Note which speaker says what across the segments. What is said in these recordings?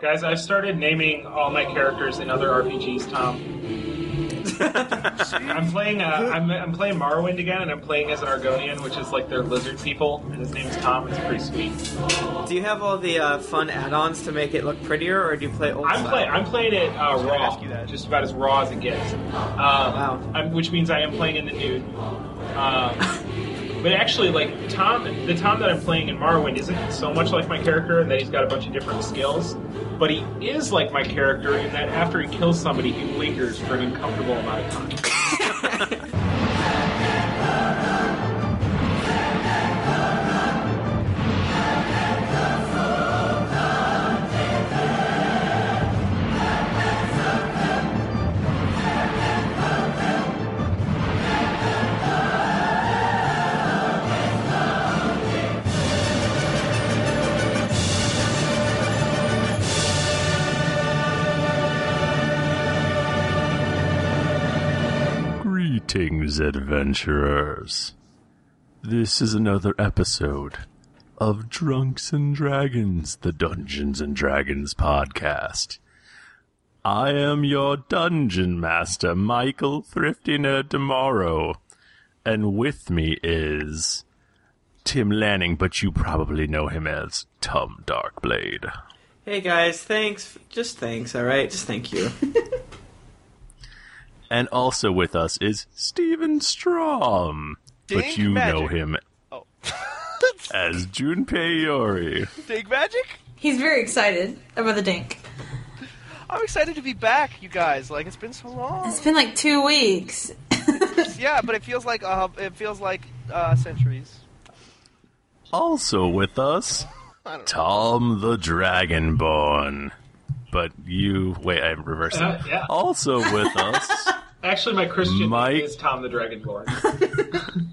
Speaker 1: Guys, I've started naming all my characters in other RPGs, Tom. I'm playing. Uh, I'm, I'm playing Morrowind again, and I'm playing as an Argonian, which is like their lizard people, and his name's Tom. It's pretty sweet.
Speaker 2: Do you have all the uh, fun add-ons to make it look prettier, or do you play old
Speaker 1: I'm
Speaker 2: style?
Speaker 1: playing. I'm playing it uh,
Speaker 3: gonna
Speaker 1: raw,
Speaker 3: ask you that.
Speaker 1: just about as raw as it gets. Um,
Speaker 2: Wow.
Speaker 1: I'm, which means I am playing in the nude. Um, but actually, like Tom, the Tom that I'm playing in Morrowind isn't so much like my character in that he's got a bunch of different skills, but he is like my character in that after he kills somebody, he lingers for an uncomfortable amount of time.
Speaker 4: Greetings, adventurers. This is another episode of Drunks and Dragons, the Dungeons and Dragons podcast. I am your dungeon master, Michael Thrifty Nerd Tomorrow, and with me is Tim Lanning, but you probably know him as Tom Darkblade.
Speaker 2: Hey guys, thanks. Just thanks, all right. Just thank you.
Speaker 4: And also with us is Stephen Strom, Um, but
Speaker 3: Dink
Speaker 4: you know
Speaker 3: magic.
Speaker 4: him
Speaker 3: Oh.
Speaker 4: as Junpei Yori.
Speaker 3: Dig magic?
Speaker 5: He's very excited about the dink.
Speaker 3: I'm excited to be back, you guys. Like it's been so long.
Speaker 5: It's been like two weeks.
Speaker 3: Yeah, but it feels like uh, it feels like uh, centuries.
Speaker 4: Also with us, Tom the Dragonborn. But you wait, I'm reversing.
Speaker 1: Uh, yeah.
Speaker 4: Also with us,
Speaker 1: Actually, my Christian name
Speaker 4: Mike-
Speaker 1: is Tom the Dragonborn.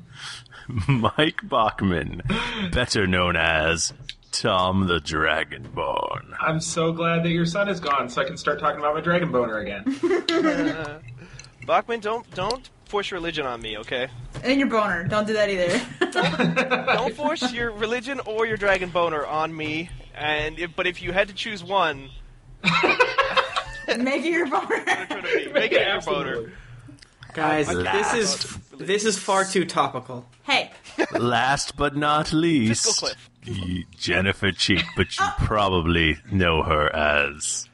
Speaker 4: Mike Bachman, better known as Tom the Dragonborn.
Speaker 1: I'm so glad that your son is gone, so I can start talking about my dragon boner again.
Speaker 3: Bachman, don't don't force your religion on me, okay?
Speaker 5: And your boner. Don't do that either.
Speaker 3: Don't force your religion or your dragon boner on me. And if, but if you had to choose one,
Speaker 5: Make it your boner.
Speaker 3: it would be- make it your boner.
Speaker 1: Absolutely.
Speaker 2: guys, this
Speaker 4: Last.
Speaker 2: is this is far too topical.
Speaker 5: Hey,
Speaker 4: Last but not
Speaker 3: Fiscal
Speaker 4: least, y- Jennifer Cheek, but you probably know her as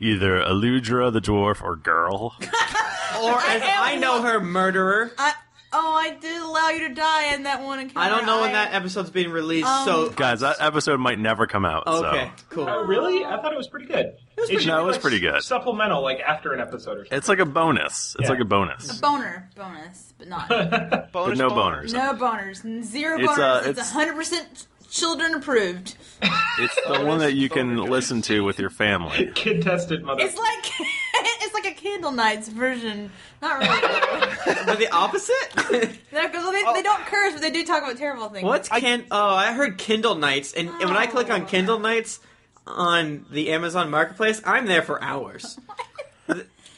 Speaker 4: either Eludra the dwarf or Girl.
Speaker 2: Or as I know her, murderer.
Speaker 5: I, oh, I did allow you to die in that one encounter.
Speaker 2: I don't know when that
Speaker 5: I-
Speaker 2: episode's being released,
Speaker 5: Um,
Speaker 2: so
Speaker 4: Guys, that episode might never come out.
Speaker 2: okay,
Speaker 4: So.
Speaker 1: Oh,
Speaker 2: cool.
Speaker 1: really? I thought it was pretty good. It was
Speaker 4: pretty good. No, it was pretty good.
Speaker 1: Supplemental, like after an episode or something.
Speaker 4: It's like a bonus. It's
Speaker 1: Yeah.
Speaker 4: like a bonus.
Speaker 5: Boner bonus, but not.
Speaker 3: Bonus
Speaker 4: no
Speaker 3: boner.
Speaker 4: boners.
Speaker 5: No boners. Zero
Speaker 4: It's, uh,
Speaker 5: boners. It's,
Speaker 4: it's-
Speaker 5: 100% children approved.
Speaker 4: It's the one that you can listen to with your family.
Speaker 1: Kid tested mother.
Speaker 5: It's like it's like a Candle Nights version. Not really.
Speaker 2: But the opposite?
Speaker 5: Because they, they don't curse, but they do talk about terrible things.
Speaker 2: What's kin? Oh, I heard Kindle Nights, and, and when I click on
Speaker 5: Oh.
Speaker 2: Kindle Nights on the Amazon Marketplace, I'm there for hours.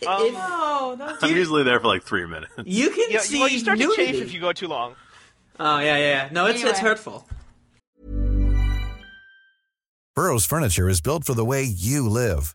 Speaker 2: If-
Speaker 5: No, that's
Speaker 4: I'm usually there for like three minutes.
Speaker 2: you can
Speaker 3: Um, Yeah,
Speaker 2: see
Speaker 3: you, well, you start to chafe
Speaker 2: nudity.
Speaker 3: if you go too long.
Speaker 2: Oh yeah, yeah, yeah. No, it's it's
Speaker 5: Anyway.
Speaker 2: hurtful.
Speaker 6: Burrow's furniture is built for the way you live.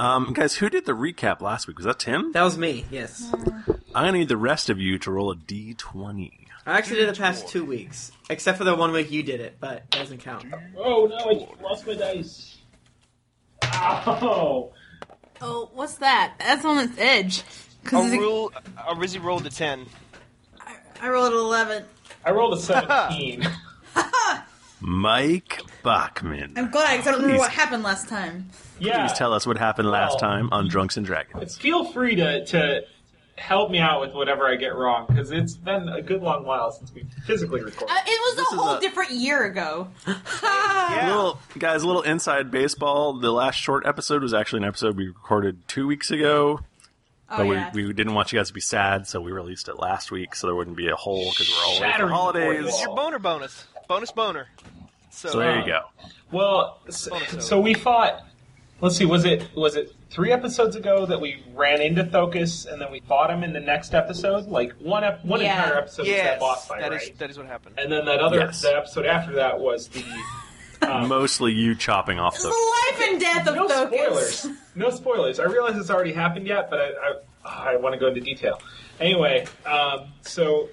Speaker 7: Um, guys, who did the recap last week? Was that Tim?
Speaker 2: That was me. Yes.
Speaker 7: I'm gonna need the rest of you to roll a d20.
Speaker 2: I actually did the past two weeks, except for the one week you did it, but it doesn't count.
Speaker 1: Oh no! I lost my dice. Ow!
Speaker 5: Oh, what's that? That's on its edge. Because
Speaker 3: A rule, a Rizzy rolled a ten.
Speaker 5: I rolled an 11.
Speaker 1: I rolled a 17.
Speaker 7: Mike Bachman.
Speaker 5: I'm glad 'cause I don't remember
Speaker 7: Please.
Speaker 5: what happened last time.
Speaker 1: Yeah.
Speaker 7: Please tell us what happened last
Speaker 3: Oh.
Speaker 1: Well-
Speaker 7: time on Drunks and Dragons.
Speaker 1: Feel free to, to help me out with whatever I get wrong, because it's been a good long while since we physically recorded.
Speaker 5: Uh, it was a
Speaker 7: is
Speaker 5: whole
Speaker 7: a-
Speaker 5: different year ago.
Speaker 7: Little guys, a little inside baseball. The last short episode was actually an episode we recorded two weeks ago,
Speaker 5: Oh,
Speaker 7: but
Speaker 5: yeah.
Speaker 7: we, we didn't want you guys to be sad, so we released it last week, so there wouldn't be a hole because we're all away for
Speaker 1: Shattering the
Speaker 3: It
Speaker 7: holidays.
Speaker 3: was your boner bonus. Bonus boner. So, uh,
Speaker 7: So there you go.
Speaker 1: Well, so,
Speaker 3: Bonus episode.
Speaker 1: so we fought. Let's see. Was it was it three episodes ago that we ran into Thokus and then we fought him in the next episode? Like one ep- one
Speaker 5: Yeah.
Speaker 1: entire episode was
Speaker 3: Yes,
Speaker 1: that boss fight,
Speaker 3: that
Speaker 1: right?
Speaker 3: is- that is what happened.
Speaker 1: and then that other
Speaker 7: Yes.
Speaker 1: that episode after that was the
Speaker 7: Mostly you chopping off
Speaker 5: the
Speaker 7: the.
Speaker 5: life and death of
Speaker 1: no
Speaker 5: Focus.
Speaker 1: spoilers. No spoilers. I realize it's already happened yet, but I I, I want to go into detail. Anyway, um, so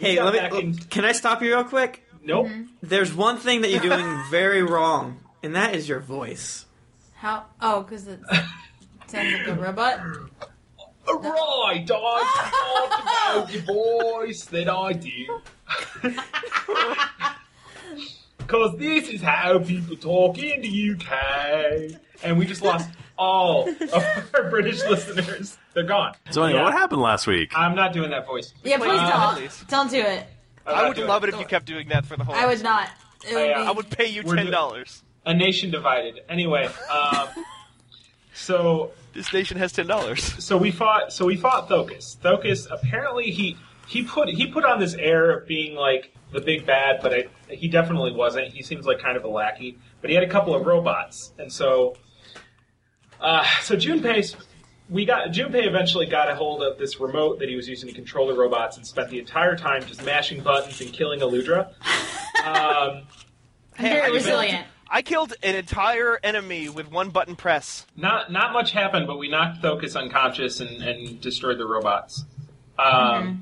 Speaker 2: Hey,
Speaker 1: got
Speaker 2: let
Speaker 1: back
Speaker 2: me.
Speaker 1: in-
Speaker 2: Can I stop you real quick?
Speaker 1: nope.
Speaker 2: There's one thing that you're doing very wrong, and that is your voice.
Speaker 5: How? Oh, because it sounds like a robot.
Speaker 1: Right, I talked about your voice that I do. Because this is how people talk in the UK. And we just lost all of our British listeners. They're gone.
Speaker 7: So anyway,
Speaker 1: Yeah.
Speaker 7: what happened last week?
Speaker 1: I'm not doing that voice. Uh,
Speaker 5: Yeah, please
Speaker 3: at
Speaker 5: don't.
Speaker 3: least.
Speaker 5: Don't do it.
Speaker 1: I'm
Speaker 3: I
Speaker 1: not
Speaker 3: would
Speaker 1: doing
Speaker 3: love it if you kept doing that for the whole.
Speaker 5: I would not. It would
Speaker 1: I, uh,
Speaker 5: be-
Speaker 3: I would pay you
Speaker 1: We're
Speaker 3: ten
Speaker 1: do-
Speaker 3: dollars.
Speaker 1: A nation divided. Anyway, um, so
Speaker 3: This nation has ten dollars.
Speaker 1: so we fought so we fought Thokus. Thokus apparently he he put he put on this air of being like the big bad, but I, he definitely wasn't. He seems like kind of a lackey, but he had a couple of robots, and so uh, so Junpei's we got Junpei eventually got a hold of this remote that he was using to control the robots and spent the entire time just mashing buttons and killing Aludra. Um,
Speaker 5: I'm very resilient.
Speaker 3: I killed an entire enemy with one button press.
Speaker 1: Not not much happened, but we knocked Thokus unconscious and, and destroyed the robots. Um,
Speaker 5: Mm-hmm.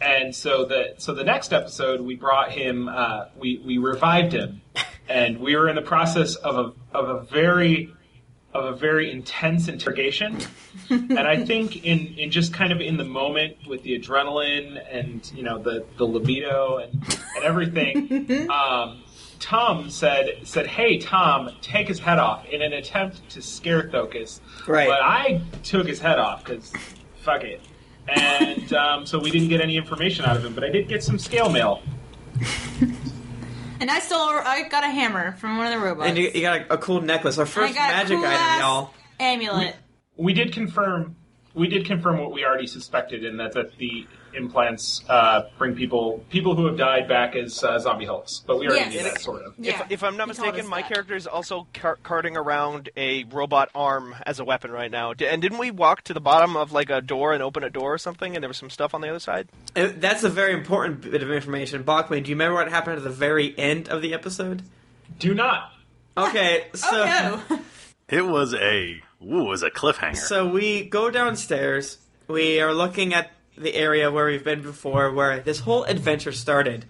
Speaker 1: And so the so the next episode, we brought him, uh, we we revived him, and we were in the process of a of a very of a very intense interrogation. and I think in, in just kind of in the moment with the adrenaline and you know the, the libido and, and everything, um, Tom said said, "Hey Tom, take his head off" in an attempt to scare Thokus.
Speaker 2: Right.
Speaker 1: But I took his head off because fuck it. And um, so we didn't get any information out of him, but I did get some scale mail.
Speaker 5: And I stole. I got a hammer from one of the robots.
Speaker 2: And you, you got a, a cool necklace, our
Speaker 5: And
Speaker 2: first
Speaker 5: I got
Speaker 2: magic
Speaker 5: a cool
Speaker 2: item,
Speaker 5: ass
Speaker 2: y'all.
Speaker 5: Amulet.
Speaker 1: We did confirm. We did confirm what we already suspected, and that that the implants uh, bring people people who have died back as uh, zombie hulks. But we already
Speaker 5: Yes.
Speaker 1: knew that sort of.
Speaker 5: yeah.
Speaker 3: If, if I'm not
Speaker 5: he told us
Speaker 3: mistaken, my
Speaker 5: that.
Speaker 3: character is also car- carting around a robot arm as a weapon right now. D- and didn't we walk to the bottom of like a door and open a door or something? And there was some stuff on the other side.
Speaker 2: Uh, That's a very important bit of information. Bachman, do you remember what happened at the very end of the episode?
Speaker 1: Do not.
Speaker 2: Okay, so
Speaker 5: Oh,
Speaker 7: It was a ooh, it was a cliffhanger.
Speaker 2: so we go downstairs. We are looking at the area where we've been before, where this whole adventure started.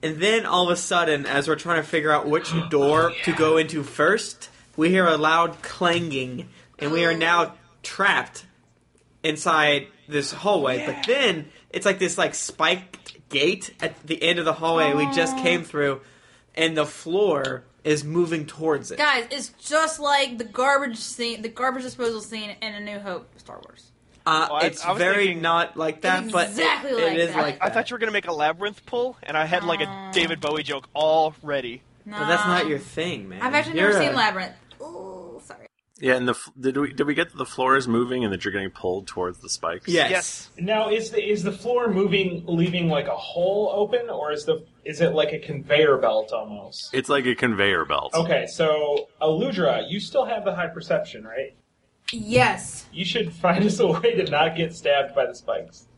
Speaker 2: And then all of a sudden, as we're trying to figure out which door to go into first, we hear a loud clanging, and we are now trapped inside this hallway. But then it's like this like spiked gate at the end of the hallway we just
Speaker 5: Oh.
Speaker 2: came through, and the floor is moving towards it.
Speaker 5: Guys, it's just like the garbage scene, the garbage disposal scene in A New Hope, Star Wars.
Speaker 2: Uh,
Speaker 3: Oh, I-
Speaker 2: it's
Speaker 3: I was
Speaker 2: very
Speaker 3: thinking-
Speaker 2: not like that, but
Speaker 5: Exactly
Speaker 2: it
Speaker 5: like
Speaker 2: is
Speaker 5: that.
Speaker 2: like
Speaker 3: I thought you were gonna make a labyrinth pull, and I had like a David Bowie joke already.
Speaker 5: But that's
Speaker 2: not your thing, man.
Speaker 5: I've actually never seen Labyrinth. Ooh, sorry.
Speaker 4: Yeah, and the f- did we did we get that the floor is moving and that you're getting pulled towards the spikes?
Speaker 1: Now is the is the floor moving, leaving like a hole open, or is the is it like a conveyor belt almost?
Speaker 4: It's like a conveyor belt.
Speaker 1: Okay, so Aludra, you still have the high perception, right?
Speaker 5: Yes.
Speaker 1: You should find us a way to not get stabbed by the spikes.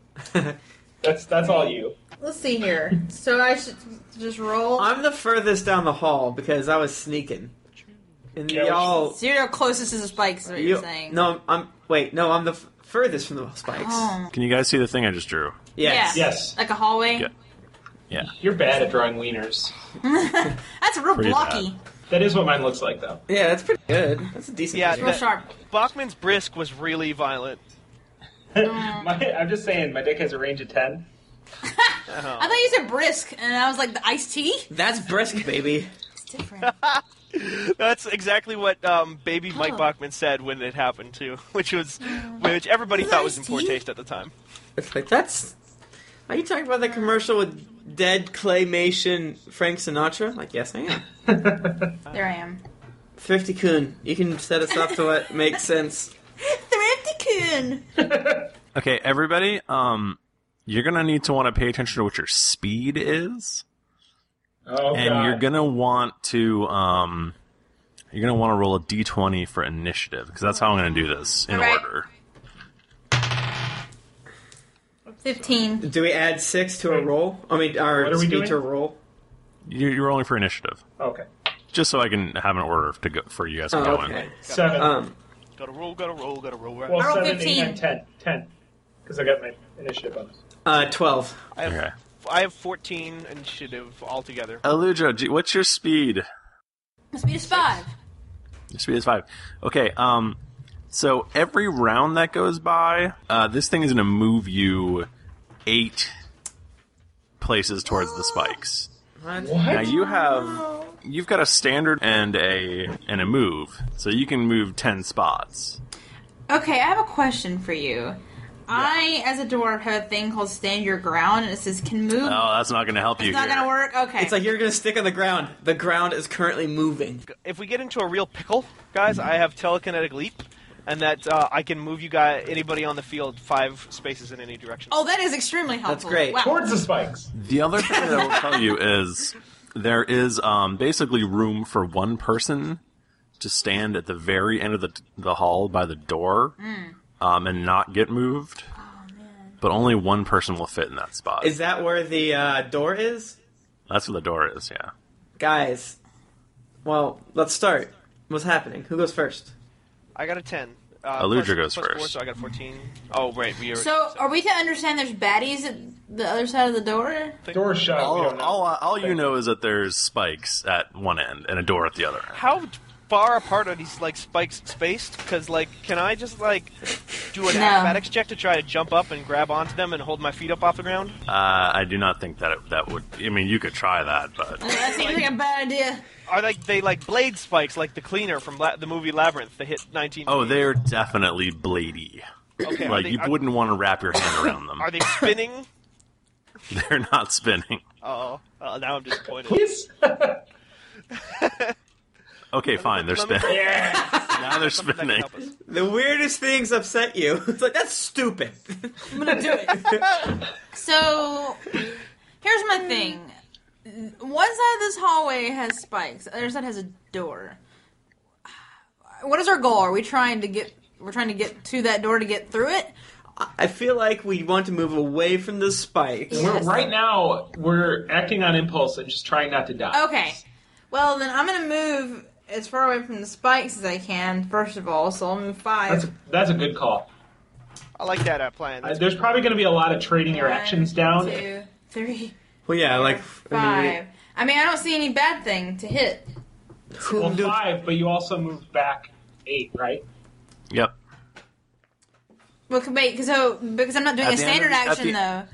Speaker 1: that's that's all you.
Speaker 5: Let's see here. So I should just roll.
Speaker 2: I'm the furthest down the hall because I was sneaking, and y'all.
Speaker 5: So you're closest to the spikes, is what
Speaker 2: you-
Speaker 5: you're saying.
Speaker 2: No, I'm. Wait, no, I'm the f- furthest from the spikes.
Speaker 5: Oh.
Speaker 4: Can you guys see the thing I just drew?
Speaker 5: Yeah. Like a hallway.
Speaker 4: Yeah. Yeah.
Speaker 1: You're bad at drawing wieners.
Speaker 5: That's real
Speaker 1: Pretty
Speaker 5: blocky.
Speaker 1: That is what mine looks like, though.
Speaker 2: Yeah, that's pretty good. That's a decent.
Speaker 3: Yeah,
Speaker 1: It's real
Speaker 3: that- Bachman's brisk was really violent.
Speaker 1: my, I'm just saying, my dick has a range of ten.
Speaker 3: Oh.
Speaker 5: I thought you said brisk, and I was like, the iced tea?
Speaker 2: That's brisk, baby.
Speaker 3: That's exactly what um, baby Mike Bachman said when it happened too, which was
Speaker 5: Mm.
Speaker 3: which everybody thought was in poor taste at the time.
Speaker 2: It's like that's. Are you talking about that commercial with dead claymation Frank Sinatra? Like, yes, I am.
Speaker 5: There I am.
Speaker 2: Thrifty Coon, you can set us up to what makes sense.
Speaker 5: Thrifty
Speaker 4: Okay, everybody, um, you're gonna need to want to pay attention to what your speed is,
Speaker 1: Oh,
Speaker 4: and
Speaker 1: God.
Speaker 4: you're gonna want to um, you're gonna want to roll a d20 for initiative because that's how I'm gonna do this in
Speaker 5: All right.
Speaker 4: order.
Speaker 5: 15.
Speaker 2: Do we add six to a roll? I mean, our
Speaker 1: What are we
Speaker 2: speed
Speaker 1: doing?
Speaker 2: to a roll.
Speaker 4: You're, you're rolling for initiative,
Speaker 1: Okay.
Speaker 4: just so I can have an order to go for you guys to
Speaker 2: Oh,
Speaker 4: go
Speaker 2: okay.
Speaker 4: in.
Speaker 1: Seven. Um,
Speaker 3: Gotta roll, gotta roll, gotta roll. Right?
Speaker 1: Well,
Speaker 2: I rolled
Speaker 1: seven, eight,
Speaker 2: 15.
Speaker 1: nine, ten. Ten. Because I got my initiative bonus.
Speaker 2: Uh, twelve.
Speaker 3: I have,
Speaker 4: Okay.
Speaker 3: I have fourteen initiative altogether.
Speaker 4: Aludra, do- what's your speed?
Speaker 5: Must be just five.
Speaker 4: Your speed is five. Okay. Um. So every round that goes by, uh, this thing is going to move you eight places towards the spikes.
Speaker 2: What?
Speaker 4: Now you have you've got a standard and a and a move, so you can move ten spots.
Speaker 5: Okay, I have a question for you. I, as a dwarf, have a thing called stand your ground, and it says can move.
Speaker 4: Oh, that's not going to help
Speaker 5: it's
Speaker 4: you.
Speaker 5: not
Speaker 4: here.
Speaker 5: gonna work. Okay.
Speaker 2: It's like you're gonna stick on the ground. The ground is currently moving.
Speaker 3: If we get into a real pickle, guys, I have telekinetic leap, and that uh, I can move you guys anybody on the field five spaces in any direction.
Speaker 5: oh, that is extremely helpful. Wow.
Speaker 1: spikes.
Speaker 4: The other thing that I will tell you is there is um, basically room for one person to stand at the very end of the the hall by the door
Speaker 2: Mm.
Speaker 4: um, and not get moved. But only one person will fit in that spot.
Speaker 2: Is that where the uh, door is,
Speaker 4: That's where the door is. Yeah.
Speaker 2: guys? Well, let's start. What's happening? Who goes first?
Speaker 3: I got a ten. Uh,
Speaker 4: Aludra
Speaker 3: plus-
Speaker 4: goes
Speaker 3: plus Four,
Speaker 4: first.
Speaker 3: so I got fourteen. Oh, right. We are,
Speaker 5: So, are we to understand there's baddies at the other side of the door?
Speaker 1: Door shut.
Speaker 4: All, all, all you know is that there's spikes at one end and a door at the other. end.
Speaker 3: how far apart are these like spikes spaced? Because like, can I just like do an
Speaker 5: No.
Speaker 3: acrobatics check to try to jump up and grab onto them and hold my feet up off the ground?
Speaker 4: Uh, I do not think that it, that would. I mean, you could try that, but
Speaker 5: Uh, That seems like a bad idea.
Speaker 3: Are like they like blade spikes, like the cleaner from La- the movie Labyrinth? They hit nineteen.
Speaker 4: oh, they're definitely bladey.
Speaker 3: Okay, are
Speaker 4: like
Speaker 3: they-
Speaker 4: you
Speaker 3: are-
Speaker 4: wouldn't want to wrap your hand around them.
Speaker 3: Are they spinning?
Speaker 4: They're not spinning.
Speaker 3: Oh, uh, now I'm disappointed.
Speaker 1: Please.
Speaker 4: Okay, fine. They're
Speaker 3: Let me-
Speaker 4: spinning. Now they're spinning.
Speaker 2: The weirdest things upset you. It's like that's stupid.
Speaker 5: I'm gonna do it. so, here's my thing. One side of this hallway has spikes. The other side has a door. What is our goal? Are we trying to get? We're trying to get to that door to get through it.
Speaker 2: I feel like we want to move away from the spikes.
Speaker 1: We're, right now, we're acting on impulse and just trying not to die.
Speaker 5: Okay. Well, then I'm gonna move as far away from the spikes as I can. First of all, so I'll move five.
Speaker 1: That's a, that's a good call.
Speaker 3: I like that uh, plan.
Speaker 1: Uh, there's probably going to be a lot of trading your actions down.
Speaker 5: Two, three,
Speaker 2: Well, yeah, like
Speaker 5: five. I mean, I don't see any bad thing to hit.
Speaker 1: Well, five, but you also moved back eight, right?
Speaker 4: Yep.
Speaker 5: Well, c- wait, 'cause- so because I'm not doing
Speaker 4: At
Speaker 5: a
Speaker 4: the end of-
Speaker 5: standard
Speaker 4: at
Speaker 5: action
Speaker 4: the-
Speaker 5: though.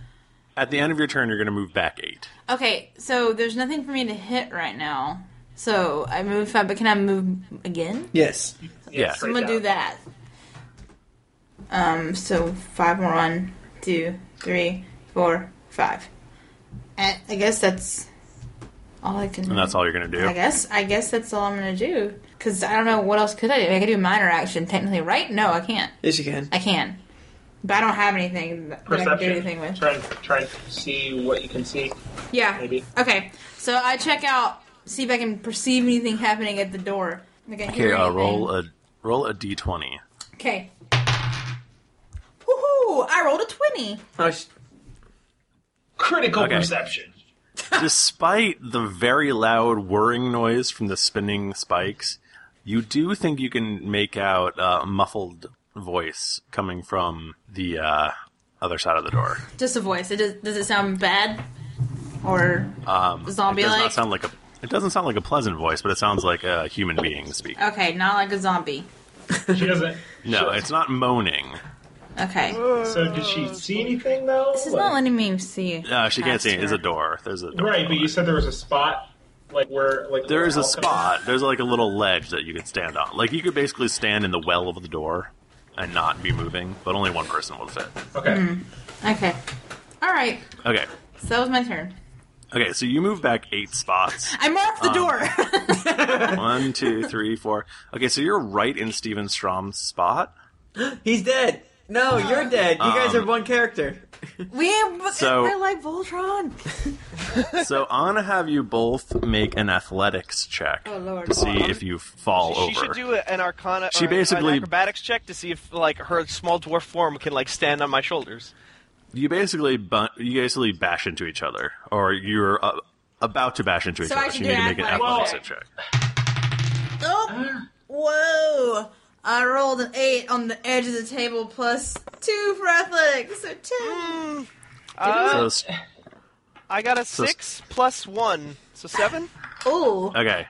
Speaker 4: At the end of your turn, you're going to move back eight.
Speaker 5: Okay, so there's nothing for me to hit right now. So I move five, but can I move again?
Speaker 2: Yes.
Speaker 4: Yeah.
Speaker 5: So I'm gonna do that. Um, so five more one, two, three, four, five. And I guess that's all I can.
Speaker 4: And that's all you're going to do.
Speaker 5: I guess. I guess that's all I'm gonna do. Cause I don't know what else could I do. I could do minor action technically, right? No, I can't.
Speaker 2: Yes, you can.
Speaker 5: I can, but I don't have anything that I can do
Speaker 1: Perception.
Speaker 5: anything with.
Speaker 1: Try and try and see what you can see.
Speaker 5: Yeah.
Speaker 1: Maybe.
Speaker 5: Okay. So I check out, see if I can perceive anything happening at the door. Like I
Speaker 4: Okay,
Speaker 5: hear
Speaker 4: uh,
Speaker 5: anything.
Speaker 4: roll a roll a d20.
Speaker 5: Okay. Woohoo! I rolled a twenty.
Speaker 1: Critical
Speaker 4: Okay.
Speaker 1: perception.
Speaker 4: Despite the very loud whirring noise from the spinning spikes, you do think you can make out uh, a muffled voice coming from the uh, other side of the door.
Speaker 5: Just a voice. It does, does it sound bad? Or
Speaker 4: Um, It does
Speaker 5: Zombie-like?
Speaker 4: not sound like a. It doesn't sound like a pleasant voice, but it sounds like a human being speaking.
Speaker 5: okay, not like a zombie.
Speaker 1: She doesn't.
Speaker 4: No, it's not moaning.
Speaker 5: Okay.
Speaker 1: So did she see anything though?
Speaker 5: This is not letting me see.
Speaker 4: Uh, she can't see. It's a
Speaker 5: Faster.
Speaker 4: door. There's a door.
Speaker 1: Right, but you said there was a spot, like where, like
Speaker 4: There is a
Speaker 1: alcove-
Speaker 4: spot. There's like a little ledge that you can stand on. Like you could basically stand in the well of the door and not be moving, but only one person would fit.
Speaker 5: Mm. Okay. All right.
Speaker 4: Okay.
Speaker 5: So that was my turn.
Speaker 4: Okay, so you move back eight spots.
Speaker 5: I marked the
Speaker 4: Um,
Speaker 5: door.
Speaker 4: One, two, three, four. Okay, so you're right in Steven Strom's spot.
Speaker 2: He's dead. No, you're dead. You guys
Speaker 4: Um,
Speaker 2: are one character.
Speaker 5: we are
Speaker 4: So- we're
Speaker 5: like Voltron.
Speaker 4: So I'm gonna have you both make an athletics check
Speaker 3: Oh, Lord.
Speaker 4: to see if you fall
Speaker 3: She
Speaker 4: over.
Speaker 3: should do an arcana.
Speaker 4: She
Speaker 3: or an
Speaker 4: basically-
Speaker 3: acrobatics check to see if like her small dwarf form can like stand on my shoulders.
Speaker 4: You basically bu- you basically bash into each other, or you're uh, about to bash into each
Speaker 5: So I
Speaker 4: other.
Speaker 5: should
Speaker 4: you
Speaker 5: do
Speaker 4: need to
Speaker 5: an
Speaker 4: make an
Speaker 5: athletic
Speaker 4: athletics
Speaker 5: check.
Speaker 4: check.
Speaker 5: Oh,
Speaker 2: Ah.
Speaker 5: whoa! I rolled an eight on the edge of the table, plus two for athletics, so
Speaker 2: Mm.
Speaker 5: ten.
Speaker 2: Ah.
Speaker 3: Uh,
Speaker 4: So s-
Speaker 3: I got a
Speaker 4: so s-
Speaker 3: six plus one, so seven.
Speaker 5: Oh,
Speaker 4: okay,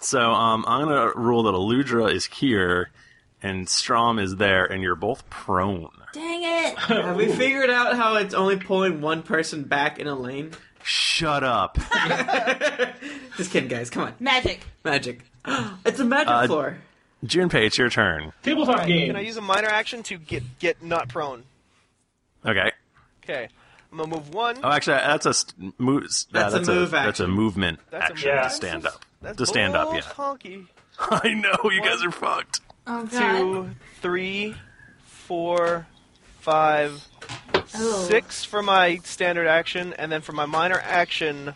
Speaker 4: so um, I'm gonna rule that Aludra is here, and Strom is there, and you're both prone.
Speaker 5: Dang it!
Speaker 2: Have we figured out how it's only pulling one person back in a lane?
Speaker 4: Shut up.
Speaker 2: Just kidding, guys. Come on.
Speaker 5: Magic.
Speaker 2: Magic. it's a magic
Speaker 4: Uh,
Speaker 2: floor.
Speaker 4: Junpei, it's your turn.
Speaker 2: Tabletop
Speaker 3: Alright,
Speaker 2: game.
Speaker 3: Can I use a minor action to get get not prone?
Speaker 4: Okay.
Speaker 3: Okay, I'm gonna move one.
Speaker 4: Oh, actually, that's a st- move. That's,
Speaker 3: That's a
Speaker 4: that's
Speaker 3: move
Speaker 4: That's a
Speaker 3: action.
Speaker 4: movement
Speaker 3: That's a
Speaker 4: action
Speaker 3: move-
Speaker 4: to
Speaker 3: that's
Speaker 4: stand
Speaker 3: just-
Speaker 4: up.
Speaker 3: that's
Speaker 4: To stand up, yeah.
Speaker 3: bull Honky.
Speaker 4: I know you guys are fucked.
Speaker 5: Oh god.
Speaker 3: Two, three, four, five, six
Speaker 5: Oh.
Speaker 3: for my standard action, and then for my minor action,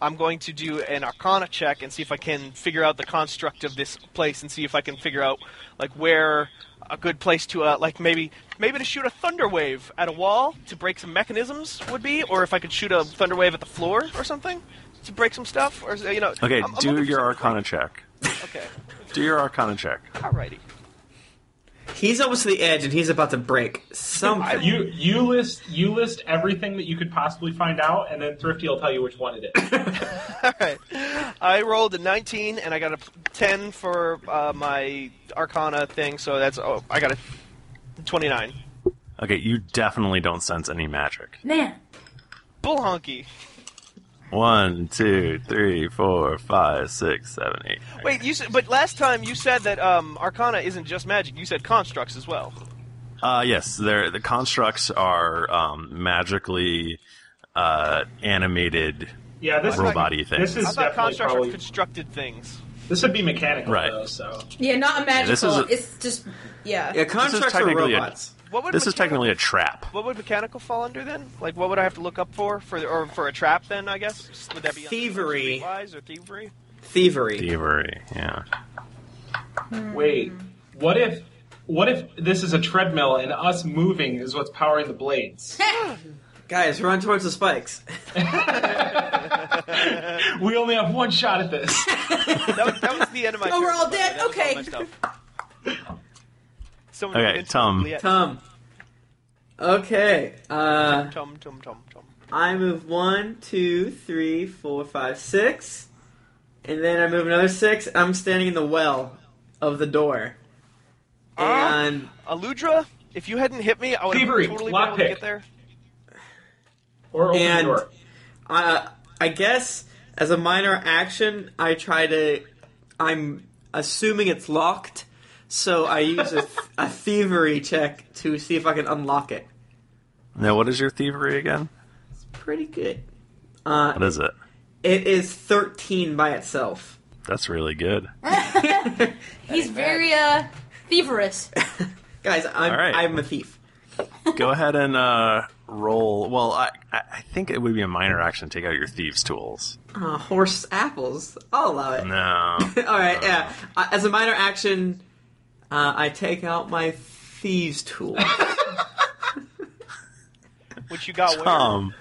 Speaker 3: I'm going to do an Arcana check and see if I can figure out the construct of this place and see if I can figure out like where a good place to uh, like maybe maybe to shoot a thunder wave at a wall to break some mechanisms would be, or if I could shoot a thunder wave at the floor or something to break some stuff, or you know.
Speaker 4: Okay,
Speaker 3: I'm- I'm
Speaker 4: do your Arcana check.
Speaker 3: Okay.
Speaker 4: Do your Arcana check.
Speaker 3: Alrighty.
Speaker 2: He's almost to the edge and he's about to break. Something.
Speaker 1: You you list you list everything that you could possibly find out, and then Thrifty will tell you which one it is.
Speaker 3: I rolled a 19 and I got a p- 10 for uh, my Arcana thing, so that's oh, I got a 29.
Speaker 4: Okay, you definitely don't sense any magic.
Speaker 5: Man.
Speaker 3: Bull honky.
Speaker 4: One, two, three, four, five, six, seven, eight.
Speaker 3: Wait, you said, but last time you said that um, Arcana isn't just magic. You said constructs as well.
Speaker 4: Uh, yes, there. The constructs are um, magically uh, animated.
Speaker 1: Yeah, this
Speaker 4: robot-y
Speaker 1: is
Speaker 4: things.
Speaker 1: This is
Speaker 3: I thought
Speaker 1: definitely
Speaker 3: constructs
Speaker 1: probably
Speaker 3: are constructed things.
Speaker 1: this would be mechanical
Speaker 4: Right.
Speaker 1: though. So
Speaker 5: Yeah, not a
Speaker 4: Yeah, this
Speaker 5: magical.
Speaker 4: is a-
Speaker 5: It's just yeah.
Speaker 4: This is technically a-
Speaker 3: What would
Speaker 4: this is technically a trap.
Speaker 3: What would mechanical fall under then? Like, what would I have to look up for for the, or for a trap then? I guess would that be
Speaker 2: Thievery.
Speaker 3: wise or thievery?
Speaker 2: Thievery.
Speaker 4: Thievery. Yeah.
Speaker 5: Hmm.
Speaker 1: wait, what if what if this is a treadmill and us moving is what's powering the blades?
Speaker 2: Guys, run towards the spikes.
Speaker 1: we only have one shot at this.
Speaker 3: That was the end of my.
Speaker 5: Oh, we're
Speaker 3: turn,
Speaker 5: all
Speaker 3: by the way.
Speaker 5: dead?
Speaker 3: That was all
Speaker 5: Okay.
Speaker 3: my stuff. Someone
Speaker 4: Okay,
Speaker 3: convinced
Speaker 4: Tom.
Speaker 3: Juliet-
Speaker 2: Tom. Okay. Uh,
Speaker 3: Tom, Tom, Tom, Tom.
Speaker 2: I move one, two, three, four, five, six, and then I move another six. I'm standing in the well of the door, and
Speaker 3: Uh, Aludra, If you hadn't hit me, I would have
Speaker 1: Thievery,
Speaker 3: totally been able to
Speaker 1: lockpick.
Speaker 3: get there.
Speaker 1: Or open the
Speaker 2: and,
Speaker 1: door.
Speaker 2: Uh, I guess as a minor action, I try to. I'm assuming it's locked, so I use a, a thievery check to see if I can unlock it.
Speaker 4: Now, what is your thievery again?
Speaker 2: Pretty good. Uh,
Speaker 4: What is it?
Speaker 2: it is 13 by itself.
Speaker 4: That's really good.
Speaker 5: He's very uh thieverous.
Speaker 2: Guys, I'm,
Speaker 4: All right.
Speaker 2: I'm a thief.
Speaker 4: Go ahead and uh, roll. Well, I, I I think it would be a minor action to take out your thieves' tools.
Speaker 2: Uh, horse apples. I'll allow it.
Speaker 4: No.
Speaker 2: All right, yeah. Uh, as a minor action, uh, I take out my thieves' tool.
Speaker 3: Which you got
Speaker 4: Tom.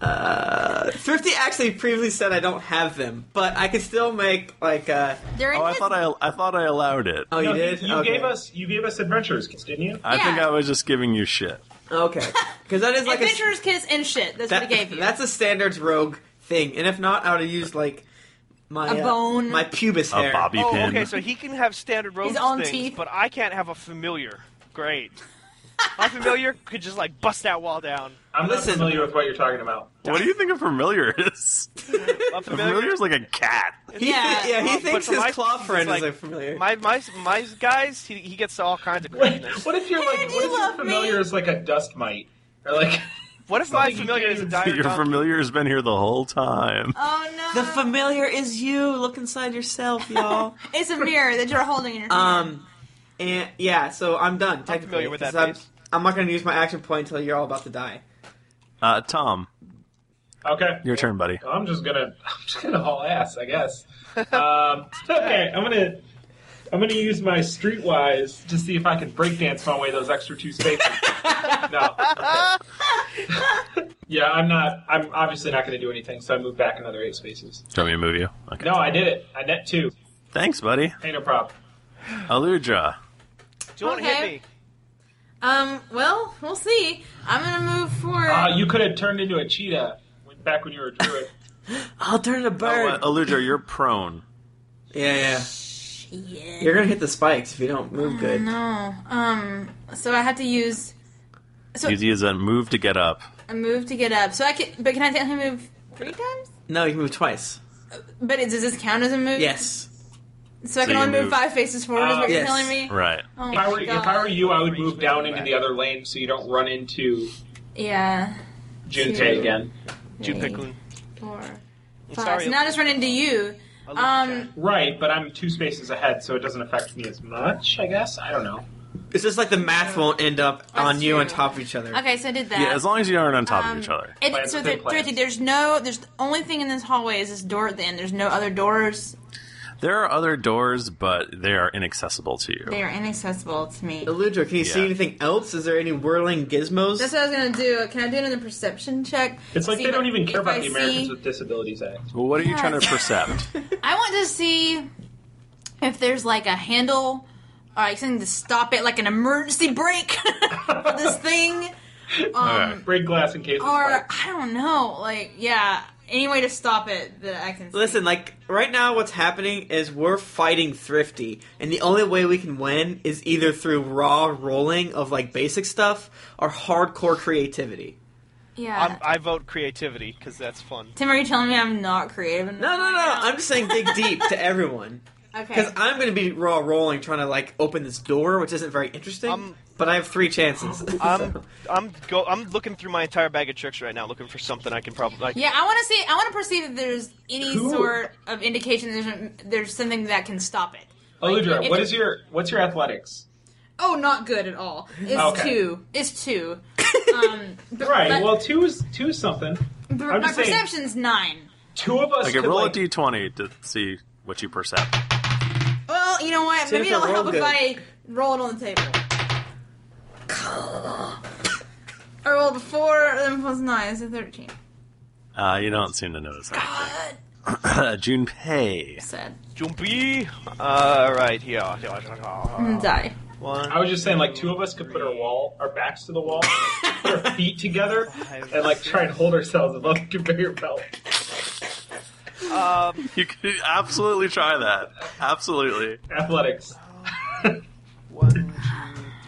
Speaker 2: Uh, Thrifty actually previously said I don't have them, but I can still make like uh,
Speaker 5: They're in
Speaker 4: oh, I thought I I thought I allowed it.
Speaker 2: Oh, you
Speaker 1: No,
Speaker 2: did?
Speaker 1: You
Speaker 2: Okay.
Speaker 1: gave us you gave us adventures, didn't you?
Speaker 4: I think I was just giving you shit.
Speaker 2: Okay, because that is like a,
Speaker 5: Adventurer's kiss and shit. That's
Speaker 2: that,
Speaker 5: what he gave you.
Speaker 2: that's a standards rogue thing, and if not, I would have used like my
Speaker 5: A
Speaker 2: uh,
Speaker 5: bone.
Speaker 2: my pubis
Speaker 4: A
Speaker 2: hair,
Speaker 4: bobby
Speaker 3: Oh,
Speaker 4: pin.
Speaker 3: okay, so he can have standard rogues
Speaker 5: own
Speaker 3: things,
Speaker 5: teeth.
Speaker 3: but I can't have a familiar. Great. My familiar could just like bust that wall down.
Speaker 1: I'm
Speaker 2: Listen.
Speaker 1: not familiar with what you're talking about.
Speaker 4: What do you think a familiar is?
Speaker 3: My
Speaker 4: A familiar
Speaker 3: familiar.
Speaker 4: is like a cat.
Speaker 2: He
Speaker 5: Yeah.
Speaker 2: thi- yeah, he
Speaker 3: But
Speaker 2: thinks
Speaker 3: for
Speaker 2: his
Speaker 3: my-
Speaker 2: claw
Speaker 3: it's
Speaker 2: friend
Speaker 3: like-
Speaker 2: is a familiar.
Speaker 3: My my my guys, he, he gets all kinds of craziness.
Speaker 1: What if you're like
Speaker 5: Dude, you
Speaker 1: what if your
Speaker 5: love me.
Speaker 1: familiar is like a dust mite? Or like
Speaker 3: What if my familiar is a dire
Speaker 4: Your
Speaker 3: donkey?
Speaker 4: familiar has been here the whole time.
Speaker 5: oh no.
Speaker 2: the familiar is you. Look inside yourself, y'all.
Speaker 5: it's a mirror that you're holding in your hand.
Speaker 2: um, and yeah, so I'm done. Technically,
Speaker 3: with that
Speaker 2: 'cause I'm,
Speaker 3: face.
Speaker 2: I'm not going to use my action point until you're all about to die.
Speaker 4: Uh, Tom,
Speaker 1: Okay.
Speaker 4: your turn, buddy.
Speaker 1: I'm just gonna I'm just gonna haul ass, I guess. Um, okay, I'm gonna I'm gonna use my streetwise to see if I can breakdance my way those extra two spaces. no. okay. yeah, I'm not I'm obviously not gonna do anything, so I move back another eight spaces.
Speaker 4: Do you want me to move you? Okay.
Speaker 1: No, I did it. I net two.
Speaker 4: Thanks, buddy.
Speaker 1: Hey no problem.
Speaker 4: Aludra.
Speaker 3: Don't
Speaker 5: Okay.
Speaker 3: hit me.
Speaker 5: Um, well, we'll see. I'm gonna move forward.
Speaker 2: Ah,
Speaker 1: Uh, you could have turned into a cheetah when, back when you were a druid.
Speaker 2: I'll turn to bird.
Speaker 4: Oh, uh, Aludra, you're prone.
Speaker 2: Yeah, yeah.
Speaker 5: yeah.
Speaker 2: You're gonna hit the spikes if you don't move good.
Speaker 5: No. Um. So I have to use So-
Speaker 4: You use a move to get up.
Speaker 5: a move to get up. So I can, but can I technically move three times?
Speaker 2: No, you can move twice.
Speaker 5: But it, does this count as a move?
Speaker 2: Yes.
Speaker 5: So I
Speaker 4: So
Speaker 5: can
Speaker 4: you
Speaker 5: only move.
Speaker 4: move-
Speaker 5: five faces forward. is what
Speaker 2: Yes.
Speaker 5: you're telling me?
Speaker 4: Right.
Speaker 5: Oh
Speaker 1: If I, were,
Speaker 5: my
Speaker 1: if
Speaker 5: god.
Speaker 1: I were you, I would move down into the other lane so you don't run into
Speaker 5: yeah.
Speaker 1: Junpei
Speaker 5: Two.
Speaker 1: again.
Speaker 3: June Pickling.
Speaker 5: Four. Five.
Speaker 3: sorry,
Speaker 5: so now I just run into you. Um.
Speaker 1: Right, but I'm two spaces ahead, so it doesn't affect me as much, I guess. I don't know.
Speaker 2: It's just like the math won't end up on you
Speaker 5: Oh. true.
Speaker 2: on top of each other.
Speaker 5: Um, Okay, so I did that. Um,
Speaker 4: Yeah, as long as you aren't on top of each other.
Speaker 5: It-
Speaker 1: Plans
Speaker 5: so
Speaker 1: within
Speaker 5: there,
Speaker 1: plans.
Speaker 5: Dorothy, there's no, there's the only thing in this hallway is this door at the end. There's no other doors.
Speaker 4: There are other doors, but they are inaccessible to you.
Speaker 5: They are inaccessible to me.
Speaker 2: Eludra, can you see
Speaker 4: Yeah.
Speaker 2: anything else? Is there any whirling gizmos?
Speaker 5: That's what I was gonna do. Can I do another perception check?
Speaker 1: It's like
Speaker 5: See
Speaker 1: they
Speaker 5: if-
Speaker 1: don't even care
Speaker 5: if
Speaker 1: about
Speaker 5: I
Speaker 1: the Americans
Speaker 5: see-
Speaker 1: with Disabilities Act.
Speaker 4: Well, what are you
Speaker 5: Yeah.
Speaker 4: trying to percept?
Speaker 5: I want to see if there's like a handle, or like something to stop it, like an emergency brake for this thing, Um,
Speaker 4: Alright.
Speaker 1: Break glass in case of
Speaker 5: or
Speaker 1: spikes.
Speaker 5: I don't know. Like, yeah, any way to stop it that I can. see.
Speaker 2: Listen, like right now, what's happening is we're fighting Thrifty, and the only way we can win is either through raw rolling of like basic stuff or hardcore creativity.
Speaker 5: yeah.
Speaker 3: I'm, I vote creativity because that's fun.
Speaker 5: Tim, are you telling me I'm not creative enough?
Speaker 2: No, no, no. I'm just saying, dig deep to everyone.
Speaker 5: okay.
Speaker 2: Because I'm going to be raw rolling, trying to like open this door, which isn't very interesting.
Speaker 3: Um,
Speaker 2: but I have three chances.
Speaker 3: I'm I'm go I'm looking through my entire bag of tricks right now, looking for something I can probably. Like,
Speaker 5: Yeah, I want to see. I want to perceive if there's any
Speaker 1: Cool.
Speaker 5: sort of indication there's a, there's something that can stop it.
Speaker 1: Aludra,
Speaker 5: if-
Speaker 1: what is your what's your athletics?
Speaker 5: Oh, not good at all. It's
Speaker 1: Okay.
Speaker 5: two. It's two. um, but,
Speaker 1: Right.
Speaker 5: but-
Speaker 1: well, two is two is something.
Speaker 5: but
Speaker 1: I'm
Speaker 5: my
Speaker 1: just saying-
Speaker 5: perception's nine.
Speaker 1: Two of us
Speaker 4: Okay,
Speaker 1: could
Speaker 4: roll
Speaker 1: like,
Speaker 4: a d20 to see what you percept.
Speaker 5: Well, you know what?
Speaker 2: See if
Speaker 5: Maybe
Speaker 2: I
Speaker 5: it'll
Speaker 2: roll
Speaker 5: help
Speaker 2: good.
Speaker 5: if I roll it on the table. I rolled a four, then plus um, nine, so thirteen.
Speaker 4: Uh, you don't seem to notice anything. Junpei.
Speaker 5: Sad.
Speaker 3: Jumpy. All right, here. here, here, here.
Speaker 1: Mm,
Speaker 5: And die.
Speaker 3: One.
Speaker 1: I was just saying, like two of us could put our wall, our backs to the wall, put our feet together, and like try and hold ourselves above the conveyor belt.
Speaker 4: You could absolutely try that. Absolutely.
Speaker 1: Athletics.
Speaker 3: One, two,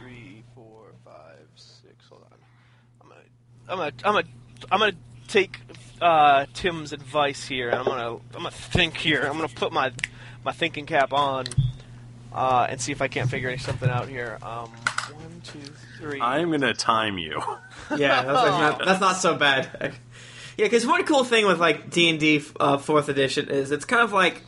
Speaker 3: three, four, I'm gonna I'm gonna I'm gonna take uh, Tim's advice here, and I'm gonna I'm gonna think here. I'm gonna put my my thinking cap on uh, and see if I can't figure something out here. Um, one, two, three.
Speaker 4: I'm gonna time you.
Speaker 2: yeah, that's, like not, that's not so bad. yeah, because one cool thing with like D and D uh, fourth edition is it's kind of like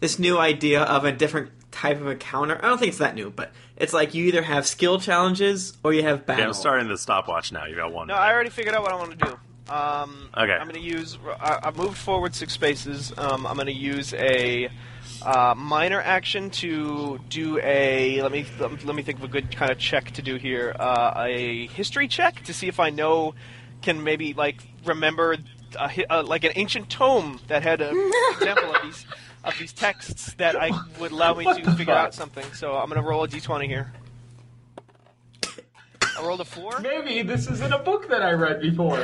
Speaker 2: this new idea of a different type of encounter. I don't think it's that new, but it's like you either have skill challenges or you have
Speaker 4: Yeah,
Speaker 2: battle.
Speaker 4: I'm starting the stopwatch now. You got one.
Speaker 3: No, I already figured out what I want to do. Um,
Speaker 4: Okay.
Speaker 3: I'm going to use. I, I moved forward six spaces. Um, I'm going to use a uh, minor action to do a. Let me let me think of a good kind of check to do here. Uh, a history check to see if I know can maybe like remember a, hi- uh, like an ancient tome that had a example of these of these texts that I would allow me
Speaker 4: What
Speaker 3: to
Speaker 4: the
Speaker 3: figure
Speaker 4: fuck?
Speaker 3: out something. So I'm going to roll a d20 here. I rolled a four.
Speaker 1: Maybe this is in a book that I read before.
Speaker 5: All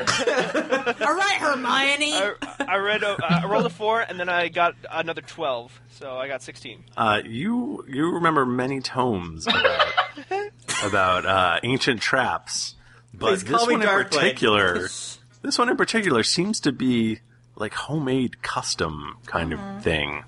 Speaker 5: right, Hermione.
Speaker 3: I, I read. A, I rolled a four, and then I got another twelve, so I got sixteen.
Speaker 4: Uh, you you remember many tomes about, about uh, ancient traps, but
Speaker 3: Please call
Speaker 4: this
Speaker 3: me
Speaker 4: one in
Speaker 3: Darkblade.
Speaker 4: particular, this one in particular seems to be like homemade custom kind of thing.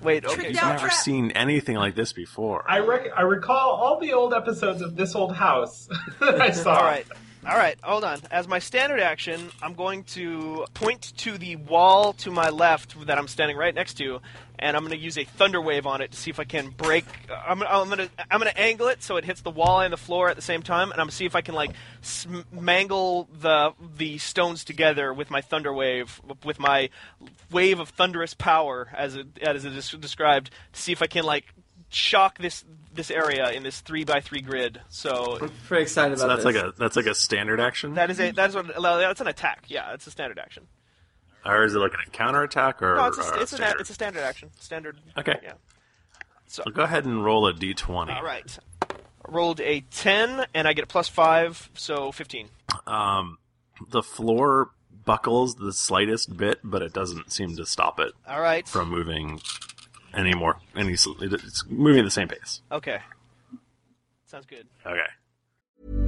Speaker 3: Wait,
Speaker 4: You've
Speaker 1: okay.
Speaker 4: never seen anything like this before.
Speaker 1: I rec- I recall all the old episodes of This Old House that I saw.
Speaker 3: All right. All right, hold on. As my standard action, I'm going to point to the wall to my left that I'm standing right next to, and I'm going to use a thunder wave on it to see if I can break. uh, I'm, I'm going to I'm going to angle it so it hits the wall and the floor at the same time, and I'm going to see if I can like sm- mangle the the stones together with my thunder wave, with my wave of thunderous power, as it as it is described, to see if I can like shock this this area in this three by three grid. So
Speaker 2: Pretty excited about
Speaker 4: so that's
Speaker 2: this.
Speaker 4: like a that's like a standard action,
Speaker 3: that is a that is what well, that's an attack. Yeah, it's a standard action.
Speaker 4: or is it like an counter attack or?
Speaker 3: No, it's
Speaker 4: or
Speaker 3: a, it's, a,
Speaker 4: standard?
Speaker 3: it's a standard action. Standard.
Speaker 4: Okay.
Speaker 3: Yeah. So
Speaker 4: So go ahead and roll a d20.
Speaker 3: all right, I rolled a ten and I get a plus five, so fifteen.
Speaker 4: Um, the floor buckles the slightest bit, but it doesn't seem to stop it.
Speaker 3: All right.
Speaker 4: From moving any more, any s- it- it's moving at the same pace.
Speaker 3: Okay. Sounds good.
Speaker 4: Okay.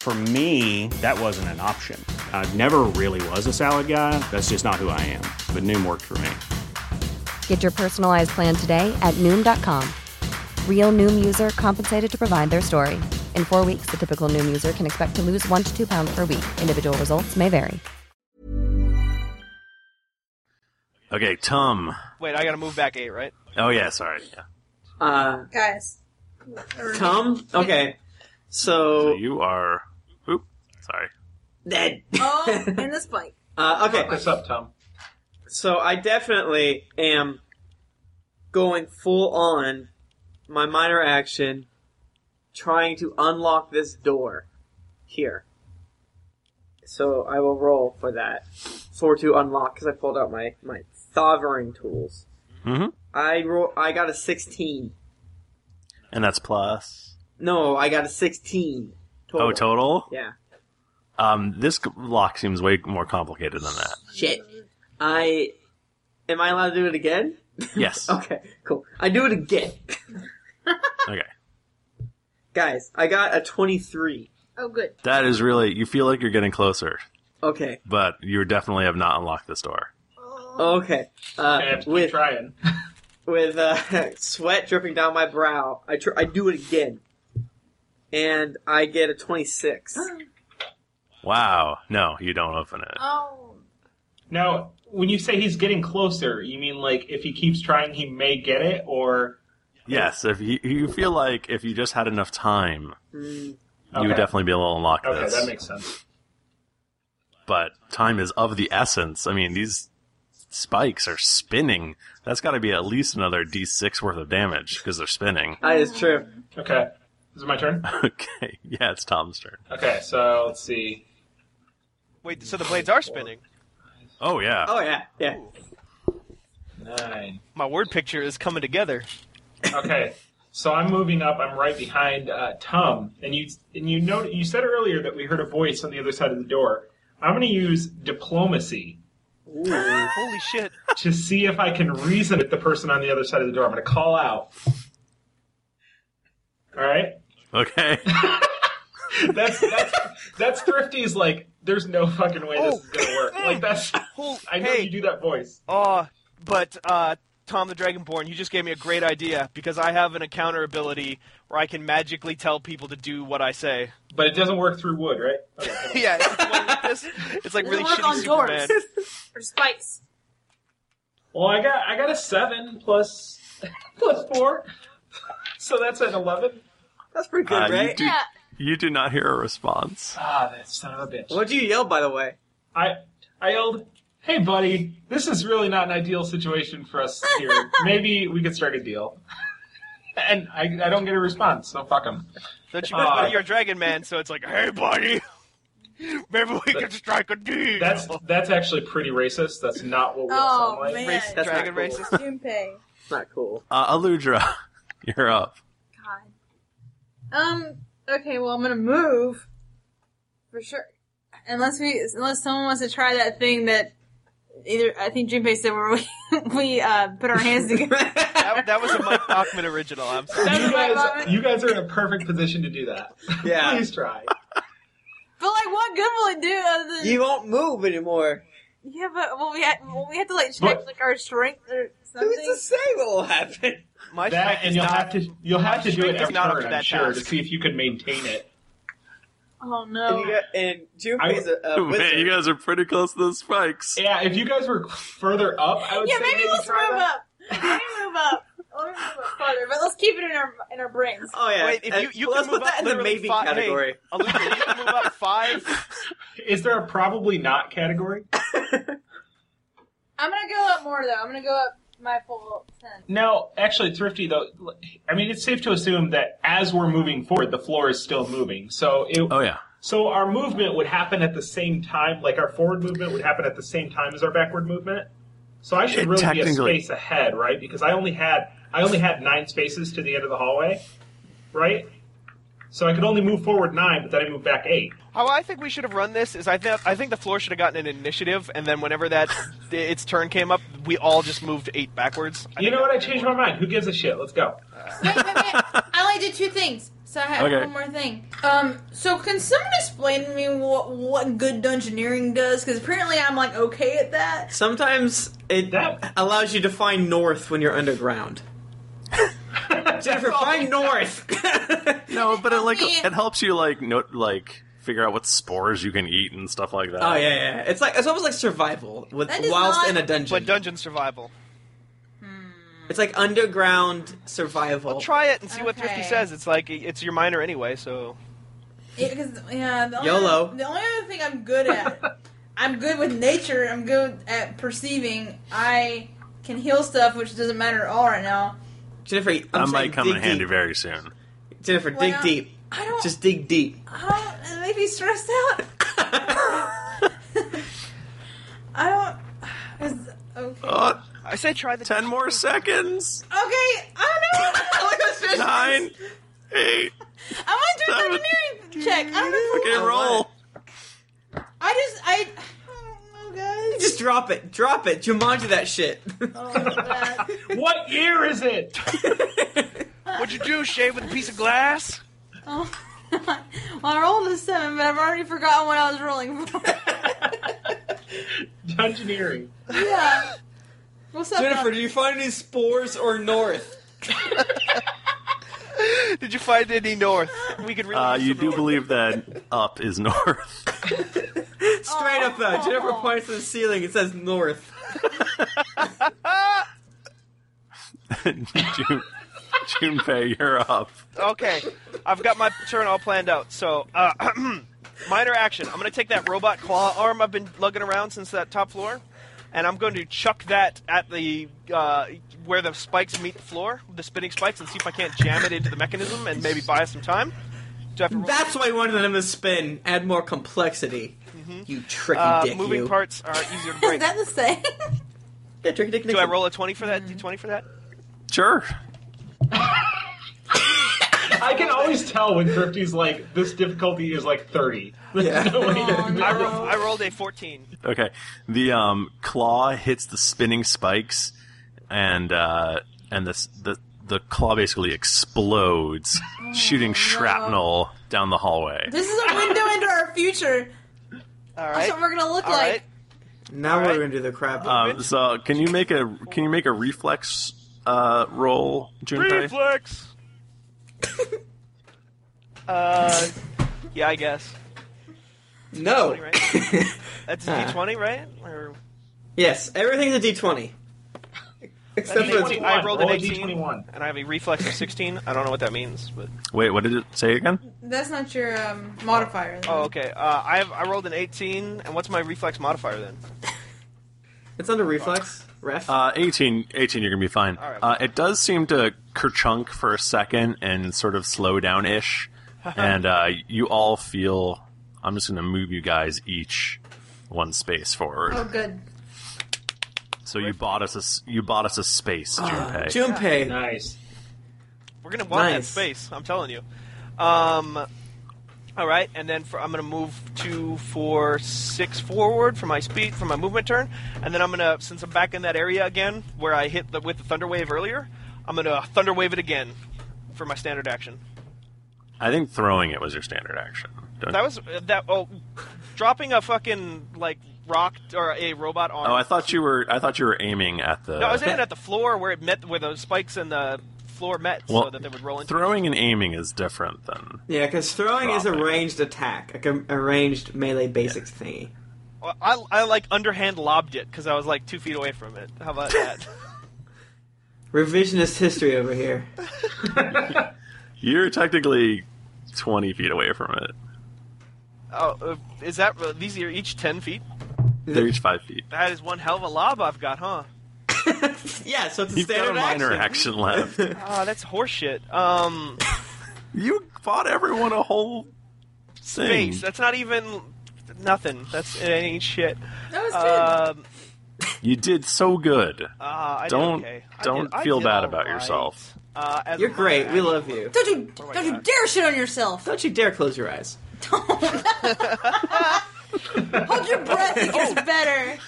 Speaker 8: For me, that wasn't an option. I never really was a salad guy. That's just not who I am. But Noom worked for me.
Speaker 9: Get your personalized plan today at Noom.com. real Noom user compensated to provide their story. In four weeks, the typical Noom user can expect to lose one to two pounds per week. Individual results may vary.
Speaker 4: Okay, Tom.
Speaker 3: Wait, I gotta move back eight, right?
Speaker 4: Oh yeah, sorry. Yeah.
Speaker 2: Uh,
Speaker 5: Guys.
Speaker 2: Tom. Okay. So,
Speaker 4: you are. Oop. Sorry.
Speaker 2: Dead.
Speaker 5: Oh, and the spike.
Speaker 2: Uh, okay.
Speaker 1: What's up, Tom?
Speaker 2: So I definitely am going full on my minor action, trying to unlock this door here. So I will roll for that for to unlock because I pulled out my my thovering tools.
Speaker 4: Mm-hmm.
Speaker 2: I roll. I got a sixteen.
Speaker 4: And that's plus.
Speaker 2: No, I got a sixteen. Total.
Speaker 4: Oh, total.
Speaker 2: Yeah.
Speaker 4: Um, this g- lock seems way more complicated than that.
Speaker 2: Shit. I am I allowed to do it again?
Speaker 4: Yes.
Speaker 2: okay, cool. I do it again.
Speaker 4: Okay.
Speaker 2: Guys, I got a 23.
Speaker 5: Oh, good.
Speaker 4: That is really. You feel like you're getting closer,
Speaker 2: Okay.
Speaker 4: but you definitely have not unlocked this door.
Speaker 2: Okay. Uh, with
Speaker 1: trying.
Speaker 2: with uh, sweat dripping down my brow, I tr- I do it again, and I get a 26.
Speaker 4: Wow. No, you don't open it.
Speaker 5: Oh.
Speaker 1: Now, when you say he's getting closer, you mean like if he keeps trying, he may get it, or
Speaker 4: Yes. If you, you feel like if you just had enough time, you
Speaker 1: Okay.
Speaker 4: would definitely be able to unlock
Speaker 1: okay,
Speaker 4: this.
Speaker 1: that makes sense.
Speaker 4: but time is of the essence. I mean, these spikes are spinning. That's got to be at least another d6 worth of damage because they're spinning.
Speaker 2: That is true.
Speaker 1: Okay, is it my turn?
Speaker 4: okay, yeah, it's Tom's turn.
Speaker 1: Okay, so let's see.
Speaker 3: Wait, so the blades are spinning.
Speaker 4: Oh yeah.
Speaker 2: Oh yeah, yeah.
Speaker 1: Nine.
Speaker 3: My word picture is coming together.
Speaker 1: Okay, so I'm moving up. I'm right behind uh, Tom, and you and you know you said earlier that we heard a voice on the other side of the door. I'm going to use diplomacy
Speaker 3: Holy shit.
Speaker 1: to see if I can reason with the person on the other side of the door. I'm going to call out. All right.
Speaker 4: Okay.
Speaker 1: that's that's that's thrifty's like there's no fucking way this is gonna work like that's i know you do that voice
Speaker 3: Oh, but uh, Tom the Dragonborn, you just gave me a great idea because I have an encounter ability where I can magically tell people to do what I say.
Speaker 1: but it doesn't work through wood right
Speaker 3: yeah, it's like, it's like really
Speaker 5: work
Speaker 3: shitty
Speaker 5: on
Speaker 3: Superman.
Speaker 5: doors. or spikes.
Speaker 1: well i got i got a seven plus plus four so that's an 11
Speaker 2: that's pretty
Speaker 4: Uh, you, do, you do not hear a response.
Speaker 1: ah that son of a bitch
Speaker 2: What'd you yell, by the way?
Speaker 1: i i yelled hey buddy this is really not an ideal situation for us here maybe we could start a deal and I, I don't get a response, so fuck him. Uh,
Speaker 3: Don't you but you're a dragon man, so it's like, hey, buddy, maybe we can strike a deal.
Speaker 1: That's that's actually pretty racist. That's not what we all sound
Speaker 5: Oh,
Speaker 1: like.
Speaker 5: man.
Speaker 2: That's dragon not cool.
Speaker 5: racist. Junpei.
Speaker 2: Not cool.
Speaker 4: Uh, Aludra, you're up.
Speaker 5: Um. Okay. Well, I'm gonna move for sure. Unless we, unless someone wants to try that thing that either I think Junpei said where we we uh, put our hands together.
Speaker 3: That, that was a Mike Bachman original. I'm sorry.
Speaker 1: you guys, you guys are in a perfect position to do that.
Speaker 2: Yeah.
Speaker 1: Please try.
Speaker 5: but like, what good will it do? Other than,
Speaker 2: You won't move anymore.
Speaker 5: yeah, but well, we had well, we had to like check
Speaker 1: But-
Speaker 5: like our strength or something.
Speaker 2: Who's to say what will happen?
Speaker 3: My
Speaker 1: That,
Speaker 3: strength
Speaker 1: and
Speaker 3: is
Speaker 1: you'll
Speaker 3: not-
Speaker 1: have to you'll have to do
Speaker 3: strength
Speaker 1: it
Speaker 3: is
Speaker 1: every
Speaker 3: not up
Speaker 1: turn,
Speaker 3: to
Speaker 1: I'm
Speaker 3: that
Speaker 1: sure, to
Speaker 3: task.
Speaker 1: see if you can maintain it.
Speaker 5: oh
Speaker 2: And,
Speaker 5: no!
Speaker 2: you got, and Junpei's a, a
Speaker 4: Man, you
Speaker 2: wizard.
Speaker 4: guys are pretty close to the spikes.
Speaker 1: Yeah, if you guys were further up, I would
Speaker 5: yeah,
Speaker 1: say
Speaker 5: maybe let's
Speaker 1: try
Speaker 5: move
Speaker 1: that.
Speaker 5: up. Maybe move up. Let me move up farther, but let's keep it in our in our brains.
Speaker 2: Oh yeah.
Speaker 3: Wait, if
Speaker 2: And
Speaker 3: you, you
Speaker 2: let's
Speaker 3: can move
Speaker 2: put that
Speaker 3: up
Speaker 2: in the
Speaker 3: literally
Speaker 2: maybe
Speaker 3: fi- hey,
Speaker 2: category.
Speaker 3: Olivia, you can move up five.
Speaker 1: Is there a probably not category?
Speaker 5: I'm gonna go up more though. I'm gonna go up my full ten.
Speaker 1: Now, actually, Thrifty, though, I mean, it's safe to assume that as we're moving forward, the floor is still moving. So it,
Speaker 4: Oh yeah.
Speaker 1: so our movement would happen at the same time, like our forward movement would happen at the same time as our backward movement. So I should
Speaker 4: Yeah,
Speaker 1: really be a
Speaker 4: technically.
Speaker 1: space ahead, right? Because I only had I only had nine spaces to the end of the hallway, right? So I could only move forward nine, but then I moved back eight.
Speaker 3: How I think we should have run this is I think I think the floor should have gotten an initiative, and then whenever that its turn came up, we all just moved eight backwards. I
Speaker 1: you
Speaker 3: think
Speaker 1: know what?
Speaker 3: that-
Speaker 1: I changed my mind. Who gives a shit? Let's go.
Speaker 5: Wait, wait, wait. I only did two things, so I have
Speaker 4: Okay.
Speaker 5: one more thing. Um, so can someone explain to me what what good dungeoneering does? Because apparently I'm like okay at that.
Speaker 2: Sometimes it
Speaker 1: That-
Speaker 2: allows you to find north when you're underground. Jennifer, find north.
Speaker 4: no, but it like it helps you like note like figure out what spores you can eat and stuff like that.
Speaker 2: Oh yeah, yeah. It's like it's almost like survival with
Speaker 3: That is
Speaker 2: whilst
Speaker 3: not-
Speaker 2: in a dungeon.
Speaker 3: But dungeon survival.
Speaker 5: Hmm.
Speaker 2: It's like underground survival.
Speaker 3: Well, try it and see what Thrifty
Speaker 5: Okay.
Speaker 3: says. It's like it's your minor anyway, so
Speaker 5: Yeah, 'cause- yeah, the only,
Speaker 3: YOLO.
Speaker 5: The only other thing I'm good at, I'm good with nature. I'm good at perceiving. I can heal stuff, which doesn't matter at all right now.
Speaker 2: Jennifer, I'm
Speaker 4: That
Speaker 2: saying
Speaker 4: might come
Speaker 2: dig
Speaker 4: in handy
Speaker 2: deep.
Speaker 4: very soon.
Speaker 2: Jennifer,
Speaker 5: Why
Speaker 2: dig
Speaker 5: not?
Speaker 2: deep.
Speaker 5: I don't.
Speaker 2: Just dig deep.
Speaker 5: I don't. It made me stressed out. I don't. 'cause- okay.
Speaker 3: I say try the
Speaker 4: ten more seconds.
Speaker 5: Okay. I don't know.
Speaker 4: Nine, eight.
Speaker 5: I want to do an engineering check. I don't know.
Speaker 4: Okay, roll.
Speaker 5: I just. I.
Speaker 2: Just drop it. Drop it. Jumanji that shit.
Speaker 1: what year is it?
Speaker 3: What'd you do, shave with a piece of glass?
Speaker 5: Oh. well, I rolled a seven, but I've already forgotten what I was rolling for.
Speaker 1: Dungeoneering.
Speaker 5: yeah. What's up,
Speaker 2: Jennifer, do you find any spores or north?
Speaker 3: Did you find any north? We could really.
Speaker 4: Uh, you do believe that up is north.
Speaker 2: Straight up though. Jennifer points to the ceiling. It says north.
Speaker 4: Jun- Junpei, you're up.
Speaker 3: Okay, I've got my turn all planned out. So, uh, minor action. I'm going to take that robot claw arm I've been lugging around since that top floor, and I'm going to chuck that at the uh, where the spikes meet the floor, the spinning spikes, and see if I can't jam it into the mechanism and maybe buy us some time. Do I have to roll?
Speaker 2: That's why I wanted them to spin. Add more complexity. You tricky
Speaker 3: Uh,
Speaker 2: dick.
Speaker 3: moving
Speaker 2: you.
Speaker 3: parts are easier to break. Is
Speaker 5: that the same? Mm-hmm.
Speaker 2: Yeah, tricky dick.
Speaker 3: Do I roll a twenty for that? D20 for that?
Speaker 4: Sure.
Speaker 1: I can always tell when Thrifty's like, this difficulty is like 30. There's no
Speaker 5: Oh,
Speaker 1: way to
Speaker 3: I, ro- I rolled a fourteen.
Speaker 4: Okay. The um, claw hits the spinning spikes, and uh, and the, s- the the claw basically explodes, shooting shrapnel down the hallway.
Speaker 5: This is a window into our future.
Speaker 3: All
Speaker 5: That's what we're gonna look like.
Speaker 2: Now we're gonna do the crap.
Speaker 4: Um, so can you make a can you make a reflex uh, roll, Junpei?
Speaker 3: Reflex. uh, yeah, I guess.
Speaker 2: No.
Speaker 3: 20, right? That's a
Speaker 2: Ah.
Speaker 3: D20, right? Or
Speaker 2: Yes, everything's a D twenty. Except for
Speaker 3: D20. I rolled an 18, and I have a reflex of 16. I don't know what that means, but
Speaker 4: Wait, what did it say again?
Speaker 5: That's not your um, modifier.
Speaker 3: oh, okay. Uh, I have I rolled an 18, and what's my reflex modifier then?
Speaker 2: It's under reflex. Ref.
Speaker 4: Uh, 18, 18, you're gonna be fine. Uh, it does seem to kerchunk for a second and sort of slow down ish, and uh, you all feel. I'm just gonna move you guys each one space forward.
Speaker 3: Um,
Speaker 5: Oh, good.
Speaker 4: So you bought us a s- you bought us a space, Junpei.
Speaker 2: Junpei.
Speaker 1: Nice.
Speaker 3: We're gonna want that
Speaker 4: Nice.
Speaker 3: space. I'm telling you. Um, all right, and then for, I'm gonna move two, four, six forward for my speed for my movement turn, and then I'm gonna since I'm back in that area again where I hit the, with the thunder wave earlier, I'm gonna thunder wave it again for my standard action.
Speaker 4: I think throwing it was your standard action. Don't-
Speaker 3: That was uh, that. Oh, dropping a fucking like rock or a robot on.
Speaker 4: oh, I thought uh, you were I thought you were aiming at the.
Speaker 3: no, I was aiming at the floor where it met, where those spikes and the floor met, so
Speaker 4: Well,
Speaker 3: that they would roll into.
Speaker 4: throwing and aiming is different than
Speaker 2: Yeah, because throwing is a ranged attack, like a, a ranged melee basics thingy.
Speaker 3: Well, I, I like underhand lobbed it because I was like two feet away from it. How about that?
Speaker 2: Revisionist history over here.
Speaker 4: you're technically twenty feet away from it.
Speaker 3: oh, uh, is that uh, these are each ten feet?
Speaker 4: They're each five feet.
Speaker 3: That is one hell of a lob I've got, huh?
Speaker 2: yeah, so it's
Speaker 4: You've got a minor action left.
Speaker 3: Ah, that's horseshit. Um,
Speaker 4: you bought everyone a whole
Speaker 3: space.
Speaker 4: thing.
Speaker 3: That's not even nothing. That's it ain't shit.
Speaker 5: That was
Speaker 3: good. Um,
Speaker 4: You did so
Speaker 2: Uh,
Speaker 4: good.
Speaker 3: Ah, I did
Speaker 4: don't
Speaker 3: okay. I
Speaker 4: don't
Speaker 3: did- I
Speaker 4: feel
Speaker 3: did
Speaker 4: bad
Speaker 3: all
Speaker 4: about
Speaker 3: right.
Speaker 4: yourself.
Speaker 3: uh, as
Speaker 2: You're
Speaker 3: a-
Speaker 2: great. We love you.
Speaker 5: Don't you
Speaker 3: Oh
Speaker 5: don't you dare shit on yourself.
Speaker 2: Don't you dare close your eyes.
Speaker 5: Hold your breath. It gets
Speaker 3: Oh.
Speaker 5: better.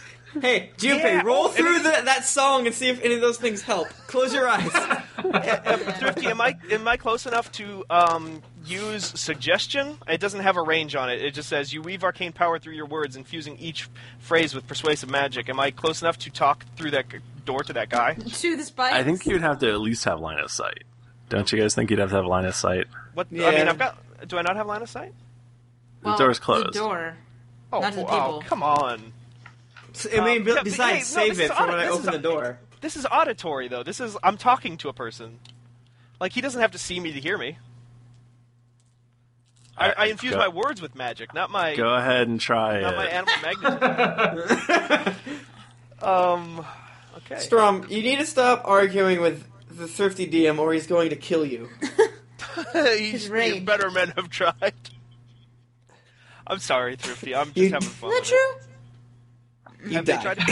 Speaker 2: Hey, Junpei,
Speaker 5: Yeah,
Speaker 2: roll
Speaker 5: oh,
Speaker 2: through the, that song and see if any of those things help. Close your eyes.
Speaker 3: Thrifty, am I am I close enough to um, use suggestion? It doesn't have a range on it. It just says you weave arcane power through your words, infusing each phrase with persuasive magic. Am I close enough to talk through that g- door to that guy?
Speaker 5: To the spike.
Speaker 4: I think you'd have to at least have line of sight. Don't you guys think you'd have to have line of sight?
Speaker 3: What? I
Speaker 4: Yeah.
Speaker 3: mean, I've got. Do I not have line of sight?
Speaker 4: the door's closed.
Speaker 5: door.
Speaker 3: Oh,
Speaker 5: Not to the
Speaker 3: oh,
Speaker 5: people.
Speaker 3: come on.
Speaker 2: I
Speaker 3: Um,
Speaker 2: mean, be-
Speaker 3: yeah, but-
Speaker 2: besides,
Speaker 3: hey, no,
Speaker 2: save
Speaker 3: this
Speaker 2: it
Speaker 3: is
Speaker 2: for
Speaker 3: audi-
Speaker 2: when I
Speaker 3: this is
Speaker 2: open the
Speaker 3: au-
Speaker 2: door.
Speaker 3: This is auditory, though. This is I'm talking to a person. Like he doesn't have to see me to hear me. I, I infuse
Speaker 4: go-
Speaker 3: my words with magic, not my
Speaker 4: Go ahead and try
Speaker 3: not my
Speaker 4: it.
Speaker 3: animal magnetism. um, okay.
Speaker 2: Strom, you need to stop arguing with the thrifty DM, or he's going to kill you.
Speaker 3: He's you better men have tried. I'm sorry, Thrifty. I'm just having fun.
Speaker 5: Is that true?
Speaker 2: You
Speaker 3: They
Speaker 2: die.
Speaker 3: tried to-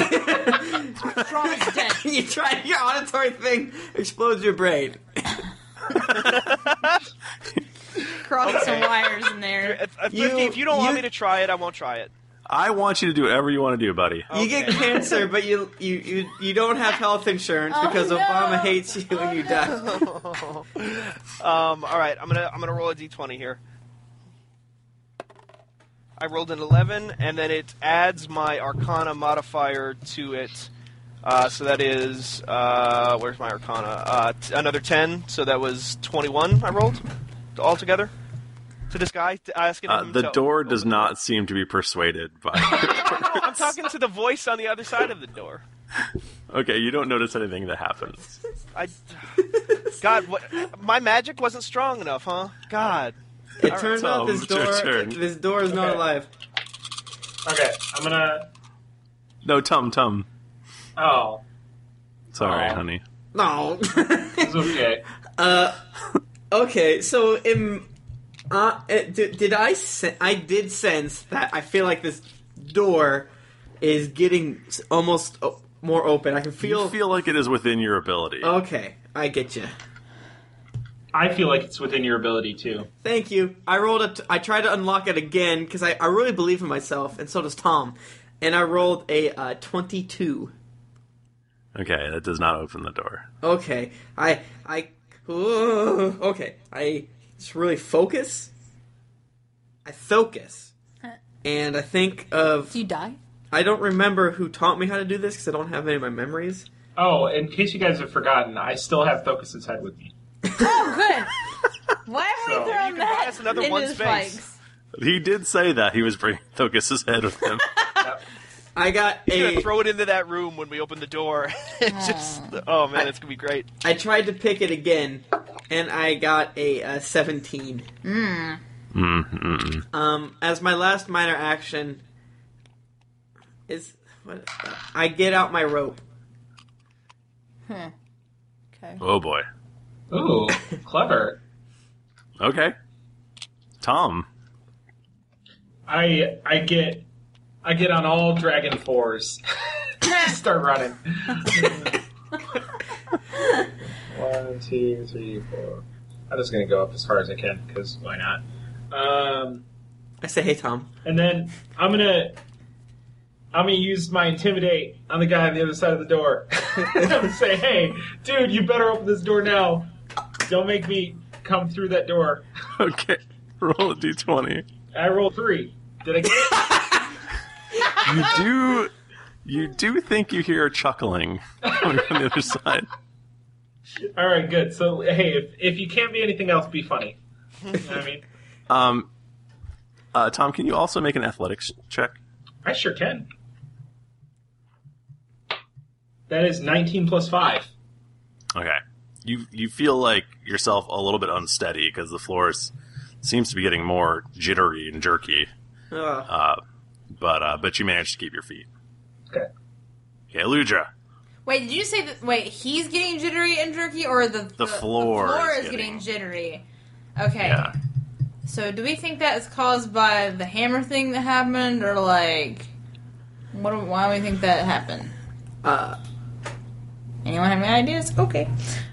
Speaker 2: you try your auditory thing explodes your brain.
Speaker 5: Crossing some
Speaker 3: Okay.
Speaker 5: wires in there.
Speaker 3: Uh, Thrifty, if you don't want me to try it, I won't try it.
Speaker 4: I want you to do whatever you want to do, buddy.
Speaker 2: You get cancer, but you you you, you don't have health insurance
Speaker 3: Oh,
Speaker 2: because
Speaker 3: no.
Speaker 2: Obama hates you when you die.
Speaker 5: Oh,
Speaker 3: um, all right, I'm gonna I'm gonna roll a d20 here. I rolled an 11, and then it adds my Arcana modifier to it. Uh, so that is uh, where's my Arcana? Uh, t- another 10. So that was 21. I rolled altogether to this guy t- asking
Speaker 4: Uh,
Speaker 3: him.
Speaker 4: the
Speaker 3: to-
Speaker 4: door does not seem to be persuaded by.
Speaker 3: No, I'm talking to the voice on the other side of the door.
Speaker 4: okay, you don't notice anything that happens.
Speaker 3: I, God, what? My magic wasn't strong enough, huh? God.
Speaker 2: It
Speaker 3: All right.
Speaker 2: turns out this door this door is not
Speaker 3: Okay.
Speaker 2: alive.
Speaker 1: Okay, I'm gonna.
Speaker 4: No, Tum Tum.
Speaker 1: Oh,
Speaker 4: Sorry,
Speaker 2: Oh.
Speaker 1: Aw.
Speaker 4: honey.
Speaker 2: No.
Speaker 1: it's okay.
Speaker 2: Uh, okay. So, in, uh, did, did I? Sen- I did sense that I feel like this door is getting s- almost o- more open. I can feel.
Speaker 4: you feel like it is within your ability.
Speaker 2: okay, I get you.
Speaker 1: I feel like it's within your ability too.
Speaker 2: Thank you. I rolled a. T- I tried to unlock it again because I, I really believe in myself, and so does Tom. And I rolled a uh, twenty-two.
Speaker 4: Okay, that does not open the door.
Speaker 2: Okay, I I ooh, okay. I just really focus. I focus, and I think of. Do
Speaker 5: Uh. you die?
Speaker 2: I don't remember who taught me how to do this because I don't have any of my memories.
Speaker 1: Oh, in case you guys have forgotten, I still have Focus's head with me.
Speaker 5: Oh, good. Why have
Speaker 1: So-
Speaker 5: we thrown that into the spikes?
Speaker 4: He did say that he was bringing Thokus's head with him.
Speaker 2: I got
Speaker 3: He's
Speaker 2: a.
Speaker 3: gonna throw it into that room when we open the door. It's just, oh man, it's gonna be great.
Speaker 2: I tried to pick it again, and I got a, uh seventeen.
Speaker 5: Mm.
Speaker 4: Mm-mm.
Speaker 2: Um, as my last minor action is, what is that? I get out my rope.
Speaker 5: Hmm. Okay.
Speaker 4: Oh boy.
Speaker 1: Ooh, clever.
Speaker 4: Okay. Tom.
Speaker 1: I I get I get on all dragon fours. Start running. One, two, three, four. I'm just gonna go up as hard as I can because why not? Um,
Speaker 2: I say, "Hey, Tom."
Speaker 1: And then I'm gonna I'm gonna use my intimidate on the guy on the other side of the door. I'm gonna say, "Hey, dude, you better open this door now. Don't make me come through that door."
Speaker 4: Okay. Roll a d20.
Speaker 1: I roll three. Did I get it?
Speaker 4: You do you do think you hear chuckling coming from the other side.
Speaker 1: All right, good. So, hey, if, if you can't be anything else, be funny. You know what I mean?
Speaker 4: Um uh, Tom, can you also make an athletics check?
Speaker 1: I sure can. That is 19 plus 5.
Speaker 4: Okay. You you feel like yourself a little bit unsteady because the floor is, seems to be getting more jittery and jerky.
Speaker 2: Ugh.
Speaker 4: Uh, but uh, but you managed to keep your feet.
Speaker 1: Okay.
Speaker 4: Okay, Ludra.
Speaker 5: Wait, did you say that? Wait, he's getting jittery and jerky, or the
Speaker 4: The floor is
Speaker 5: is getting, jittery? Okay.
Speaker 4: Yeah.
Speaker 5: So, do we think that is caused by the hammer thing that happened, or like, what? do- Why do we think that happened?
Speaker 2: Uh,
Speaker 5: Anyone have any ideas? Okay.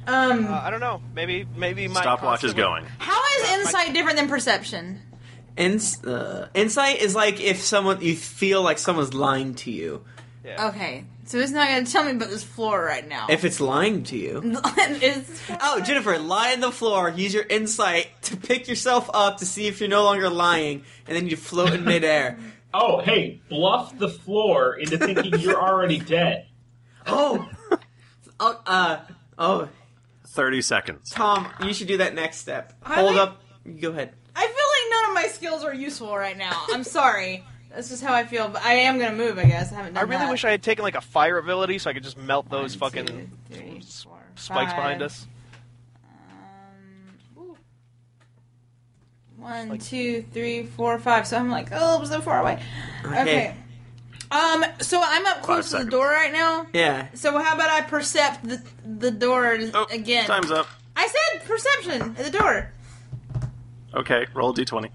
Speaker 5: Um,
Speaker 3: Uh, I don't know. Maybe maybe my
Speaker 4: Stopwatch is going.
Speaker 5: how is insight different than perception?
Speaker 2: Ins- uh, insight is like if someone you feel like someone's lying to you.
Speaker 5: Okay, so it's not going to tell me about this floor right now.
Speaker 2: If it's lying to you.
Speaker 5: Is-
Speaker 2: Oh, Jennifer, lie on the floor. Use your insight to pick yourself up to see if you're no longer lying, and then you float in midair.
Speaker 1: Oh, hey, bluff the floor into
Speaker 5: Oh,
Speaker 1: thinking you're already dead.
Speaker 2: Oh, oh, uh, oh.
Speaker 4: 30 seconds.
Speaker 2: Tom, you should do that next step.
Speaker 5: I
Speaker 2: Hold
Speaker 5: like-
Speaker 2: up. Go ahead.
Speaker 5: I feel like none of my skills are useful right now. I'm sorry. That's just how I feel, but I am gonna move. I guess I haven't
Speaker 3: I
Speaker 5: done
Speaker 3: really
Speaker 5: that.
Speaker 3: wish I had taken like a fire ability so I could just melt those fucking s- spikes
Speaker 5: five.
Speaker 3: behind us.
Speaker 5: One, two, three, four, five. So I'm like, oh, I'm so far away. Okay.
Speaker 2: Okay.
Speaker 5: Um. So I'm up close to the
Speaker 2: seconds.
Speaker 5: door right now.
Speaker 2: Yeah.
Speaker 5: So how about I percept the the door again?
Speaker 4: Oh, Time's up.
Speaker 5: I said perception at the door.
Speaker 4: Okay, roll a d20.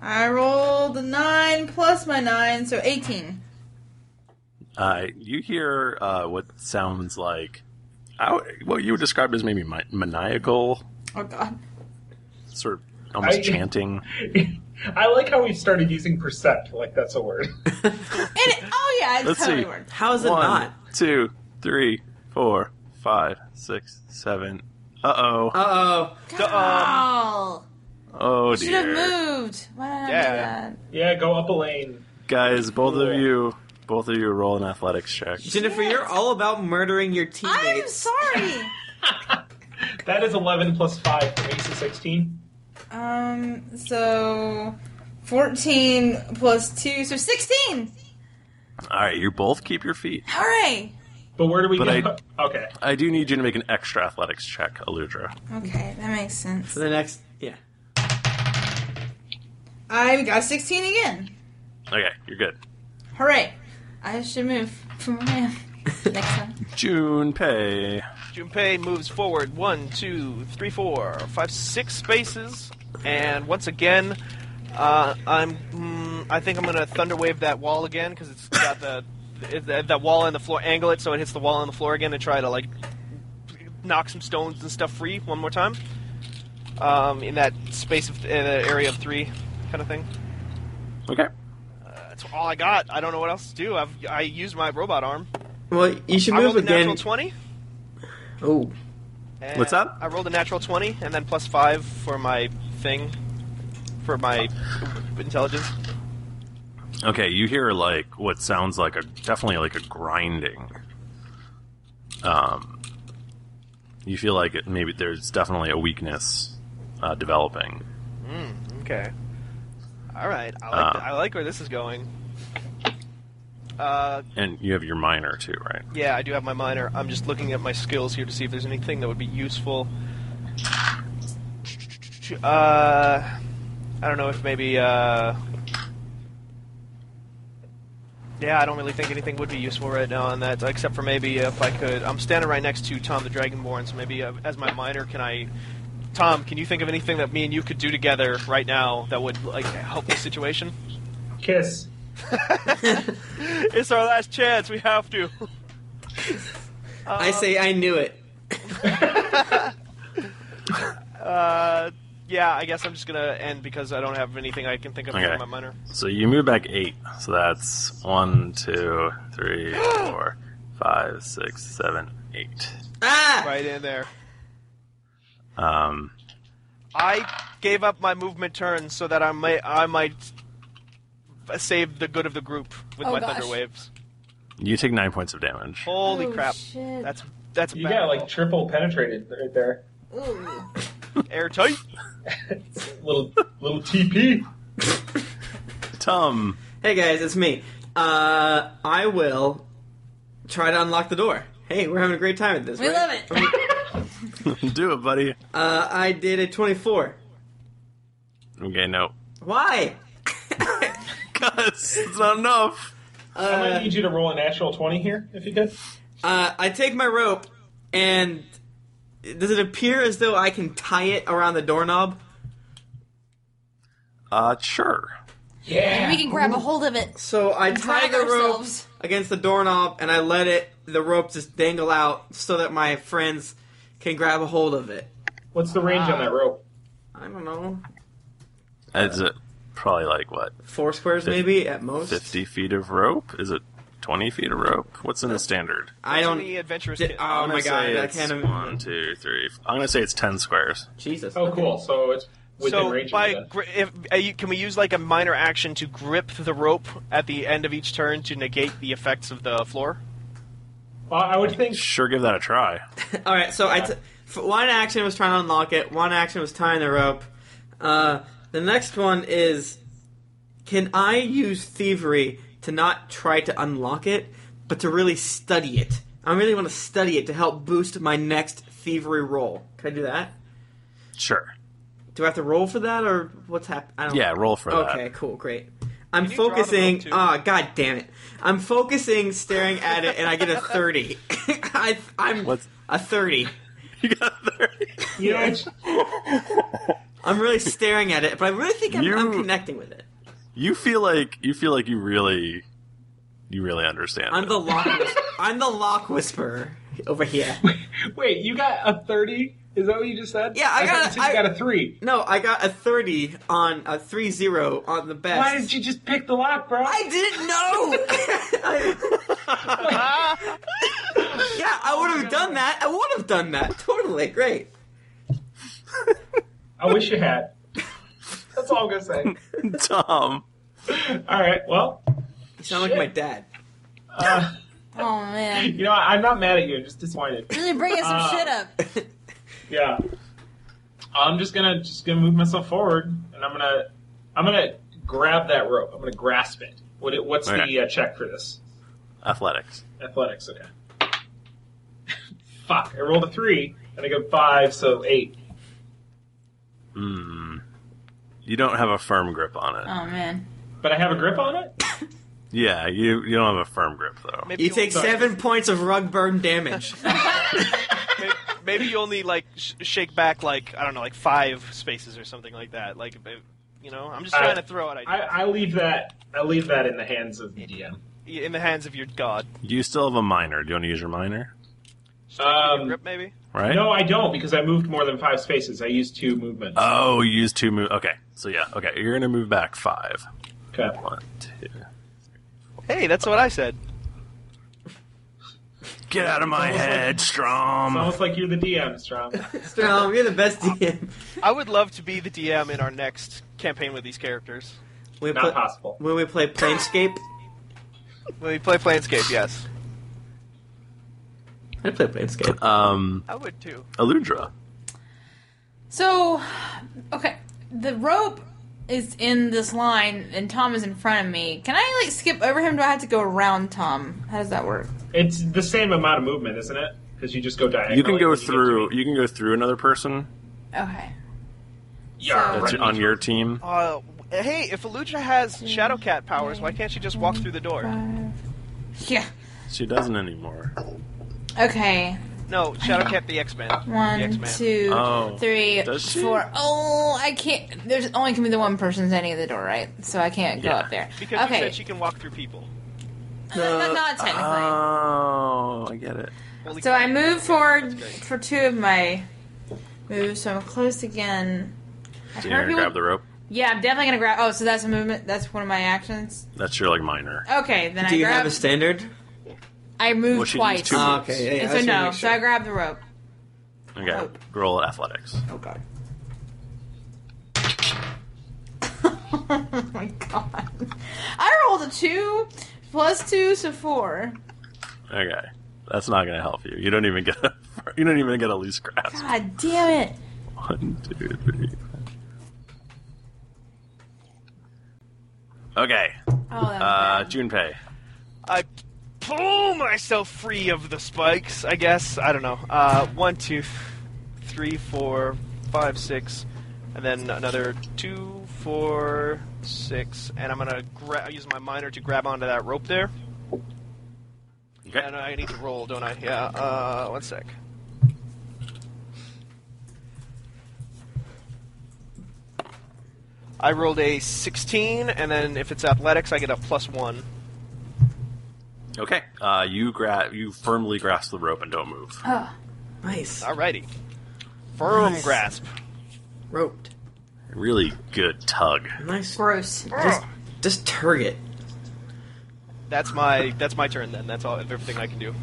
Speaker 5: I rolled a nine plus my nine, so eighteen.
Speaker 4: uh, you hear uh, what sounds like I would- what you would describe as maybe mi- maniacal,
Speaker 5: Oh God.
Speaker 4: sort of almost
Speaker 1: I-
Speaker 4: chanting.
Speaker 1: I like how we started using percept, like that's a word.
Speaker 5: Oh yeah. It's
Speaker 4: Let's
Speaker 5: totally
Speaker 4: see.
Speaker 5: Worked.
Speaker 4: One, Two, three, four, five, six, seven. Uh oh.
Speaker 2: Uh
Speaker 5: Oh.
Speaker 4: Oh
Speaker 5: Should have
Speaker 4: dear.
Speaker 5: moved. Why did I do that?
Speaker 1: Yeah, go up a lane.
Speaker 4: Guys, both of you, both of you, roll an athletics check.
Speaker 2: Jennifer, you're all about murdering your
Speaker 5: I'm
Speaker 2: teammates.
Speaker 5: sorry.
Speaker 1: That is 11 plus 5 for me, so 16.
Speaker 5: Um, so 14 plus 2, so 16!
Speaker 4: All right, you both keep your feet.
Speaker 5: Hooray!
Speaker 1: But where do we
Speaker 4: But
Speaker 1: go? okay.
Speaker 4: I do need you to make an extra athletics check, Aludra.
Speaker 5: Okay, that makes sense.
Speaker 2: For the next, yeah.
Speaker 5: I got 16 again.
Speaker 4: Okay, you're good.
Speaker 5: Hooray! I should move from where I am. Next time.
Speaker 4: Junpei.
Speaker 3: Junpei moves forward one, two, three, four, five, six spaces, and once again, uh, I'm. Mm, I think I'm gonna thunder wave that wall again because it's got the it, that that wall and the floor angle it so it hits the wall and the floor again and try to like knock some stones and stuff free one more time. Um, in that space of uh, area of three, kind of thing. Uh,
Speaker 4: Okay.
Speaker 3: That's all I got. I don't know what else to do. I've I used my robot arm.
Speaker 2: Well, you should
Speaker 3: I
Speaker 2: move
Speaker 3: rolled a natural
Speaker 2: again.
Speaker 3: twenty.
Speaker 2: Oh,
Speaker 3: And
Speaker 4: What's that?
Speaker 3: I rolled a natural 20 and then plus 5 for my thing, for my intelligence.
Speaker 4: Okay, you hear like what sounds like a definitely like a grinding. Um, you feel like it, maybe there's definitely a weakness uh, developing.
Speaker 3: Mm, okay. Alright, I, like
Speaker 4: Uh.
Speaker 3: th- I like where this is going. Uh,
Speaker 4: And you have your minor too, right?
Speaker 3: yeah, I do have my minor. I'm just looking at my skills here to see if there's anything that would be useful. Uh, I don't know if maybe, uh... Yeah, I don't really think anything would be useful right now on that, except for maybe if I could. I'm standing right next to Tom the Dragonborn, so maybe uh, as my minor, can I? Tom, can you think of anything that me and you could do together right now that would like help this situation?
Speaker 1: Kiss.
Speaker 3: it's our last chance. We have to.
Speaker 2: I say I knew it.
Speaker 3: Uh, yeah, I guess I'm just gonna end because I don't have anything I can think of
Speaker 4: Okay.
Speaker 3: for my minor.
Speaker 4: So you move back eight. So that's one, two, three, four, five, six, seven, eight.
Speaker 2: Ah!
Speaker 3: Right in there.
Speaker 4: Um,
Speaker 3: I gave up my movement turn so that I might I might save the good of the group with
Speaker 5: Oh,
Speaker 3: my
Speaker 5: gosh.
Speaker 3: thunder waves.
Speaker 4: you take nine points of damage.
Speaker 3: Holy
Speaker 5: Oh,
Speaker 3: crap!
Speaker 5: shit.
Speaker 3: That's that's
Speaker 1: You got like triple penetrated right there.
Speaker 5: Ooh.
Speaker 3: airtight.
Speaker 1: little little TP.
Speaker 4: Tom.
Speaker 2: Hey guys, it's me. Uh, I will try to unlock the door. Hey, we're having a great time at this.
Speaker 5: We
Speaker 2: right?
Speaker 5: love it.
Speaker 4: Do it, buddy.
Speaker 2: Uh, I did a twenty-four.
Speaker 4: Okay, no.
Speaker 2: Why?
Speaker 4: Cause it's not enough.
Speaker 1: I'm gonna need you to roll a natural 20 here, if you could.
Speaker 2: Uh, I take my rope, and does it appear as though I can tie it around the doorknob?
Speaker 4: Uh, sure.
Speaker 5: And we can grab a hold of it.
Speaker 2: So I
Speaker 5: And
Speaker 2: tie
Speaker 5: drag
Speaker 2: the rope
Speaker 5: ourselves.
Speaker 2: against the doorknob, and I let it the rope just dangle out so that my friends can grab a hold of it.
Speaker 1: What's the range on that rope?
Speaker 2: Uh, I don't know.
Speaker 4: Is it uh, probably like what?
Speaker 2: Four squares, maybe at most.
Speaker 4: Fifty feet of rope? Is it twenty feet of rope? What's in the standard?
Speaker 2: I don't.
Speaker 3: The adventurous
Speaker 2: Did-
Speaker 3: kid.
Speaker 2: oh
Speaker 4: I'm
Speaker 2: my
Speaker 4: gonna
Speaker 2: god,
Speaker 4: say
Speaker 2: I
Speaker 4: it's
Speaker 2: can't. Im-
Speaker 4: One, two, three. f- I'm gonna say it's ten squares.
Speaker 2: Jesus.
Speaker 1: Oh, cool. So it's within
Speaker 3: so
Speaker 1: range.
Speaker 3: by
Speaker 1: of the-
Speaker 3: gri- if, uh, you, can we use like a minor action to grip the rope at the end of each turn to negate the effects of the floor?
Speaker 1: Well, I would think.
Speaker 4: Sure, give that a try.
Speaker 2: All right, so I t- f- one action was trying to unlock it. One action was tying the rope. Uh, the next one is, can I use thievery to not try to unlock it, but to really study it? I really want to study it to help boost my next thievery roll. Can I do that?
Speaker 4: Sure.
Speaker 2: Do I have to roll for that, or what's happening? I don't.
Speaker 4: Yeah, roll for that.
Speaker 2: Okay, cool, great. I'm focusing. Ah, god damn it! I'm focusing, staring at it, and I get a thirty. I, I'm a thirty. You got a thirty. I'm really staring at it, but I really think I'm, I'm connecting with it.
Speaker 4: You feel like you feel like you really, you really understand.
Speaker 2: I'm the lock. whisper- I'm the lock whisperer over here.
Speaker 1: Wait, you got a thirty? Is that what you just said?
Speaker 2: Yeah, I
Speaker 1: thought
Speaker 2: got
Speaker 1: you
Speaker 2: a-
Speaker 1: said you
Speaker 2: I-
Speaker 1: got a three.
Speaker 2: No, I got a thirty on a three zero on the best.
Speaker 1: Why did you just pick the lock, bro?
Speaker 2: I didn't know. yeah, I would have done that. I would have done that. Totally great.
Speaker 1: I wish you had. That's all I'm gonna say.
Speaker 4: Tom.
Speaker 1: All right. Well,
Speaker 2: you sound like my dad.
Speaker 1: Uh,
Speaker 5: Oh man.
Speaker 1: you know, I'm not mad at you. I'm just disappointed.
Speaker 5: Really bringing some
Speaker 1: Uh,
Speaker 5: shit up.
Speaker 1: Yeah. I'm just gonna just gonna move myself forward, and I'm gonna I'm gonna grab that rope. I'm gonna grasp it. What it, what's
Speaker 4: Okay.
Speaker 1: the uh, check for this?
Speaker 4: Athletics.
Speaker 1: Athletics. Okay. Fuck! I rolled a three, and I got five, so eight.
Speaker 4: Hmm. You don't have a firm grip on it.
Speaker 5: Oh, man.
Speaker 1: But I have a grip on it.
Speaker 4: Yeah, you you don't have a firm grip though.
Speaker 2: you take
Speaker 3: Sorry.
Speaker 2: seven points of rug burn damage.
Speaker 3: Maybe you only like sh- shake back like I don't know, like five spaces or something like that. Like, if it- you know, I'm just
Speaker 1: Uh,
Speaker 3: trying to throw it
Speaker 1: I, I leave that I leave that in the hands of the DM.
Speaker 3: in the hands of your god.
Speaker 4: You still have a minor. Do you want to use your minor?
Speaker 1: Um,
Speaker 3: grip maybe.
Speaker 4: Right?
Speaker 1: No, I don't because I moved more than five spaces. I used two movements.
Speaker 4: Oh, you use two move. Okay, so yeah, okay, you're gonna move back five.
Speaker 1: Okay.
Speaker 4: One, two.
Speaker 3: Hey, that's what I said.
Speaker 4: Get out of my
Speaker 1: It's almost like-
Speaker 4: head, Strom.
Speaker 1: It's almost like you're the DM, Strom.
Speaker 2: Strom, you're the best DM.
Speaker 3: I would love to be the DM in our next campaign with these characters.
Speaker 2: We pla- When we play Planescape,
Speaker 3: When we play Planescape, yes.
Speaker 2: I play Planescape.
Speaker 4: Um,
Speaker 3: I would too.
Speaker 4: Aludra.
Speaker 5: So, okay, the rope is in this line, and Tom is in front of me. Can I like skip over him? Do I have to go around Tom? How does that work?
Speaker 1: It's the same amount of movement, isn't it? Because you just go diagonally.
Speaker 4: You can go through. You can go through another person
Speaker 5: Okay.
Speaker 1: Yeah,
Speaker 4: that's
Speaker 1: right.
Speaker 4: on your team.
Speaker 3: Uh, hey, if Aludra has Shadowcat powers, why can't she just walk through the door?
Speaker 5: Yeah.
Speaker 4: She doesn't anymore.
Speaker 5: Okay.
Speaker 3: No, Shadowcat the X Men.
Speaker 5: One, two,
Speaker 4: Oh.
Speaker 5: three,
Speaker 3: Does she?
Speaker 5: four. Oh, I can't. There's only can be the one person standing at the door, right? So I can't go up there.
Speaker 3: Because you
Speaker 5: okay.
Speaker 3: said she can walk through people.
Speaker 5: not, not technically.
Speaker 4: Oh, I get it.
Speaker 5: So I move forward for two of my moves, so I'm close again. I've
Speaker 4: So you're
Speaker 5: heard
Speaker 4: gonna
Speaker 5: people-
Speaker 4: grab the rope.
Speaker 5: Yeah, I'm definitely gonna grab. Oh, so that's a movement. That's one of my actions.
Speaker 4: That's your like minor.
Speaker 5: Okay, then
Speaker 2: Do
Speaker 5: I
Speaker 2: you
Speaker 5: grab.
Speaker 2: have a standard?
Speaker 5: I move
Speaker 4: Well, she used
Speaker 5: twice.
Speaker 4: two Ah, moves. okay, yeah, yeah,
Speaker 5: And
Speaker 4: I
Speaker 5: so
Speaker 4: just wanna
Speaker 5: no,
Speaker 4: make
Speaker 5: so I grab the rope.
Speaker 4: Okay, roll athletics.
Speaker 2: Oh god.
Speaker 5: oh my god! I rolled a two plus two, so four.
Speaker 4: Okay, that's not gonna help you. You don't even get. A, you don't even get a loose grasp.
Speaker 5: God damn it!
Speaker 4: One, two, three. four. Okay.
Speaker 5: Oh, that
Speaker 4: Uh, Junpei.
Speaker 3: I pull myself free of the spikes, I guess. I don't know. Uh, one, two, three, four, five, six, and then another two, four, six, and I'm gonna gra- use my minor to grab onto that rope there.
Speaker 4: Okay.
Speaker 3: And I need to roll, don't I? Yeah. Uh, one sec. I rolled a 16, and then if it's athletics, I get a plus one.
Speaker 4: Okay. Uh, you gra- You firmly grasp the rope and don't move.
Speaker 5: Oh.
Speaker 2: Nice.
Speaker 3: Alrighty. Firm
Speaker 2: Nice.
Speaker 3: grasp.
Speaker 2: Roped.
Speaker 4: Really good tug.
Speaker 2: Nice.
Speaker 5: Gross.
Speaker 2: Just, just target.
Speaker 3: That's my that's my turn then. That's all everything I can do.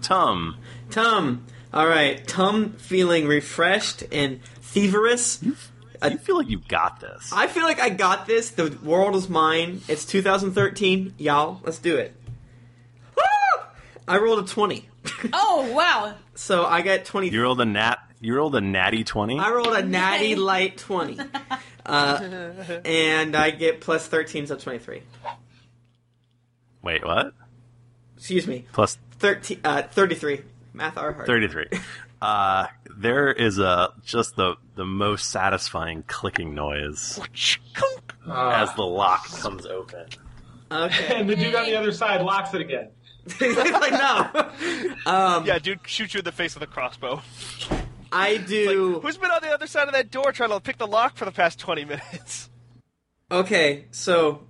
Speaker 4: Tum.
Speaker 2: Tum. All right. Tum feeling refreshed and thieverous. You,
Speaker 4: you feel like you got this.
Speaker 2: I feel like I got this. The world is mine. It's 2013. Y'all, let's do it. Woo! Ah! I rolled a 20.
Speaker 5: Oh, wow.
Speaker 2: So I got 20.
Speaker 4: You rolled a nat. You rolled a natty twenty.
Speaker 2: I rolled a natty light 20. Uh, and I get plus 13, so 23.
Speaker 4: Wait, what?
Speaker 2: Excuse me.
Speaker 4: Plus
Speaker 2: 13, uh, 33. Math are hard.
Speaker 4: thirty-three. Uh, there is a just the the most satisfying clicking noise as the lock comes open.
Speaker 2: Okay.
Speaker 1: and the dude on the other side locks it again.
Speaker 2: like, no. Um,
Speaker 3: yeah, dude shoots you in the face with a crossbow.
Speaker 2: I do.
Speaker 3: Who's been on the other side of that door trying to pick the lock for the past 20 minutes?
Speaker 2: Okay, so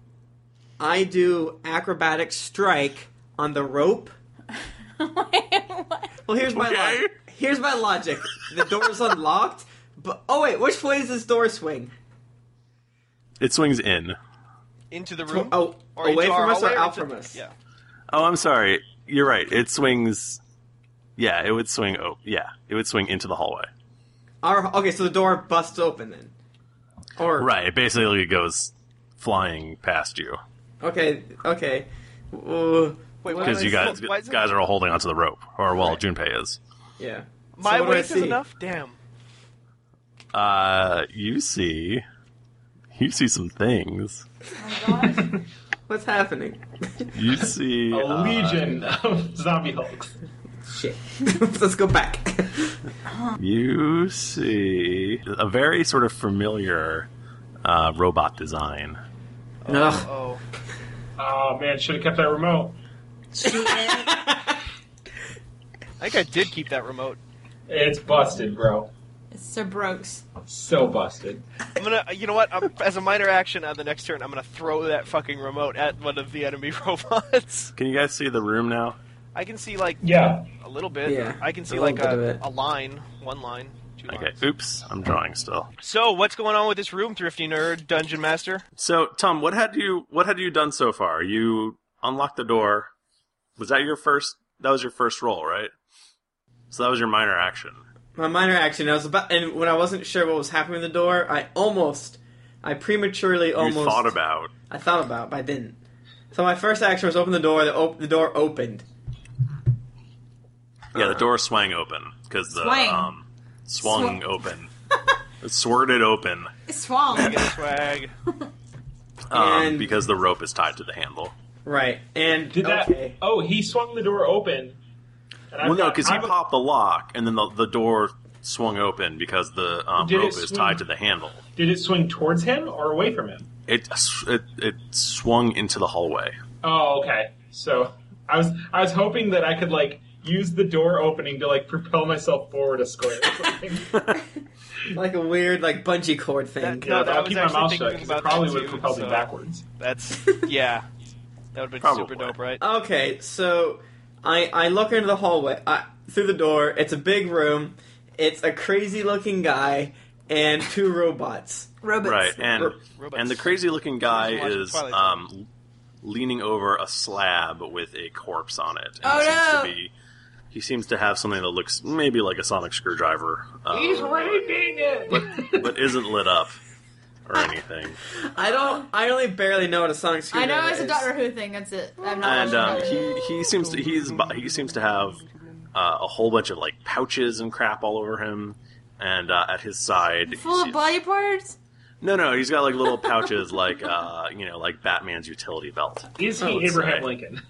Speaker 2: I do acrobatic strike on the rope. Well, here's my logic. Here's my logic. The door is unlocked, but oh wait, which way is this door swing?
Speaker 4: It swings in.
Speaker 3: Into the room?
Speaker 2: Oh,
Speaker 3: Or
Speaker 2: away
Speaker 3: into our
Speaker 2: from us or
Speaker 3: hallway
Speaker 2: out
Speaker 3: into-
Speaker 2: from us?
Speaker 3: Yeah.
Speaker 4: Oh, I'm sorry. You're right. It swings. Yeah, it would swing. Oh, yeah, it would swing into the hallway.
Speaker 2: Our, okay, so the door busts open then. Or
Speaker 4: Right. It basically goes flying past you
Speaker 2: okay, okay. Wait,
Speaker 4: because you guys guys are all holding onto the rope, or well, Junpei is.
Speaker 2: Yeah.
Speaker 3: My
Speaker 2: what do I
Speaker 3: weight is
Speaker 2: see?
Speaker 3: enough? Damn.
Speaker 4: Uh, you see, you see some things.
Speaker 2: What's happening?
Speaker 4: You see
Speaker 1: A
Speaker 4: uh,
Speaker 1: legion of zombie hulks.
Speaker 2: Shit. Let's go back.
Speaker 4: You see a very sort of familiar uh, robot design.
Speaker 2: Ugh.
Speaker 3: Oh.
Speaker 1: Oh man, should have kept that remote.
Speaker 3: I think I did keep that remote.
Speaker 1: It's busted, bro.
Speaker 5: It's so brokes.
Speaker 1: So busted.
Speaker 3: I'm gonna, you know what? I'm, as a minor action on the next turn, I'm gonna throw that fucking remote at one of the enemy robots.
Speaker 4: Can you guys see the room now?
Speaker 3: I can see like
Speaker 4: Yeah.
Speaker 3: a little bit.
Speaker 4: Yeah,
Speaker 3: I can see
Speaker 4: a
Speaker 3: like
Speaker 4: little bit of
Speaker 3: a,
Speaker 4: it.
Speaker 3: a line, one line.
Speaker 4: Okay. Oops, I'm drawing still.
Speaker 3: So what's going on with this room, thrifty nerd, dungeon master?
Speaker 4: So, Tom, what had you what had you done so far? You unlocked the door. Was that your first? That was your first roll, right? So that was your minor action.
Speaker 2: my minor action. I was about, and when I wasn't sure what was happening with the door, I almost, I prematurely almost
Speaker 4: You thought about.
Speaker 2: I thought about, it, but I didn't. So my first action was open the door. The, op- the door opened.
Speaker 4: Yeah, the door swang open because the
Speaker 2: Swang.
Speaker 4: um swung open, it swirted open
Speaker 5: Swamp.
Speaker 3: swag.
Speaker 4: um,
Speaker 2: And-
Speaker 4: because the rope is tied to the handle.
Speaker 2: Right. And
Speaker 1: did that? Oh, he swung the door open. And I've
Speaker 4: well, no,
Speaker 1: got-
Speaker 4: because he
Speaker 1: I've-
Speaker 4: popped the lock, and then the, the door swung open because the um,
Speaker 1: Did it
Speaker 4: rope is
Speaker 1: swing-
Speaker 4: tied to the handle.
Speaker 1: Did it swing towards him or away from him?
Speaker 4: It it it swung into the hallway.
Speaker 1: Oh, okay. So I was I was hoping that I could like use the door opening to like propel myself forward a square.
Speaker 2: like a weird like bungee cord thing.
Speaker 1: That- no, Yeah, that I'll was keep my actually mouth shut, thinking 'cause it about probably that would've too, propelled me so- backwards.
Speaker 3: That's yeah. That would have been super dope, right?
Speaker 2: Okay, so I I look into the hallway I, through the door. It's a big room. It's a crazy looking guy and two robots.
Speaker 4: Right, and and the crazy looking guy
Speaker 2: watching
Speaker 4: is
Speaker 2: Twilight
Speaker 4: um, leaning over a slab with a corpse on it. And
Speaker 5: Oh,
Speaker 4: he seems
Speaker 5: no.
Speaker 4: To be, he seems to have something that looks maybe like a sonic screwdriver, uh,
Speaker 1: He's raping it.
Speaker 4: but isn't lit up or anything.
Speaker 2: I don't. I only barely know what a sonic
Speaker 5: I
Speaker 2: screwdriver
Speaker 5: know it's a
Speaker 2: is.
Speaker 5: Doctor Who thing. That's it. I'm not
Speaker 4: And um, he he seems to he's bu- he seems to have uh, a whole bunch of like pouches and crap all over him. And uh, at his side,
Speaker 5: full of body parts.
Speaker 4: no, no, he's got like little pouches, like uh, you know, like Batman's utility belt.
Speaker 1: Is
Speaker 4: I
Speaker 1: he
Speaker 4: would
Speaker 1: Abraham
Speaker 4: say.
Speaker 1: Lincoln?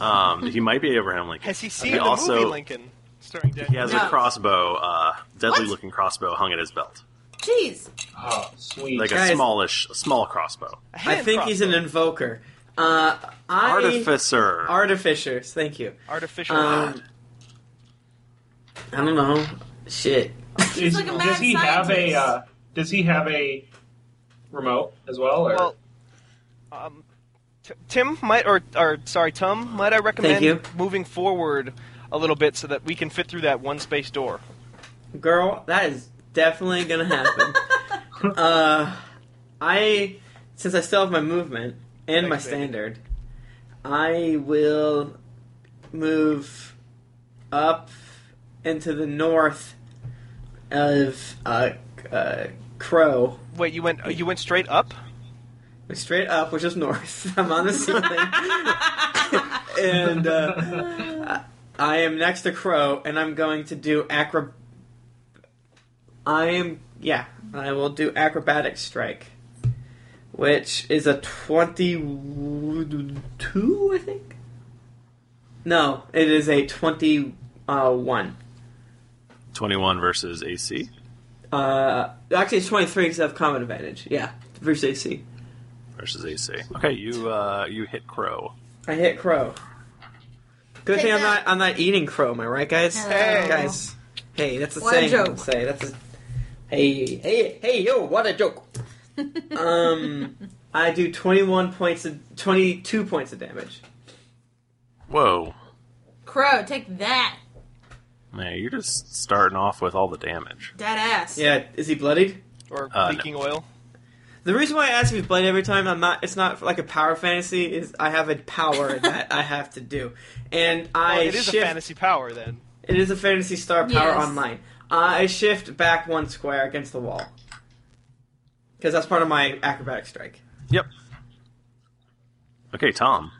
Speaker 4: Um, he might be Abraham Lincoln.
Speaker 3: Has he seen
Speaker 4: He
Speaker 3: the
Speaker 4: also,
Speaker 3: movie Lincoln? Starring Daniel.
Speaker 4: He has
Speaker 3: No.
Speaker 4: a crossbow, uh, deadly-looking crossbow, hung at his belt,
Speaker 5: Jeez.
Speaker 1: Oh, sweet.
Speaker 4: like
Speaker 2: Guys.
Speaker 4: a smallish, a small crossbow.
Speaker 2: I think he's an invoker. Uh, I
Speaker 4: Artificer.
Speaker 2: Artificers. Thank you.
Speaker 3: Artificial.
Speaker 2: Um, I don't know. Shit.
Speaker 1: Is-
Speaker 5: like a mad
Speaker 1: does he have a
Speaker 5: scientist.
Speaker 1: uh, Does he have a remote as well? Or
Speaker 3: Well, um, T- Tim might or or sorry, Tom, might I recommend
Speaker 2: you.
Speaker 3: moving forward a little bit so that we can fit through that one space door?
Speaker 2: Girl, that is definitely gonna happen. uh, I, since I still have my movement and my
Speaker 3: Thanks, baby.
Speaker 2: standard, I will move up into the north of uh, uh, Crow.
Speaker 3: Wait, you went you went straight up?
Speaker 2: Straight up, which is north. I'm on the ceiling, and uh, I am next to Crow, and I'm going to do acro. I am yeah. I will do acrobatic strike, which is a twenty-two, I think. No, it is a twenty-one. Uh,
Speaker 4: 21 versus AC.
Speaker 2: Uh, actually, it's twenty-three because I have combat advantage. Yeah, versus AC.
Speaker 4: Versus AC. Okay, you uh, you hit Crow.
Speaker 2: I hit Crow. Good
Speaker 4: Take
Speaker 2: thing I'm not I'm not eating Crow. Am I right, guys?
Speaker 4: Hello. Hey.
Speaker 2: guys. Hey, that's a
Speaker 4: What a
Speaker 2: saying. I
Speaker 4: joke.
Speaker 2: Say that's a. Hey, hey, hey, yo! What a joke. um, I do 21 points of 22 points of damage.
Speaker 4: Whoa.
Speaker 5: Crow, take that.
Speaker 4: Man, you're just starting off with all the damage.
Speaker 5: Dead ass.
Speaker 2: Yeah, is he bloodied?
Speaker 3: Or
Speaker 4: Uh, leaking
Speaker 3: oil?
Speaker 2: The reason why I ask if he's bloodied every time, I'm not. It's not like a power fantasy. Is I have a power that I have to do, and I
Speaker 3: Well, it is
Speaker 2: shift.
Speaker 3: a fantasy power then.
Speaker 2: It is a fantasy star power
Speaker 3: Yes.
Speaker 2: online. I shift back one square against the wall because that's part of my acrobatic strike.
Speaker 4: Okay, Tom.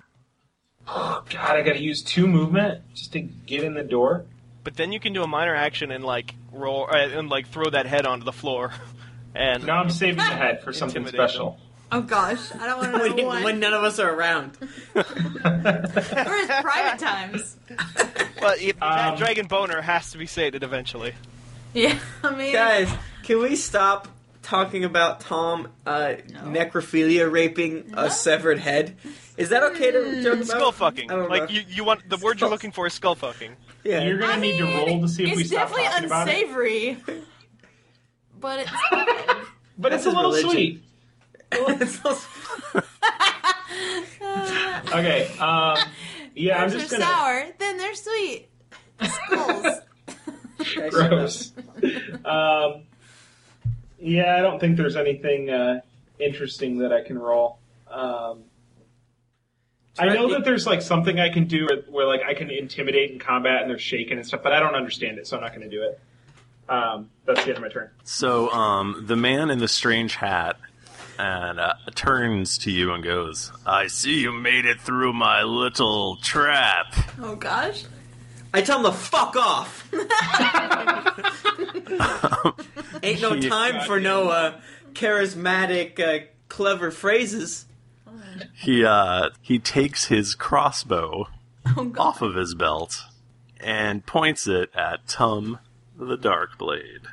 Speaker 1: Oh god, I gotta use two movement just to get in the door.
Speaker 3: But then you can do a minor action and like roll uh, and like throw that head onto the floor. And
Speaker 1: no, I'm saving the head for something special.
Speaker 5: Oh gosh, I don't want to know
Speaker 2: when,
Speaker 5: what.
Speaker 2: when none of us are around.
Speaker 5: Or his private times.
Speaker 3: Well, if
Speaker 1: Um,
Speaker 3: that dragon boner has to be sated eventually.
Speaker 5: Yeah, I mean,
Speaker 2: Guys, can we stop talking about Tom uh, necrophilia raping a severed head? Is that okay to joke about?
Speaker 3: Skull fucking.
Speaker 2: I don't
Speaker 3: Like
Speaker 2: know.
Speaker 3: you, you want the word you're looking for is skull fucking.
Speaker 2: Yeah.
Speaker 1: You're gonna need to roll to see if
Speaker 5: it's
Speaker 1: we stop
Speaker 5: definitely
Speaker 1: talking about it.
Speaker 5: unsavory. But it's
Speaker 1: But
Speaker 2: That's
Speaker 1: it's a
Speaker 2: his
Speaker 1: little
Speaker 2: religion.
Speaker 1: sweet. Okay. Um, yeah, I'm
Speaker 5: if
Speaker 1: just
Speaker 5: they're
Speaker 1: gonna.
Speaker 5: sour, then they're sweet.
Speaker 1: Gross. um, yeah, I don't think there's anything uh, interesting that I can roll. Um, I know that there's like something I can do where, where like I can intimidate in combat and they're shaken and stuff, but I don't understand it, so I'm not going to do it. Um, that's the end of my turn.
Speaker 4: So, um, the man in the strange hat and uh, turns to you and goes, "I see you made it through my little trap."
Speaker 5: Oh gosh.
Speaker 2: I tell him to fuck off. Ain't no
Speaker 4: Yeah.
Speaker 2: time for no uh, charismatic, uh, clever phrases.
Speaker 4: He uh, he takes his crossbow off of his belt and points it at Tum the Darkblade.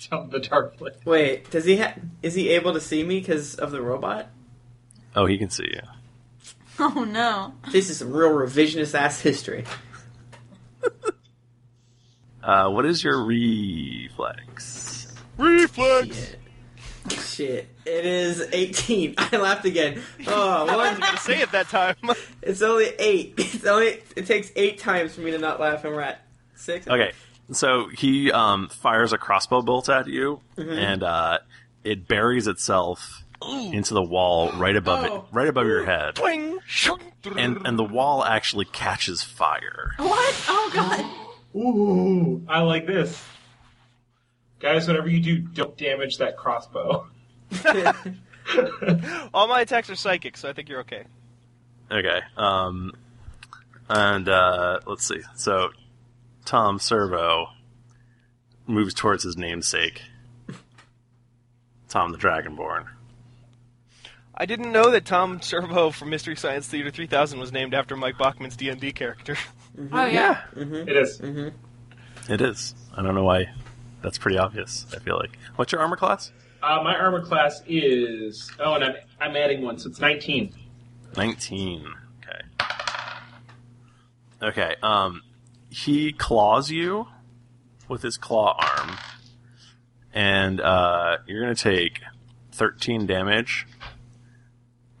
Speaker 1: Tell the dark place.
Speaker 2: Wait, does he ha- is he able to see me because of the robot?
Speaker 4: Oh, he can see you.
Speaker 5: Oh no.
Speaker 2: This is some real revisionist ass history.
Speaker 4: Uh, what is your reflex?
Speaker 3: Reflex.
Speaker 2: Shit. It is 18. I laughed again. Oh, I wasn't
Speaker 3: going to say it that time.
Speaker 2: it's only 8. It's only it takes 8 times for me to not laugh and we're at 6.
Speaker 4: Okay, so he um, fires a crossbow bolt at you,
Speaker 3: Mm-hmm.
Speaker 2: Mhm.
Speaker 4: and uh, it buries itself
Speaker 3: Ooh.
Speaker 4: into the wall right above it,
Speaker 3: Oh.
Speaker 4: right above your head,
Speaker 3: Twing.
Speaker 4: and and the wall actually catches fire.
Speaker 5: What? Oh god.
Speaker 1: Ooh, I like this. Guys, whatever you do, don't damage that crossbow.
Speaker 3: All my attacks are psychic, so I think you're okay.
Speaker 4: Okay, um, and uh, let's see. So Tom Servo moves towards his namesake, Tom the Dragonborn.
Speaker 3: I didn't know that Tom Servo from Mystery Science Theater 3000 was named after Mike Bachman's D&D character.
Speaker 5: Oh yeah.
Speaker 1: It is.
Speaker 4: It is. I don't know why. That's pretty obvious. I feel like. What's your armor class?
Speaker 1: Uh, my armor class is oh, and I'm I'm adding one, so it's 19.
Speaker 4: 19. Okay. Okay. Um, he claws you with his claw arm, and uh, you're gonna take 13 damage,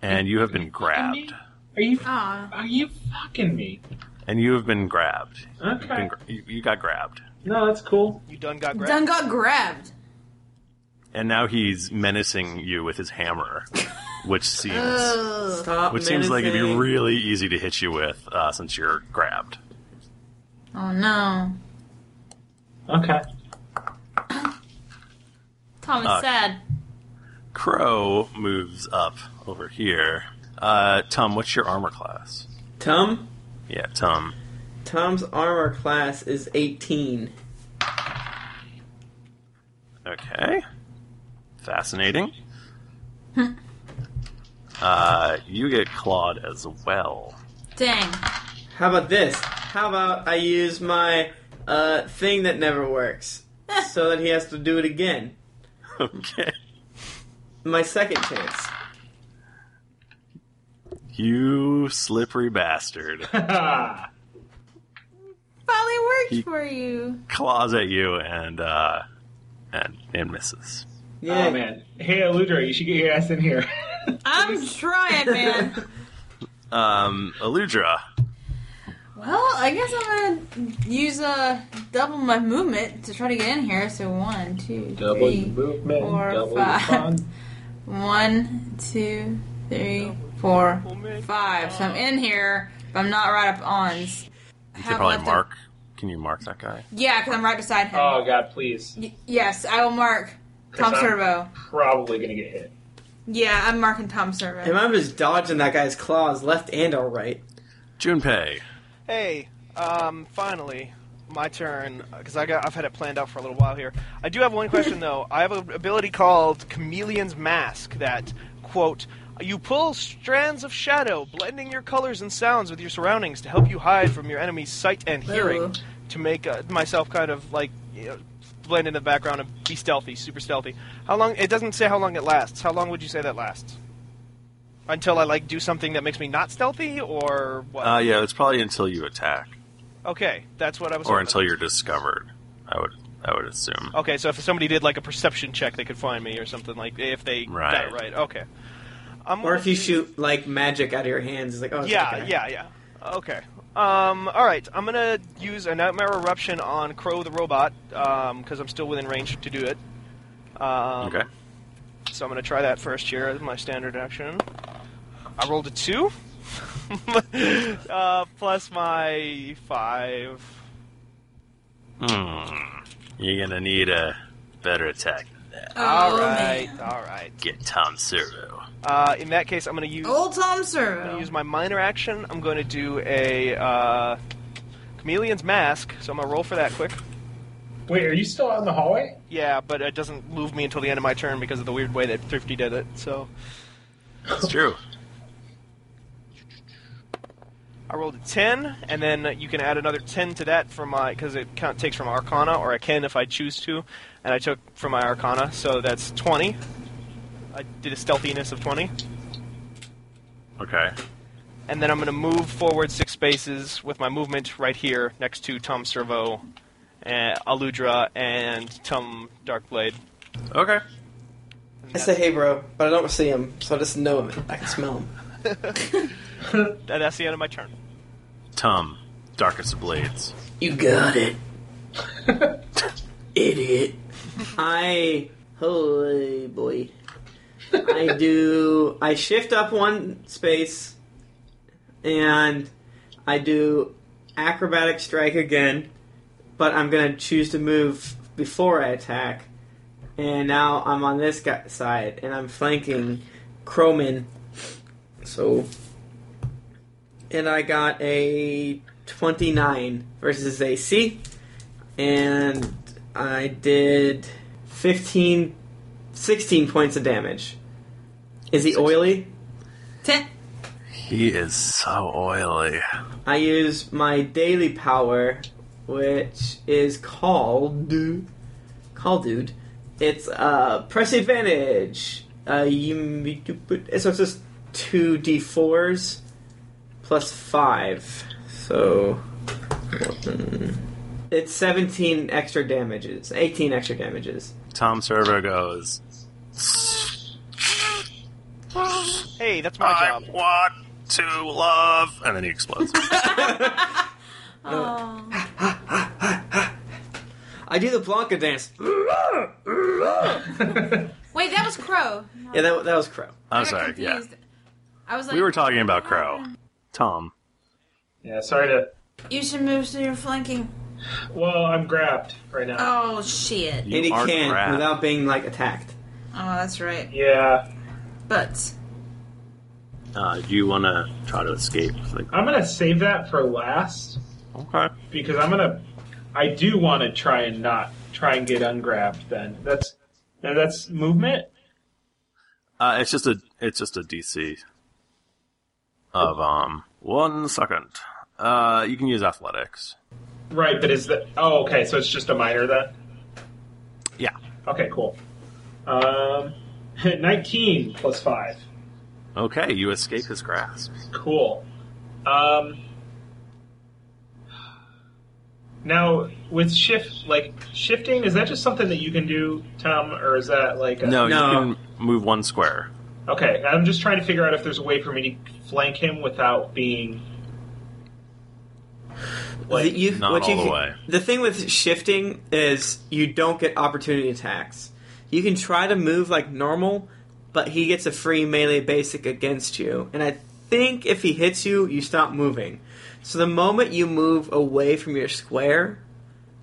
Speaker 4: and you have been grabbed.
Speaker 1: Are you? Are you fucking me?
Speaker 4: And you have been grabbed.
Speaker 1: Okay.
Speaker 4: You've been gra- you, you got grabbed,
Speaker 1: No, that's cool.
Speaker 3: You done got
Speaker 5: Done got grabbed.
Speaker 4: and now he's menacing you with his hammer, which seems.
Speaker 5: Ugh.
Speaker 2: Stop
Speaker 4: Which seems like it'd be
Speaker 2: menacing.
Speaker 4: really easy to hit you with uh, since you're grabbed.
Speaker 5: Oh no.
Speaker 1: Okay.
Speaker 5: Tom is
Speaker 4: Uh,
Speaker 5: sad.
Speaker 4: Crow moves up over here. Uh, Tom, what's your armor class?
Speaker 2: Tom?
Speaker 4: Yeah, Tom.
Speaker 2: Tom's armor class is 18.
Speaker 4: Okay. Fascinating. uh, you get clawed as well.
Speaker 5: Dang.
Speaker 2: How about this? How about I use my uh, thing that never works so that he has to do it again?
Speaker 4: Okay.
Speaker 2: My second chance.
Speaker 4: You slippery bastard.
Speaker 5: Probably worked
Speaker 4: He-
Speaker 5: for you.
Speaker 4: Claws at you and uh, and and misses.
Speaker 1: Oh man. Hey Eludra, you should get your ass in here.
Speaker 5: I'm trying, man.
Speaker 4: Um, Aludra.
Speaker 5: well, I guess I'm gonna use uh, double my movement to try to get in here. So one, two, three,
Speaker 1: movement,
Speaker 5: four, five. One, two, three, four, five. So I'm in here, but I'm not right up on.
Speaker 4: You
Speaker 5: Have
Speaker 4: can probably
Speaker 5: left a-
Speaker 4: mark. Can you mark that guy?
Speaker 5: Yeah, because I'm right beside him.
Speaker 1: Oh god, please.
Speaker 5: Y- yes, I will mark
Speaker 1: 'Cause
Speaker 5: Tom
Speaker 1: I'm
Speaker 5: Servo.
Speaker 1: Probably gonna get hit.
Speaker 5: Yeah, I'm marking Tom Servo.
Speaker 2: And I'm just dodging that guy's claws left and all right.
Speaker 4: Junpei.
Speaker 3: Hey, um, finally, my turn because I got I've had it planned out for a little while here. I do have one question though. I have an ability called Chameleon's Mask that quote you pull strands of shadow, blending your colors and sounds with your surroundings to help you hide from your enemy's sight and hearing.
Speaker 5: Ooh.
Speaker 3: To make uh, myself kind of like you know, blend in the background and be stealthy, super stealthy. How long? It doesn't say how long it lasts. How long would you say that lasts? Until I like do something that makes me not stealthy, or what?
Speaker 4: Uh, yeah, it's probably until you attack
Speaker 3: Okay, that's what I was.
Speaker 4: or
Speaker 3: hoping.
Speaker 4: until you're discovered. I would I would assume.
Speaker 3: Okay, so if somebody did like a perception check, they could find me or something like if they got
Speaker 4: Right.
Speaker 3: it right. Okay. I'm
Speaker 2: Or if you
Speaker 3: gonna-
Speaker 2: shoot like magic out of your hands, it's like, oh, it's
Speaker 3: yeah,
Speaker 2: that guy.
Speaker 3: yeah, yeah. Okay. Um, all right, I'm gonna use a nightmare eruption on Crow the robot because I'm still within range to do it. Um,
Speaker 4: Okay.
Speaker 3: So I'm gonna try that first here as my standard action. I rolled a two, uh, plus my five.
Speaker 4: Hmm. You're gonna need a better attack than that.
Speaker 3: all right, all right.
Speaker 4: Get Tom Servo.
Speaker 3: Uh, in that case, I'm going to use
Speaker 5: Old Tom Servo.
Speaker 3: I'm going to use my minor action. I'm going to do a uh, chameleon's mask. So I'm going to roll for that quick.
Speaker 1: Wait, are you still out in the hallway?
Speaker 3: Yeah, but it doesn't move me until the end of my turn because of the weird way that Thrifty did it. So
Speaker 4: That's true.
Speaker 3: I rolled a ten, and then you can add another ten to that from my because it count takes from Arcana, or I can if I choose to, and I took from my Arcana, so that's twenty. I did a stealthiness of twenty.
Speaker 4: Okay.
Speaker 3: and then I'm going to move forward six spaces with my movement right here next to Tom Servo, uh, Aludra, and Tom Darkblade.
Speaker 4: Okay.
Speaker 2: I say, hey, bro, but I don't see him, so I just know him. I can smell him.
Speaker 3: That- That's the end of my turn.
Speaker 4: Tom, Darkest of Blades.
Speaker 2: You got it. Idiot. I. Holy boy. I do. I shift up one space and I do acrobatic strike again, but I'm going to choose to move before I attack. And now I'm on this guy, side and I'm flanking Croman. So. And I got a 29 versus AC. And I did 15, 16 points of damage. Is he oily?
Speaker 4: He is so oily.
Speaker 2: I use my daily power, which is called Call Dude. It's uh, press advantage. Uh, you, you put, so it's just two d4s plus five. So it's seventeen extra damages, eighteen extra damages.
Speaker 4: Tom Servo goes.
Speaker 3: Hey, that's my
Speaker 4: I
Speaker 3: job.
Speaker 4: want to love, and then he explodes.
Speaker 5: Oh.
Speaker 2: I do the Blanca dance.
Speaker 5: Wait, that was Crow.
Speaker 2: Yeah, that, that was Crow.
Speaker 4: I'm sorry. Yeah,
Speaker 5: I was like,
Speaker 4: we were talking about Crow. Tom.
Speaker 1: Yeah, sorry to
Speaker 5: you should move so you're flanking.
Speaker 1: Well, I'm grabbed right now.
Speaker 5: Oh shit.
Speaker 2: and he can not without being like attacked.
Speaker 5: Oh, that's right.
Speaker 1: Yeah.
Speaker 5: But
Speaker 4: Uh, do you want to try to escape?
Speaker 1: I'm gonna save that for last
Speaker 4: Okay.
Speaker 1: Because I'm gonna, I do want to try and not try and get ungrabbed. Then that's now that's movement.
Speaker 4: Uh, it's just a it's just a DC of um one second. Uh, you can use athletics.
Speaker 1: Right, but is that? Oh, okay. So it's just a minor then.
Speaker 4: Yeah.
Speaker 1: Okay, cool. Um, 19 plus five.
Speaker 4: Okay, you escape his grasp.
Speaker 1: Cool. Um, now with shift, like shifting, is that just something that you can do, Tom, or is that like a,
Speaker 4: No, you can move one square.
Speaker 1: Okay, I'm just trying to figure out if there's a way for me to flank him without being.
Speaker 2: The- you-
Speaker 4: not
Speaker 2: what you
Speaker 4: all the
Speaker 2: can-
Speaker 4: way.
Speaker 2: The thing with shifting is you don't get opportunity attacks. You can try to move like normal, but he gets a free melee basic against you. And I think if he hits you, you stop moving. So the moment you move away from your square,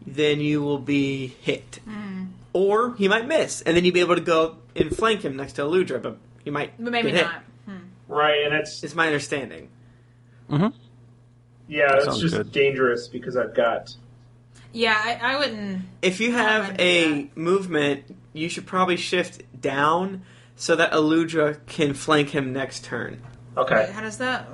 Speaker 2: then you will be hit.
Speaker 5: hmm.
Speaker 2: Or he might miss, and then you'd be able to go and flank him next to Aludra, but you might
Speaker 5: But maybe
Speaker 2: get hit.
Speaker 5: not. Hmm.
Speaker 1: Right, and that's
Speaker 2: it's my understanding.
Speaker 1: Yeah, it's
Speaker 2: Sounds
Speaker 1: just
Speaker 2: good.
Speaker 1: dangerous because I've got.
Speaker 5: Yeah, I, I wouldn't.
Speaker 2: If you have a movement, you should probably shift down so that Aludra can flank him next turn.
Speaker 1: Okay.
Speaker 5: How does that?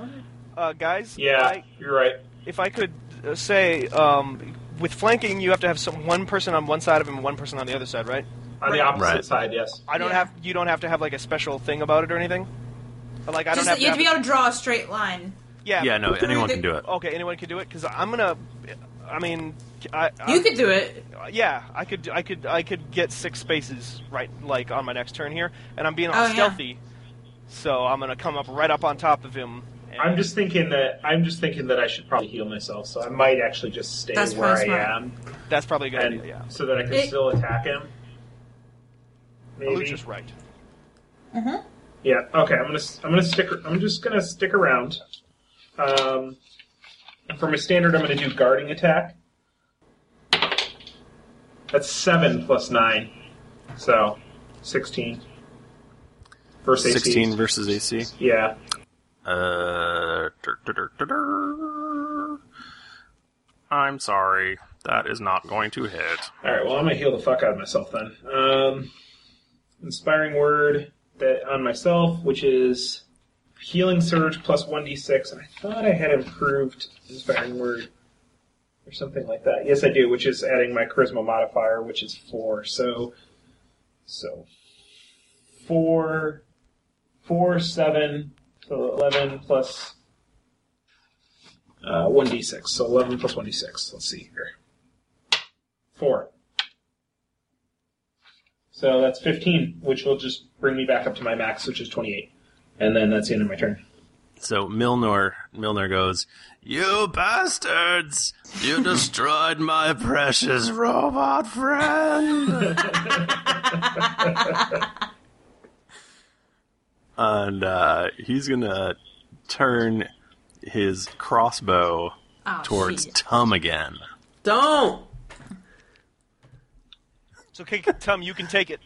Speaker 3: Uh, guys.
Speaker 1: Yeah, you're right.
Speaker 3: If I could uh, say, um, with flanking, you have to have some one person on one side of him, and one person on the other side, right?
Speaker 1: On the opposite Right. side, yes.
Speaker 3: I don't have. You don't have to have like a special thing about it or anything. Like I don't
Speaker 5: Just
Speaker 3: have.
Speaker 5: you have to be
Speaker 3: have
Speaker 5: able to draw a straight line.
Speaker 3: Yeah.
Speaker 4: Yeah, no, anyone can do it.
Speaker 3: Okay, anyone can do it because I'm gonna. I mean, I,
Speaker 5: You
Speaker 3: I-
Speaker 5: could do it.
Speaker 3: Yeah, I could. I could. I could get six spaces right, like on my next turn here, and I'm being all
Speaker 1: Oh, yeah.
Speaker 3: stealthy, so I'm gonna come up right up on top of him. and-
Speaker 1: I'm just thinking that I'm just thinking that I should probably heal myself, so I might actually just stay
Speaker 3: That's
Speaker 1: where I
Speaker 3: probably smart.
Speaker 1: am.
Speaker 3: That's probably a good
Speaker 1: and,
Speaker 3: idea. Yeah.
Speaker 1: So that I can
Speaker 3: It-
Speaker 1: still attack him. Maybe.
Speaker 3: Alutra's right.
Speaker 5: Mm-hmm.
Speaker 1: Yeah. Okay. I'm gonna I'm gonna stick. I'm just gonna stick around. Um, and for my standard, I'm gonna do guarding attack. That's seven plus nine, so sixteen. First AC.
Speaker 4: Sixteen versus AC.
Speaker 1: Yeah.
Speaker 4: Uh, dur, dur, dur, dur, dur. I'm sorry, that is not going to hit.
Speaker 1: All right. Well, I'm gonna heal the fuck out of myself then. Um, inspiring word that on myself, which is healing surge plus one d six, and I thought I had improved inspiring word or something like that. Yes, I do. Which is adding my charisma modifier, which is four. So, so four, four, seven, so eleven plus uh, one d six. So eleven plus one d six. Let's see here. Four. So that's 15, which will just bring me back up to my max, which is 28. And then that's the end of my turn.
Speaker 4: So Milnor, Milnor goes, "You bastards! You destroyed my precious robot friend." and uh, he's gonna turn his crossbow
Speaker 5: Oh,
Speaker 4: towards
Speaker 5: shit.
Speaker 4: Tum again.
Speaker 2: Don't.
Speaker 3: It's okay, Tom. You can take it.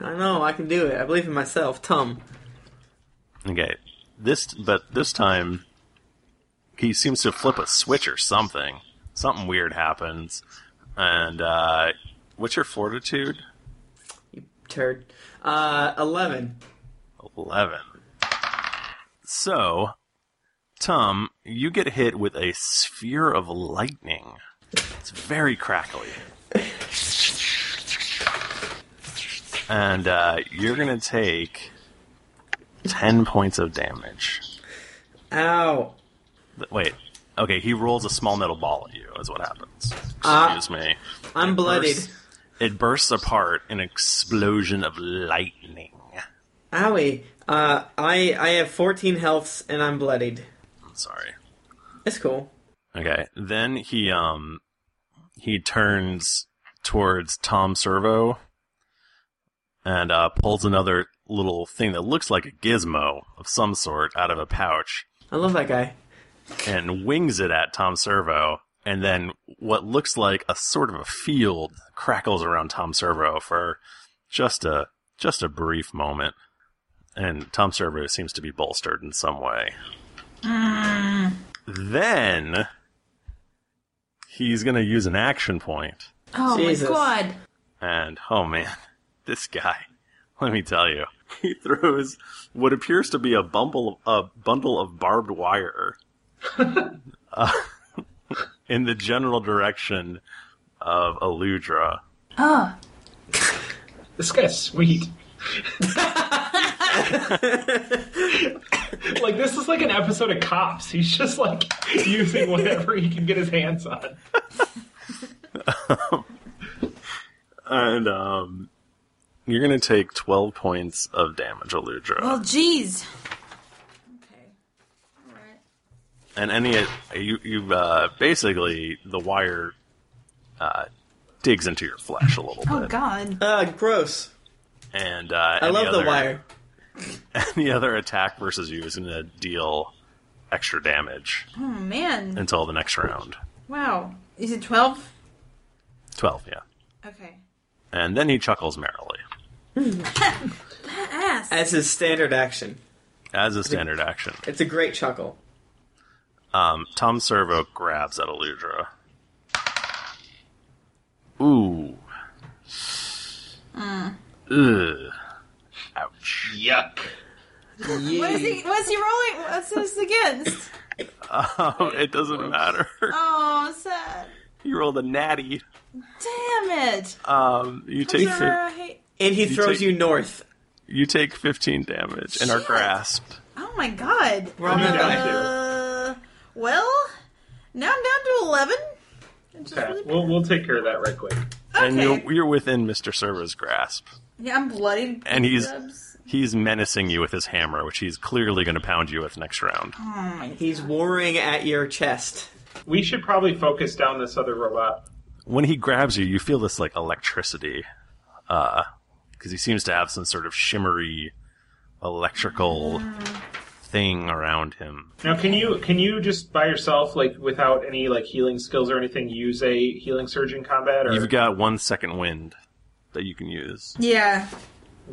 Speaker 2: I know, I can do it. I believe in myself. Tum.
Speaker 4: Okay, this but this time he seems to flip a switch or something. Something weird happens, and uh, what's your fortitude?
Speaker 2: Turd. Uh, 11.
Speaker 4: 11. So, Tom, you get hit with a sphere of lightning. It's very crackly. And uh, you're going to take 10 points of damage.
Speaker 2: Ow.
Speaker 4: Th- Wait. Okay, he rolls a small metal ball at you, is what happens.
Speaker 2: Ah.
Speaker 4: Excuse me.
Speaker 2: I'm
Speaker 4: It
Speaker 2: bloodied.
Speaker 4: bursts- it bursts apart in an explosion of lightning.
Speaker 2: Owie. Uh, I, I have 14 healths and I'm bloodied.
Speaker 4: I'm sorry.
Speaker 2: That's cool.
Speaker 4: Okay. Then he um he turns towards Tom Servo and uh, pulls another little thing that looks like a gizmo of some sort out of a pouch
Speaker 2: I love that guy.
Speaker 4: and wings it at Tom Servo. And then what looks like a sort of a field crackles around Tom Servo for just a just a brief moment. And Tom Servo seems
Speaker 5: Mm.
Speaker 4: to be bolstered in some way. Then He's going to use an action point.
Speaker 5: Oh
Speaker 4: Jesus.
Speaker 5: my god.
Speaker 4: And oh man, this guy, let me tell you, he throws what appears to be a bumble a bundle of barbed wire uh, in the general direction of Aludra.
Speaker 5: Oh.
Speaker 1: This guy's sweet. like this is like an episode of Cops. He's just like using whatever he can get his hands on.
Speaker 4: And um you're going to take 12 points of damage, Aludra.
Speaker 5: Well, jeez.
Speaker 4: and any you you uh, basically the wire uh, digs into your flesh a little
Speaker 5: Oh
Speaker 4: bit,
Speaker 5: god.
Speaker 2: Uh, gross.
Speaker 4: and uh,
Speaker 2: I
Speaker 4: any
Speaker 2: love the
Speaker 4: other-
Speaker 2: wire.
Speaker 4: Any other attack versus you is going to deal extra damage
Speaker 5: Oh man.
Speaker 4: until the next round.
Speaker 5: Wow. Is it 12?
Speaker 4: Twelve, yeah.
Speaker 5: Okay.
Speaker 4: And then he chuckles merrily
Speaker 5: Ass.
Speaker 2: As his standard action.
Speaker 4: as a standard action.
Speaker 2: It's a great chuckle.
Speaker 4: Um, Tom Servo grabs at Eludra. Ooh,
Speaker 5: Mm.
Speaker 4: ugh, ouch,
Speaker 1: yuck.
Speaker 5: What is he? What's he rolling? What's this against?
Speaker 4: Um, it doesn't matter.
Speaker 5: Oh, sad.
Speaker 4: You rolled a natty.
Speaker 5: Damn it.
Speaker 4: Um, you
Speaker 5: I'm
Speaker 4: take
Speaker 5: sorry, I
Speaker 4: fi-
Speaker 5: hate-
Speaker 2: And he throws you north.
Speaker 4: You take fifteen damage and are grasped.
Speaker 5: Oh my god.
Speaker 2: We're on the
Speaker 5: uh, Well, now I'm down to 11.
Speaker 1: Okay, we'll we'll take care of that right quick.
Speaker 4: And you're, you're within Mister Servo's grasp,
Speaker 5: Yeah, I'm bloodied.
Speaker 4: and he's
Speaker 5: Rubs.
Speaker 4: he's menacing you with his hammer, which he's clearly going to pound you with next round.
Speaker 2: He's warring at your chest.
Speaker 1: We should probably focus down this other robot.
Speaker 4: When he grabs you, you feel this like electricity, because he seems to have some sort of shimmery electrical
Speaker 1: Mm.
Speaker 4: thing around him.
Speaker 1: Now, can you can you just by yourself, like without any like healing skills or anything, use a healing surge in combat? Or
Speaker 4: You've got one second wind that you can use,
Speaker 5: Yeah.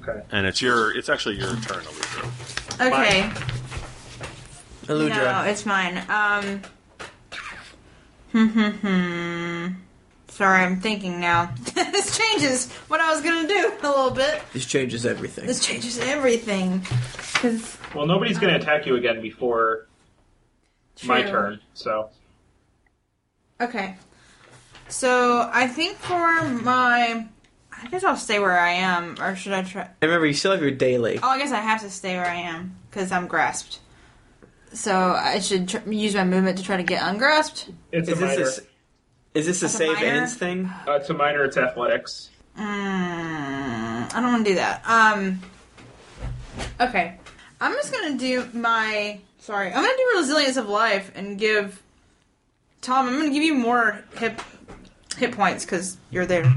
Speaker 1: okay.
Speaker 4: and it's your it's actually your turn, Eludra.
Speaker 5: Okay. No,
Speaker 4: Eludra.
Speaker 5: it's mine. Um. Hmm. hmm, hmm. Sorry, I'm thinking now. this changes what I was gonna do a little bit.
Speaker 2: This changes everything.
Speaker 5: This changes everything. 'Cause-
Speaker 1: Well, nobody's going to attack you again before my
Speaker 5: True.
Speaker 1: turn. So
Speaker 5: Okay. So I think for my, I guess I'll stay where I am, or should I try?
Speaker 2: And remember, you still have your daily.
Speaker 5: Oh, I guess I have to stay where I am because I'm grasped. So I should tr- use my movement to try to get ungrasped.
Speaker 1: it's
Speaker 2: Is
Speaker 1: a
Speaker 2: this
Speaker 1: minor.
Speaker 2: a s- is this a
Speaker 5: That's a
Speaker 2: save
Speaker 5: minor?
Speaker 2: ends thing?
Speaker 1: Uh, it's a minor. It's athletics.
Speaker 5: Mm, I don't want to do that. Um. Okay, I'm just gonna do my. Sorry, I'm gonna do resilience of life and give Tom. I'm gonna give you more hit hit points because you're there.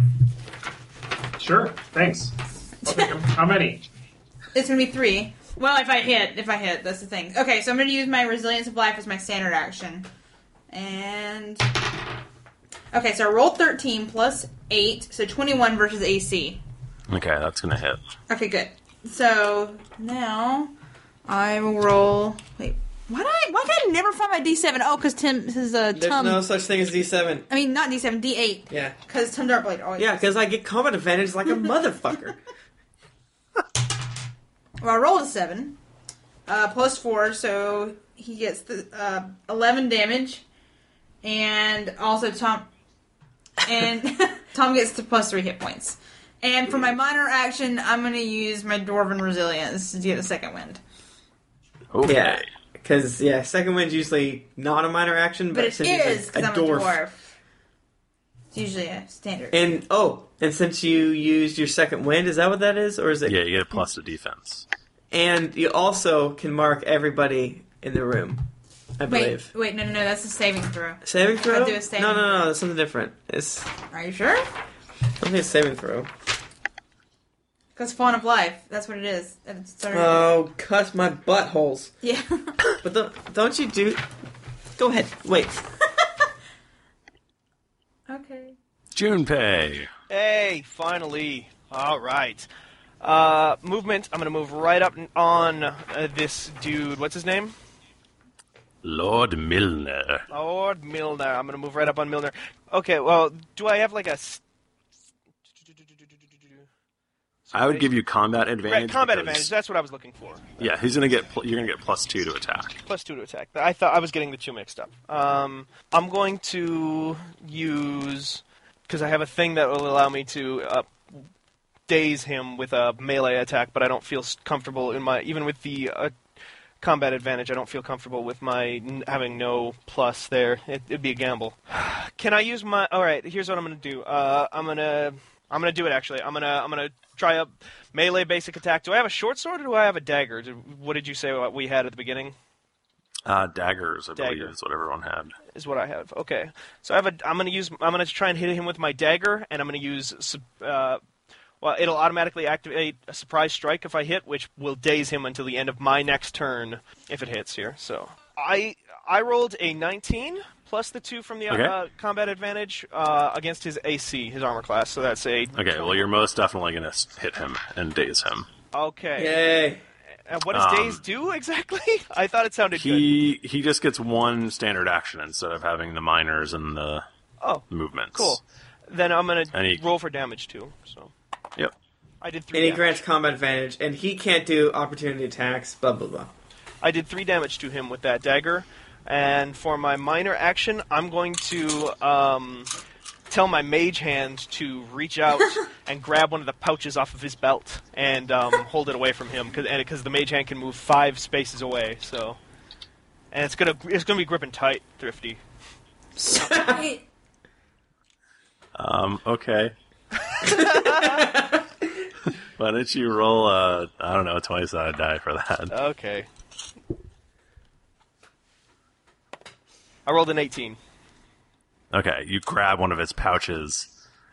Speaker 1: Sure. Thanks. I'll take 'em. How many?
Speaker 5: It's gonna be three. Well, if I hit, if I hit, that's the thing. Okay, so I'm gonna use my resilience of life as my standard action, and okay, so I rolled 13 plus eight, so 21 versus AC.
Speaker 4: Okay, that's going to hit.
Speaker 5: Okay, good. So now I will roll. Wait, why did I? Why did I never find my D7? Oh, because Tim this is a
Speaker 2: There's
Speaker 5: Tom.
Speaker 2: no such thing as D7.
Speaker 5: I mean, not D7, D8.
Speaker 2: Yeah.
Speaker 5: Because Tim Darkblade always.
Speaker 2: Yeah, because I get combat advantage like a motherfucker.
Speaker 5: Well, I rolled a seven, uh, plus four, so he gets the uh, eleven damage, and also Tom and Tom gets the plus three hit points. And for my minor action, I'm going to use my dwarven resilience to get a second wind.
Speaker 4: Okay.
Speaker 2: Yeah, because yeah, second wind's usually not a minor action, but,
Speaker 5: But it
Speaker 2: since it's
Speaker 5: is because I'm a dwarf. It's usually a standard.
Speaker 2: And oh, and since you used your second wind, is that what that is, or is it?
Speaker 4: Yeah, you get a plus to defense.
Speaker 2: And you also can mark everybody in the room, I believe.
Speaker 5: wait, wait, no, no, no, that's a saving throw.
Speaker 2: Saving throw?
Speaker 5: I'll do a saving
Speaker 2: no, no, no, that's something different. It's
Speaker 5: Are you sure?
Speaker 2: something it's saving throw.
Speaker 5: Because Fawn of Life, that's what it is. It's sort of-
Speaker 2: Oh, cuss my buttholes!
Speaker 5: yeah.
Speaker 2: But don't, don't you do? Go ahead. Wait.
Speaker 5: okay.
Speaker 4: Junpei.
Speaker 3: Hey, finally. All right. Uh, movement. I'm going to move right up n- on uh, this dude. What's his name?
Speaker 4: Lord Milner.
Speaker 3: Lord Milner. I'm going to move right up on Milner. Okay, well, do I have like a s-
Speaker 4: I would give you combat advantage.
Speaker 3: right, combat
Speaker 4: because-
Speaker 3: advantage? That's what I was looking for.
Speaker 4: Yeah, he's gonna get. Pl- you're gonna get plus two to attack.
Speaker 3: Plus two to attack. I thought I was getting the two mixed up. Um, I'm going to use because I have a thing that will allow me to uh, daze him with a melee attack, but I don't feel s- comfortable in my even with the uh, combat advantage. I don't feel comfortable with my n- having no plus there. It, it'd be a gamble. Can I use my? All right. Here's what I'm gonna do. Uh, I'm gonna I'm gonna do it actually. I'm gonna I'm gonna try a melee basic attack. Do I have a short sword or do I have a dagger? Did- What did you say what we had at the beginning?
Speaker 4: Uh, daggers, I
Speaker 3: Dagger.
Speaker 4: believe, is what everyone had.
Speaker 3: is what I have. Okay, so I have a. I'm gonna use. I'm gonna try and hit him with my dagger, and I'm gonna use. sub- Uh, well, it'll automatically activate a surprise strike if I hit, which will daze him until the end of my next turn if it hits here. So I I rolled a 19 plus the two from the
Speaker 4: Okay.
Speaker 3: uh, combat advantage uh, against his AC, his armor class. So that's a
Speaker 4: Okay, well, you're most definitely gonna s- hit him and daze him.
Speaker 3: okay. Yay. And what does
Speaker 4: Um,
Speaker 3: daze do exactly? I thought it sounded good.
Speaker 4: He he just gets one standard action instead of having the minors and the
Speaker 3: Oh,
Speaker 4: movements.
Speaker 3: cool. Then I'm gonna
Speaker 4: And he-
Speaker 3: roll for damage too. So
Speaker 4: Yep.
Speaker 3: I did three.
Speaker 2: And he
Speaker 3: damage.
Speaker 2: grants combat advantage, and he can't do opportunity attacks. Blah blah blah.
Speaker 3: I did three damage to him with that dagger, and for my minor action, I'm going to um, tell my mage hand to reach out and grab one of the pouches off of his belt and um, hold it away from him, because the mage hand can move five spaces away. So, and it's gonna it's gonna be gripping tight, thrifty.
Speaker 4: Um. Okay. Why don't you roll a I don't know a twenty sided die for that?
Speaker 3: Okay. I rolled an 18.
Speaker 4: Okay, you grab one of its pouches,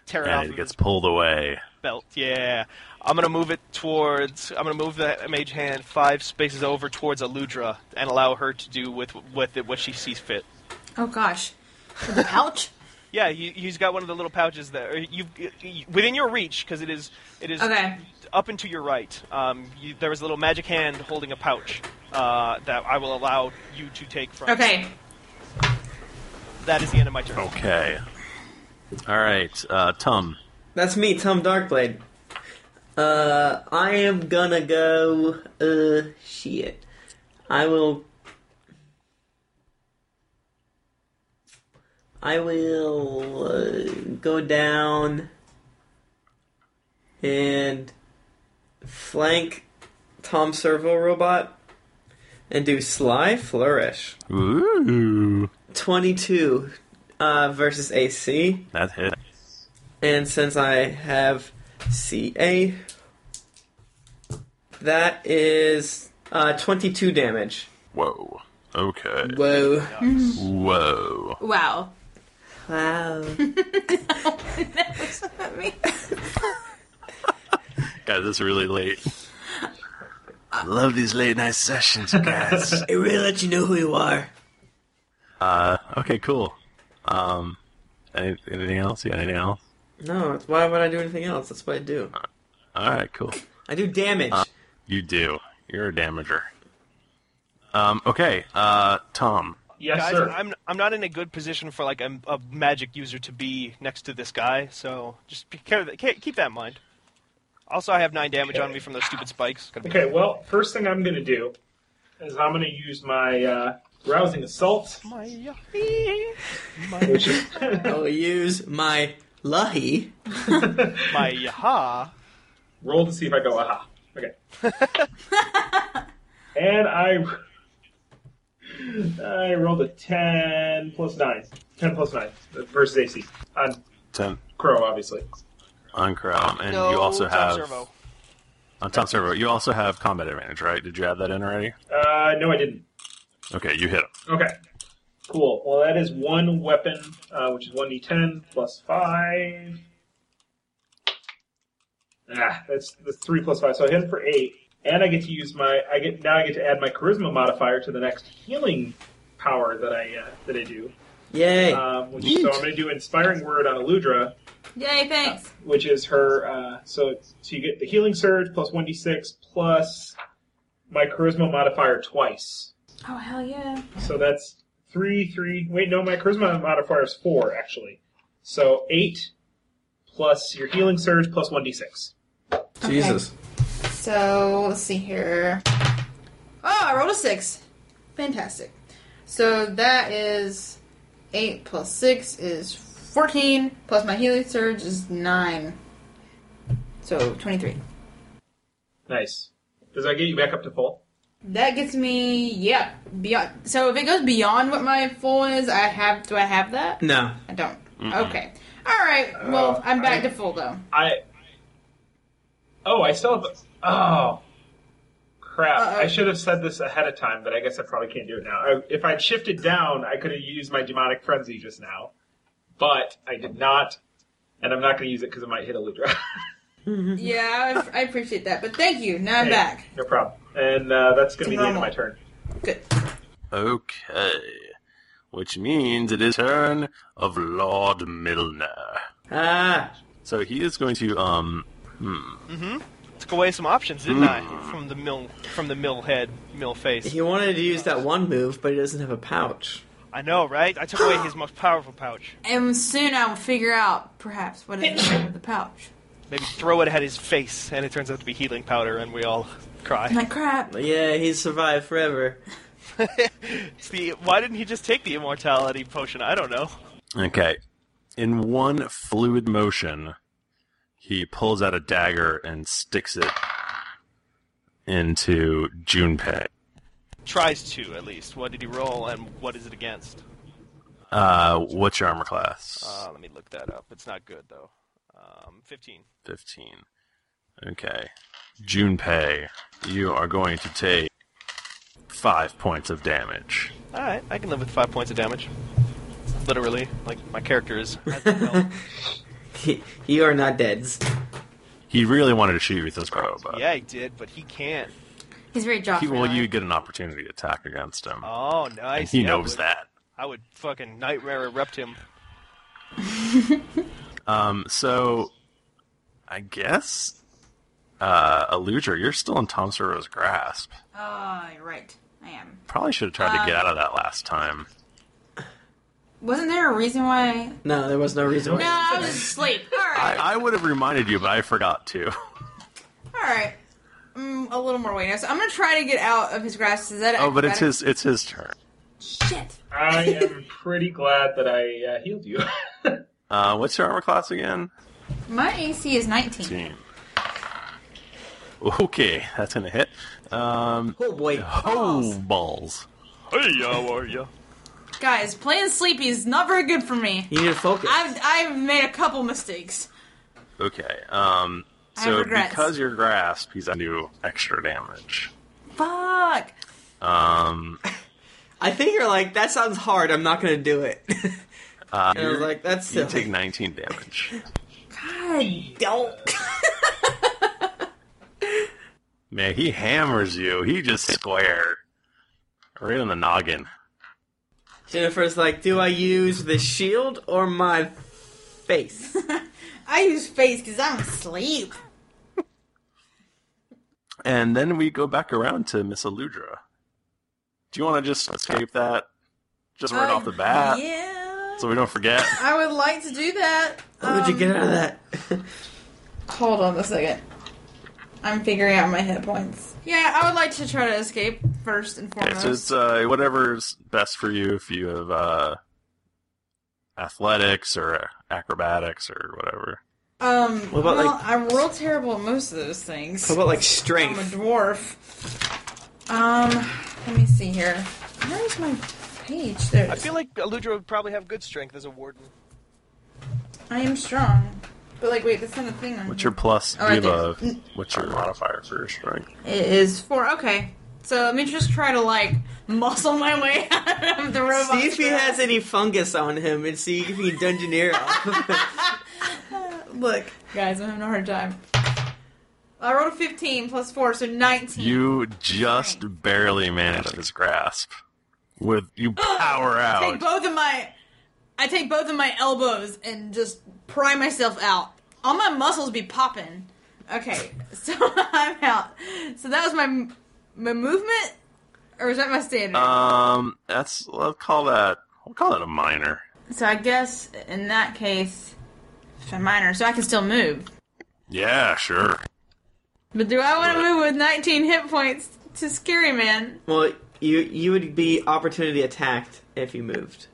Speaker 3: Tear it off
Speaker 4: and
Speaker 3: of
Speaker 4: it gets pulled away.
Speaker 3: belt. Yeah, I'm gonna move it towards. I'm gonna move the mage hand five spaces over towards Aludra and allow her to do with with it what she sees fit.
Speaker 5: Oh gosh, the pouch.
Speaker 3: Yeah, you, he's got one of the little pouches there. You, you within your reach because it is it is
Speaker 5: Okay.
Speaker 3: up and to your right. Um, you, there is a little magic hand holding a pouch uh, that I will allow you to take from.
Speaker 5: Okay.
Speaker 3: That is the end of my turn.
Speaker 4: Okay. All right, uh, Tum.
Speaker 2: That's me, Tom Darkblade. Uh, I am gonna go. Uh, shit. I will. I will uh, go down and flank Tom Servo Robot and do Sly Flourish.
Speaker 4: Ooh,
Speaker 2: 22 uh, versus AC.
Speaker 4: that hit.
Speaker 2: And since I have CA, that is uh, 22 damage.
Speaker 4: Whoa. Okay.
Speaker 2: Whoa.
Speaker 4: Whoa.
Speaker 5: Wow.
Speaker 2: Wow.
Speaker 4: Guys, it's really late. I love these late night sessions, guys.
Speaker 2: it really lets you know who you are.
Speaker 4: Uh, okay, cool. Um, any- anything else? Yeah, anything else?
Speaker 2: No, why would I do anything else? That's what I do.
Speaker 4: All right, cool.
Speaker 2: I do damage.
Speaker 4: Uh, you do. You're a damager. Um, okay, uh, Tom.
Speaker 3: guys,
Speaker 1: sir.
Speaker 3: I'm I'm not in a good position for like a, a magic user to be next to this guy, so just be care, ke- keep that in mind. Also, I have nine damage on me from those stupid spikes. Gotta be
Speaker 1: Okay, well, first thing I'm going to do is I'm going to use my uh, rousing assault, which is
Speaker 2: I'll use my Lucky.
Speaker 3: my yaha.
Speaker 1: Roll to see if I go aha. Okay. and I I rolled a 10 plus 9. 10 plus 9 versus AC. On
Speaker 4: Ten
Speaker 1: Crow, obviously.
Speaker 4: on Crow, and
Speaker 1: No,
Speaker 4: you also
Speaker 1: Tom
Speaker 4: have
Speaker 1: Servo.
Speaker 4: on Tom Servo. You also have combat advantage, right? Did you have that in already?
Speaker 1: Uh, no, I didn't.
Speaker 4: Okay, you hit him.
Speaker 1: Okay. Cool. Well, that is one weapon, uh, which is 1d10 plus 5. Ah, that's, that's 3 plus 5. So I hit it for 8. And I get to use my I get now I get to add my charisma modifier to the next healing power that I uh, that I do.
Speaker 2: Yay.
Speaker 1: Um, which, so I'm going to do inspiring word on Aludra,
Speaker 5: Yay! Thanks.
Speaker 1: which is her. Uh, so it's- so you get the healing surge plus 1d6 plus my charisma modifier twice.
Speaker 5: Oh hell yeah!
Speaker 1: So that's three, three. Wait, no, my charisma modifier is four actually. So eight plus your healing surge plus one d six.
Speaker 10: Jesus.
Speaker 5: So let's see here. Oh, I rolled a six. Fantastic. So that is eight plus six is fourteen. Plus my healing surge is nine. So twenty-three.
Speaker 1: Nice. Does that get you back up to full?
Speaker 5: That gets me. Yep. Beyond. So if it goes beyond what my full is, I have. Do I have that?
Speaker 2: No.
Speaker 5: I don't. Okay. All right. Well, I'm back to full though.
Speaker 1: Uh, I. Oh, I still have. Oh, crap! I should have said this ahead of time, but I guess I probably can't do it now. I, if I'd shifted down, I could have used my demonic frenzy just now, but I did not, and I'm not going to use it because it might hit Aludra.
Speaker 5: yeah, I, I appreciate that. But thank you. Now I'm
Speaker 1: Mm-hmm. Hey,
Speaker 5: back.
Speaker 1: No problem. And uh, that's going to be the end of my turn.
Speaker 4: Okay. Which means it is turn of Lord Milner.
Speaker 2: Ah.
Speaker 4: So he is going to um hmm.
Speaker 3: Mm-hmm. Took away some options, didn't
Speaker 4: Mm.
Speaker 3: I? From the mill, from the mill head, mill face.
Speaker 2: Mm-hmm. He wanted to use that one move, but he doesn't have a pouch.
Speaker 3: I know, right? I took away his most powerful pouch.
Speaker 5: And soon I'll figure out, perhaps, what is wrong with the pouch.
Speaker 3: Maybe throw it at his face, and it turns out to be healing powder, and we all cry.
Speaker 5: My crap.
Speaker 2: Yeah, he's survived forever.
Speaker 3: It's the- why didn't he just take the immortality potion? I don't know.
Speaker 4: Okay. In one fluid motion, he pulls out a dagger and sticks it into Junpei.
Speaker 3: Tries to, at least. What did he roll, and what is it against?
Speaker 4: Uh what's your armor class?
Speaker 3: Uh, let me look that up. It's not good, though. Um, 15.
Speaker 4: 15.
Speaker 3: Uh.
Speaker 4: Okay. Junpei, you are going to take 5 points of damage.
Speaker 3: Alright, I can live with 5 points of damage. Literally. Like, my character is. I think, well,
Speaker 2: You are not dead.
Speaker 4: He really wanted to shoot you with this crossbow, but
Speaker 3: yeah, he did, but he can't.
Speaker 5: He's very
Speaker 4: he, well, you get an opportunity to attack against him.
Speaker 3: Oh, nice.
Speaker 4: And he
Speaker 3: Yeah, I
Speaker 4: knows
Speaker 3: would-
Speaker 4: that.
Speaker 3: I would fucking nightmare erupt him.
Speaker 4: Um, so I guess uh, Aludra, you're still in Tom Servo's grasp.
Speaker 5: Ah, you're right. I am.
Speaker 4: Probably should have tried
Speaker 5: Uh,
Speaker 4: to get out of that last time.
Speaker 5: Wasn't there a reason why?
Speaker 2: No, there was no reason.
Speaker 5: No, I was asleep. All right.
Speaker 4: I, I would have reminded you, but I forgot to.
Speaker 5: All right. Mm, a little more weight now. So I'm gonna try to get out of his grasp. Is that?
Speaker 4: oh, but it's
Speaker 5: acrobatic?
Speaker 4: his it's his turn.
Speaker 5: Shit.
Speaker 1: I am pretty glad that I uh, healed you.
Speaker 4: Uh, what's your armor class again?
Speaker 5: My AC is 19.
Speaker 4: Team. Okay, that's gonna hit. Um,
Speaker 2: oh boy!
Speaker 4: Oh balls! Hey, how are you?
Speaker 5: Guys, playing sleepy is not very good for me.
Speaker 4: You need to focus.
Speaker 5: I've I've made a couple mistakes.
Speaker 4: Okay. Um.
Speaker 5: I
Speaker 4: So
Speaker 5: regrets.
Speaker 4: because you're grasped, he's gonna do extra damage.
Speaker 5: Fuck.
Speaker 4: Um.
Speaker 2: I think you're like that sounds hard. I'm not gonna do it.
Speaker 4: Uh,
Speaker 2: And I was
Speaker 4: you're-
Speaker 2: like, that's
Speaker 4: you
Speaker 2: silly.
Speaker 4: take 19 damage.
Speaker 5: God, don't.
Speaker 4: Man, he hammers you. He just square right on the noggin.
Speaker 2: Jennifer's like, do I use the shield or my face?
Speaker 5: I use face because I'm asleep.
Speaker 4: And then we go back around to Miss Aludra. Do you want to just escape that just right
Speaker 5: Uh,
Speaker 4: off the bat?
Speaker 5: yeah.
Speaker 4: So we don't forget.
Speaker 5: I would like to do that.
Speaker 2: How would you get out of that?
Speaker 5: Hold on a second. I'm figuring out my hit points. Yeah, I would like to try to escape first and
Speaker 4: Okay,
Speaker 5: foremost.
Speaker 4: so it's uh, whatever's best for you. If you have uh, athletics or acrobatics or whatever.
Speaker 5: um,
Speaker 4: What about,
Speaker 5: well,
Speaker 4: like-
Speaker 5: I'm real terrible at most of those things.
Speaker 2: How about like
Speaker 5: I'm
Speaker 2: strength?
Speaker 5: a dwarf. Um, let me see here. Where is my page? There. it
Speaker 3: I
Speaker 5: is.
Speaker 3: feel like Aludra would probably have good strength as a warden.
Speaker 5: I am strong. But like, wait, that's not a thing. On
Speaker 4: What's your plus? do
Speaker 5: Oh, right
Speaker 4: you have
Speaker 5: there.
Speaker 4: a, what's your modifier for your strength?
Speaker 5: It is four. Okay, so let me just try to like muscle my way out of the robot.
Speaker 2: See if he has any fungus on him and see if he can dungeoneer off of it.
Speaker 5: Look, guys, I'm having a hard time. I rolled a 15 plus four, so 19.
Speaker 4: You just barely manage his grasp. With you power
Speaker 5: I take
Speaker 4: out.
Speaker 5: both of my, I take both of my elbows and just pry myself out. All my muscles be popping. Okay, so I'm out. So that was my my movement,
Speaker 4: Uh,
Speaker 5: or is that my standard?
Speaker 4: Um, that's let's call that we'll call that a minor.
Speaker 5: So I guess in that case, it's a minor, so I can still move.
Speaker 4: Yeah, sure.
Speaker 5: But do I want to move with 19 hit points to Scary Man?
Speaker 2: Well, you you would be opportunity attacked if you moved.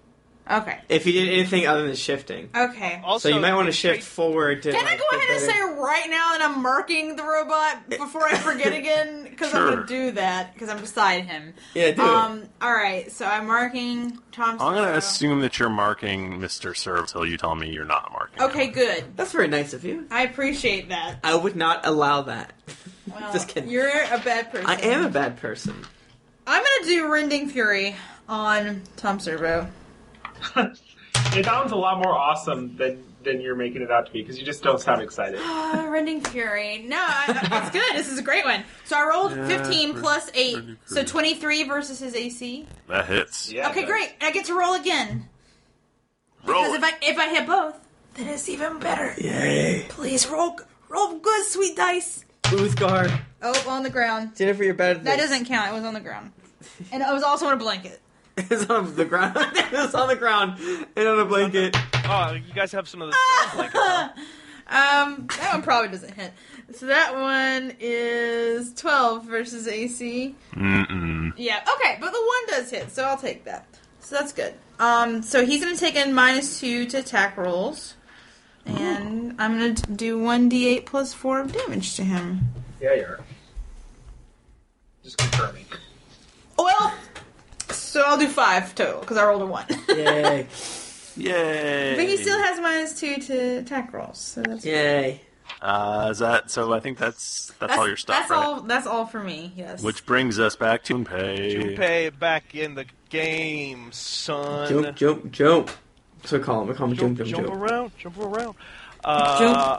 Speaker 5: Okay.
Speaker 2: If you did anything other than shifting.
Speaker 5: Okay.
Speaker 2: so you might want to shift forward to.
Speaker 5: Can I
Speaker 2: like,
Speaker 5: go
Speaker 2: get
Speaker 5: ahead and
Speaker 2: better-
Speaker 5: say right now that I'm marking the robot before I forget again? Because I'm
Speaker 4: Sure.
Speaker 5: gonna do that because I'm beside him.
Speaker 4: Yeah, do it.
Speaker 5: Um. All right. So I'm marking Tom's.
Speaker 4: I'm gonna assume that you're marking Mr. Serve until you tell me you're not marking.
Speaker 5: Okay. Good.
Speaker 2: That's very nice of you.
Speaker 5: I appreciate that.
Speaker 2: I would not allow that.
Speaker 5: Well,
Speaker 2: Just kidding.
Speaker 5: You're a bad person.
Speaker 2: I am a bad person.
Speaker 5: I'm gonna do rending fury on Tom Servo.
Speaker 1: It sounds a lot more awesome than than you're making it out to be because you just don't sound excited.
Speaker 5: Ah, rending fury. No, I, I- it's good. This is a great one. So I rolled
Speaker 1: Yeah,
Speaker 5: 15
Speaker 1: Ren-
Speaker 5: plus eight,
Speaker 1: Rending
Speaker 5: so 23 versus his AC.
Speaker 4: That hits.
Speaker 5: okay, great. And I get to roll again.
Speaker 4: Roll
Speaker 5: Because if I if I hit both, then it's even better.
Speaker 2: Yay.
Speaker 5: Please roll roll good, sweet dice.
Speaker 2: Uthgar,
Speaker 5: Oh, on the ground.
Speaker 2: Jennifer, you're better than
Speaker 5: That
Speaker 2: this.
Speaker 5: doesn't count. It was on the ground, and it was also in a blanket.
Speaker 2: it's on the ground. it's on the ground and on a blanket.
Speaker 3: Oh, you guys have some of this.
Speaker 5: Ah! Um, that one probably doesn't hit. So that one is 12 versus AC.
Speaker 4: Mm-mm.
Speaker 5: Yeah, okay, but the one does hit, so I'll take that. So that's good. Um, so he's going to take in minus two to attack rolls. And I'm going to do 1d8 plus 4 of damage to him.
Speaker 1: Yeah, you are. Just confirming.
Speaker 5: Oh, Well, so I'll do 5 total, because I rolled a 1.
Speaker 2: Yay.
Speaker 4: Yay.
Speaker 5: But he still has minus 2 to attack rolls, so that's
Speaker 2: Yay.
Speaker 4: Uh, is that so? I think that's that's, all your stuff,
Speaker 5: That's
Speaker 4: right?
Speaker 5: all. That's all for me. Yes.
Speaker 4: Which brings us back to Junpei.
Speaker 3: Junpei back in the game, son.
Speaker 2: Jump, jump, jump. So call him. We call him jump, jump,
Speaker 3: jump
Speaker 2: jump.
Speaker 3: around, jump around. Uh,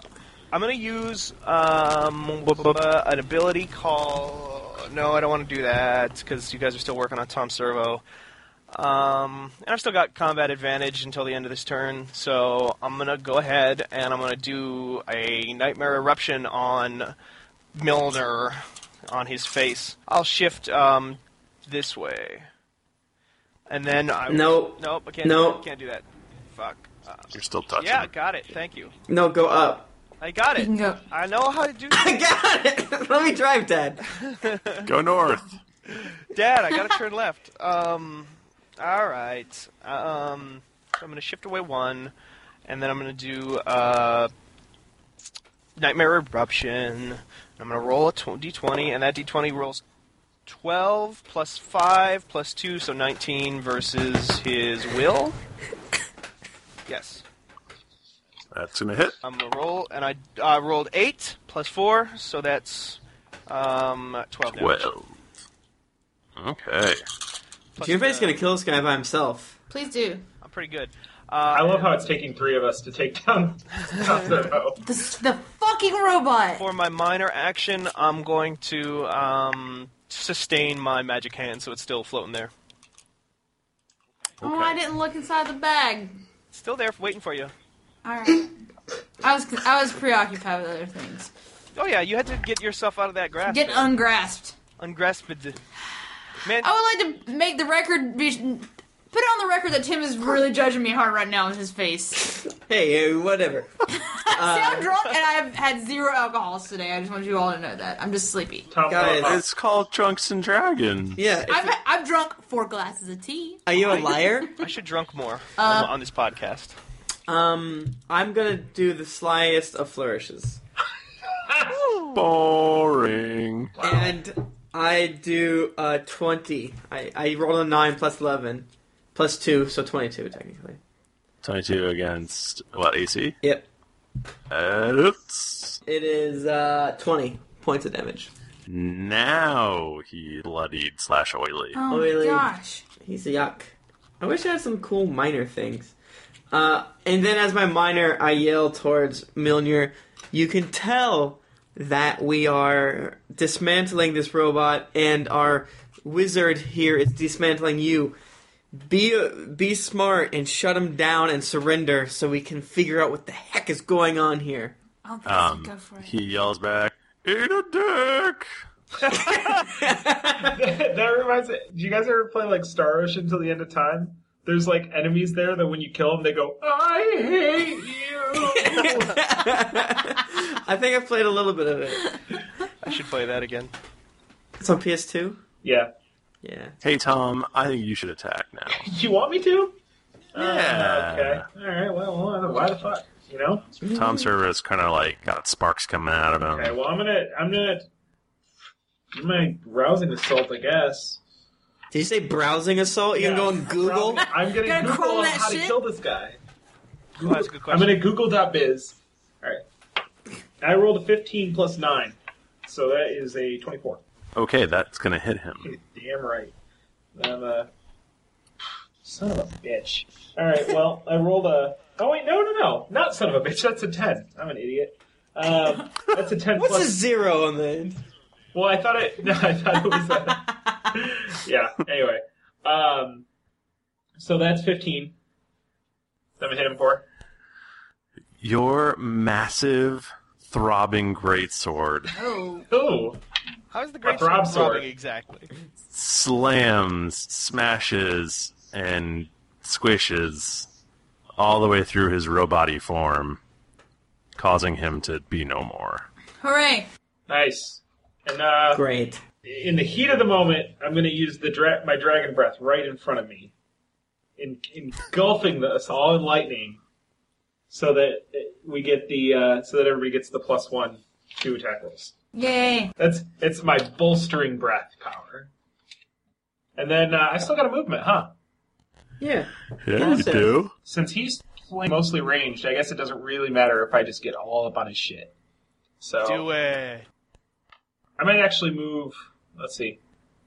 Speaker 3: I'm gonna use um, bu- bu- bu- an ability call. No, I don't want to do that because you guys are still working on Tom Servo. Um, and I've still got combat advantage until the end of this turn, so I'm gonna go ahead and I'm gonna do a nightmare eruption on Milner on his face. I'll shift um, this way, and then I
Speaker 2: No.
Speaker 3: nope, I can't
Speaker 2: No.
Speaker 3: can't do that. Fuck. Uh,
Speaker 4: You're still
Speaker 3: yeah, got it. Thank you.
Speaker 2: No, go up.
Speaker 3: I got it. I know how to do that.
Speaker 2: Let me drive, Dad.
Speaker 4: Go north.
Speaker 3: Dad, I gotta turn left. Um, all right. Um, so I'm gonna shift away one, and then I'm gonna do uh, nightmare eruption. I'm gonna roll a tw- d20, and that d20 rolls 12 plus 5 plus 2, so 19 versus his will. Yes.
Speaker 4: That's gonna hit.
Speaker 3: I'm gonna roll, and I I rolled eight plus four, so that's um twelve. damage.
Speaker 4: Well. Okay.
Speaker 2: Junpei's gonna kill this guy by himself.
Speaker 5: Please do.
Speaker 3: I'm pretty good. Uh,
Speaker 1: I love how it's taking three of us to take down Kosovo.
Speaker 5: the fucking robot.
Speaker 3: For my minor action, I'm going to um sustain my magic hand, so it's still floating there.
Speaker 5: Oh, I didn't look inside the bag.
Speaker 3: Still there, waiting for you.
Speaker 5: All right. I was I was preoccupied with other things.
Speaker 3: Oh yeah, you had to get yourself out of that grasp.
Speaker 5: Get ungrasped.
Speaker 3: Ungrasped. Man,
Speaker 5: I would like to make the record be put it on the record that Tim is really judging me hard right now with his face.
Speaker 2: Hey, uh, whatever. Uh,
Speaker 5: I sound drunk and I've had zero alcohols today. I just want you all to know that. I'm just sleepy.
Speaker 4: it's called Trunks and Dragons.
Speaker 2: Yeah.
Speaker 5: I've, I've drunk four glasses of tea.
Speaker 2: Are you a liar?
Speaker 3: I should drunk more
Speaker 5: Uh,
Speaker 3: on- on this podcast.
Speaker 2: Um, I'm gonna do the slyest of flourishes.
Speaker 4: Boring.
Speaker 2: And I do uh, 20. I, I rolled a 9 plus 11. Plus 2, so 22 technically.
Speaker 4: 22 against what AC?
Speaker 2: Yep.
Speaker 4: Uh, oops.
Speaker 2: It is uh, 20 points of damage.
Speaker 4: Now he bloodied slash oily.
Speaker 2: Oh my Oily. gosh. He's a yuck. I wish I had some cool minor things. Uh, and then as my minor, I yell towards Milner, you can tell that we are dismantling this robot and our wizard here is dismantling you. Be be smart and shut him down and surrender so we can figure out what the heck is going on here.
Speaker 4: Um, he yells back, "Eat a dick!"
Speaker 1: that reminds me. Do you guys ever play like Star Ocean till the end of time? There's like enemies there that when you kill them, they go, I hate you.
Speaker 2: I think I played a little bit of it.
Speaker 3: I should play that again.
Speaker 2: It's on PS2.
Speaker 1: Yeah.
Speaker 2: Yeah.
Speaker 4: Hey Tom, I think you should attack now.
Speaker 1: You want me to?
Speaker 4: Yeah.
Speaker 1: Uh, okay. All right. Well, why the- why the fuck? You know.
Speaker 4: Tom Server's kind of like got sparks coming out of him.
Speaker 1: Okay. Well, I'm gonna. I'm gonna. I'm gonna rousing assault, I guess.
Speaker 2: Did you say browsing assault? You gonna go on Google?
Speaker 1: I'm gonna
Speaker 2: Gonna
Speaker 1: Google
Speaker 2: crawl
Speaker 1: on
Speaker 2: that
Speaker 1: how to
Speaker 2: shit?
Speaker 1: kill this guy.
Speaker 3: that's a good
Speaker 1: I'm gonna Google.biz. All right. I rolled a 15 plus nine, so that is a 24.
Speaker 4: Okay, that's gonna hit him.
Speaker 1: Damn right. I'm a son of a bitch. All right. Well, I rolled a. Oh wait, no, no, no, not son of a bitch. That's a ten. I'm an idiot. Um, that's a ten.
Speaker 2: What's
Speaker 1: plus...
Speaker 2: a zero on the end?
Speaker 1: Well, I thought it. No, I thought it was. A... yeah. Anyway, um, so that's fifteen. That I'm gonna hit him for.
Speaker 4: Your massive, throbbing greatsword
Speaker 5: Oh.
Speaker 1: Oh.
Speaker 3: How's the
Speaker 1: My
Speaker 3: great
Speaker 1: throb
Speaker 3: sword
Speaker 1: sword.
Speaker 3: throbbing exactly?
Speaker 4: slams, smashes, and squishes all the way through his roboty form, causing him to be no more.
Speaker 5: Hooray!
Speaker 1: Nice. And uh,
Speaker 2: great.
Speaker 1: In the heat of the moment, I'm going to use the dra- my dragon breath right in front of me, in- engulfing the, us all in lightning, so that it- we get the uh, so that everybody gets the plus one two attack rolls.
Speaker 5: Yay!
Speaker 1: That's it's my bolstering breath power. And then uh, I still got a movement, huh?
Speaker 2: Yeah.
Speaker 1: Yeah, you do. Since he's playing mostly ranged, I guess it doesn't really matter if I just get all up on his shit. So
Speaker 3: Do it.
Speaker 1: I might actually move. Let's see.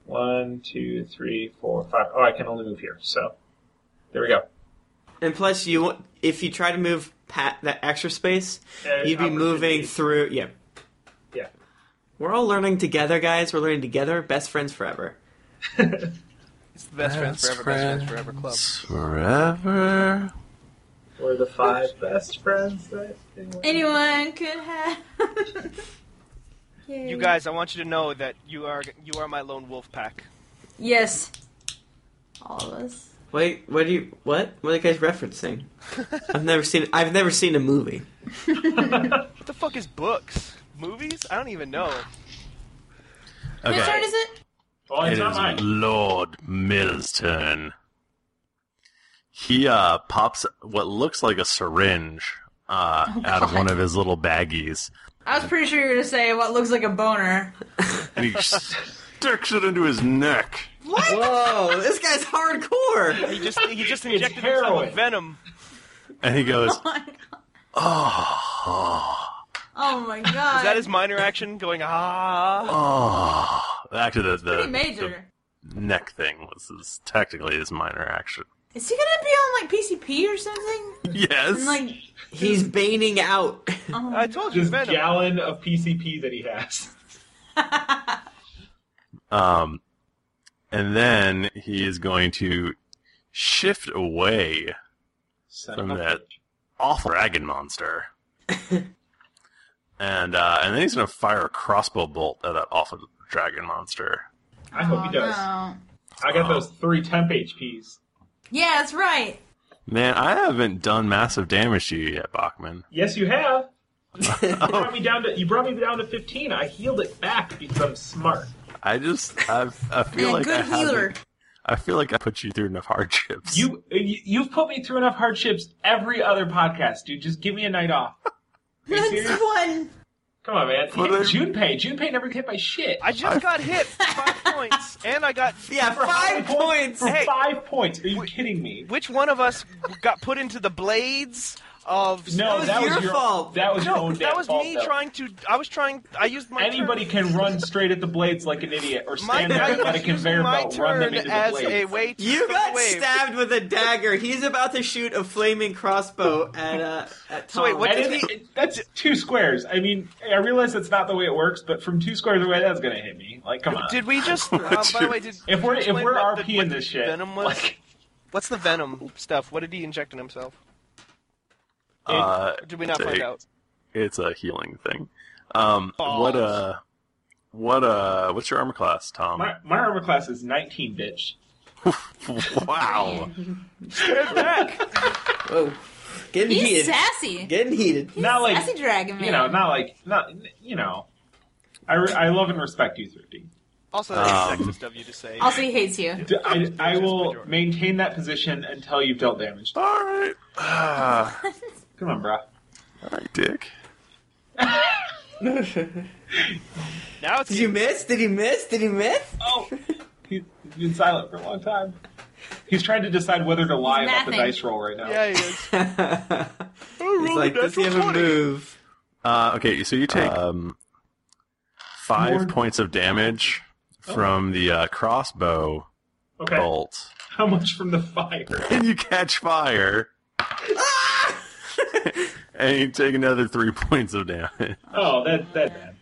Speaker 1: One, two, three, four, five. Oh, I can only move here. So there we go.
Speaker 2: And plus, you want- if you try to move pat that extra space,
Speaker 1: Yeah,
Speaker 2: you'd be moving through. Yeah.
Speaker 1: Yeah.
Speaker 2: We're all learning together, guys. We're learning together. Best friends forever.
Speaker 3: It's the best, friends forever, best friends forever club.
Speaker 4: Forever.
Speaker 1: We're the five best friends that
Speaker 5: Anyone could have. Yay.
Speaker 3: You guys, I want you to know that you are you are my lone wolf pack.
Speaker 5: Yes. All of us.
Speaker 2: Wait, what do you what? What are you guys referencing? I've never seen. I've never seen a movie.
Speaker 3: What the fuck is books? Movies? I don't even know.
Speaker 4: Okay.
Speaker 3: Whose turn
Speaker 5: is it?
Speaker 1: Oh,
Speaker 4: it is Lord Mill's turn. He uh, pops what looks like a syringe uh,
Speaker 5: Oh,
Speaker 4: out of
Speaker 5: God.
Speaker 4: one of his little baggies,
Speaker 5: I was pretty sure you were gonna say what looks like a boner.
Speaker 4: and he sticks it into his neck.
Speaker 2: What? Whoa, this guy's hardcore.
Speaker 3: He just he just injected himself with venom.
Speaker 4: And he goes, "Ah,
Speaker 5: Oh my god.
Speaker 3: Is that his minor action? Going ah.
Speaker 4: "Oh!" Back to the, the
Speaker 3: uh,
Speaker 5: pretty major.
Speaker 4: the neck thing was his, technically his minor action.
Speaker 5: Is he gonna be on like PCP or something?
Speaker 4: Yes.
Speaker 5: I'm like, Um,
Speaker 2: He's baning out.
Speaker 3: I told
Speaker 1: This gallon of PCP that he has.
Speaker 4: Um, and then he is going to shift away from that awful dragon monster. and uh, and then he's going to fire a crossbow bolt at that awful dragon monster.
Speaker 1: I hope
Speaker 5: Oh,
Speaker 1: he does. I got those three temp HPs.
Speaker 5: Yeah, that's right.
Speaker 4: Man, I haven't done massive damage to you yet, Bachman.
Speaker 1: Yes, you have. you brought me down to you brought me down to fifteen. I healed it back because I'm smart.
Speaker 4: I just I've, I feel like I haven't- I feel like I put you through enough hardships.
Speaker 1: You, you you've put me through enough hardships every other podcast, dude. Just give me a night off.
Speaker 5: That's one.
Speaker 1: Come on, man.
Speaker 3: But
Speaker 1: Hit
Speaker 3: I-
Speaker 1: Junpei. Junpei never hit my shit.
Speaker 3: I just got hit for five points, and I got
Speaker 2: yeah
Speaker 1: For five points. For
Speaker 3: Hey,
Speaker 1: five points. Are you kidding me?
Speaker 3: which one of us got put into the blades of?
Speaker 1: No, That was that was your your- fault. that was your
Speaker 3: no,
Speaker 1: own
Speaker 3: that
Speaker 1: damn
Speaker 3: was
Speaker 1: fault,
Speaker 3: me
Speaker 1: though.
Speaker 3: trying to. I was trying. I used my.
Speaker 1: Anybody
Speaker 3: turn.
Speaker 1: can run straight at the blades like an idiot, or
Speaker 3: My-
Speaker 1: stand
Speaker 3: I
Speaker 1: there and let a
Speaker 3: was
Speaker 1: conveyor
Speaker 3: using my
Speaker 1: belt run them
Speaker 3: turn
Speaker 1: into the
Speaker 3: as
Speaker 1: blades.
Speaker 3: a way to
Speaker 2: You
Speaker 3: stop
Speaker 2: got
Speaker 3: the wave.
Speaker 2: stabbed with a dagger. He's about to shoot a flaming crossbow at uh, at Tom.
Speaker 1: And it- it- That's two squares. I mean, I realize that's not the way it works, but from two squares away, that's gonna hit me. Like, come on.
Speaker 3: Did we just? Uh, by the way, did
Speaker 1: If we're if
Speaker 3: explain
Speaker 1: we're
Speaker 3: what the-
Speaker 1: RP in this shit,
Speaker 3: venom was? What's the venom stuff? What did he inject in himself?
Speaker 4: Uh,
Speaker 3: Did we not
Speaker 4: it's
Speaker 3: find
Speaker 4: a-
Speaker 3: out?
Speaker 4: It's a healing thing. Um, what uh what uh what's your armor class, Tom?
Speaker 1: my, my armor class is 19, bitch.
Speaker 4: wow.
Speaker 2: Whoa. Getting
Speaker 5: He's
Speaker 2: heated.
Speaker 5: sassy.
Speaker 2: Getting heated.
Speaker 1: not like
Speaker 5: Sassy Dragon Man.
Speaker 1: you know, not like not you know. I, re- I love and respect you, Thrifty.
Speaker 3: Also,
Speaker 1: Um,
Speaker 3: that's sexist of you to say.
Speaker 5: Also, he hates you.
Speaker 1: D- I, I will maintain that position until you've dealt damage. All
Speaker 4: right.
Speaker 1: Come on, bro.
Speaker 4: All right, Dick.
Speaker 3: now
Speaker 2: Did you miss? Did he miss? Did he miss?
Speaker 1: Oh, he's been silent for a long time. He's trying to decide whether to lie about the
Speaker 2: laughing.
Speaker 1: dice roll right now.
Speaker 3: Yeah, he is.
Speaker 2: He's like, does he have a move?
Speaker 4: Uh, okay, so you take um, five
Speaker 1: More-
Speaker 4: points of damage from the uh, crossbow
Speaker 1: Oh. Okay.
Speaker 4: bolt,
Speaker 1: How much from the fire?
Speaker 4: and you catch fire,
Speaker 1: Ah!
Speaker 4: and you take another three points of damage.
Speaker 1: Oh, that that bad.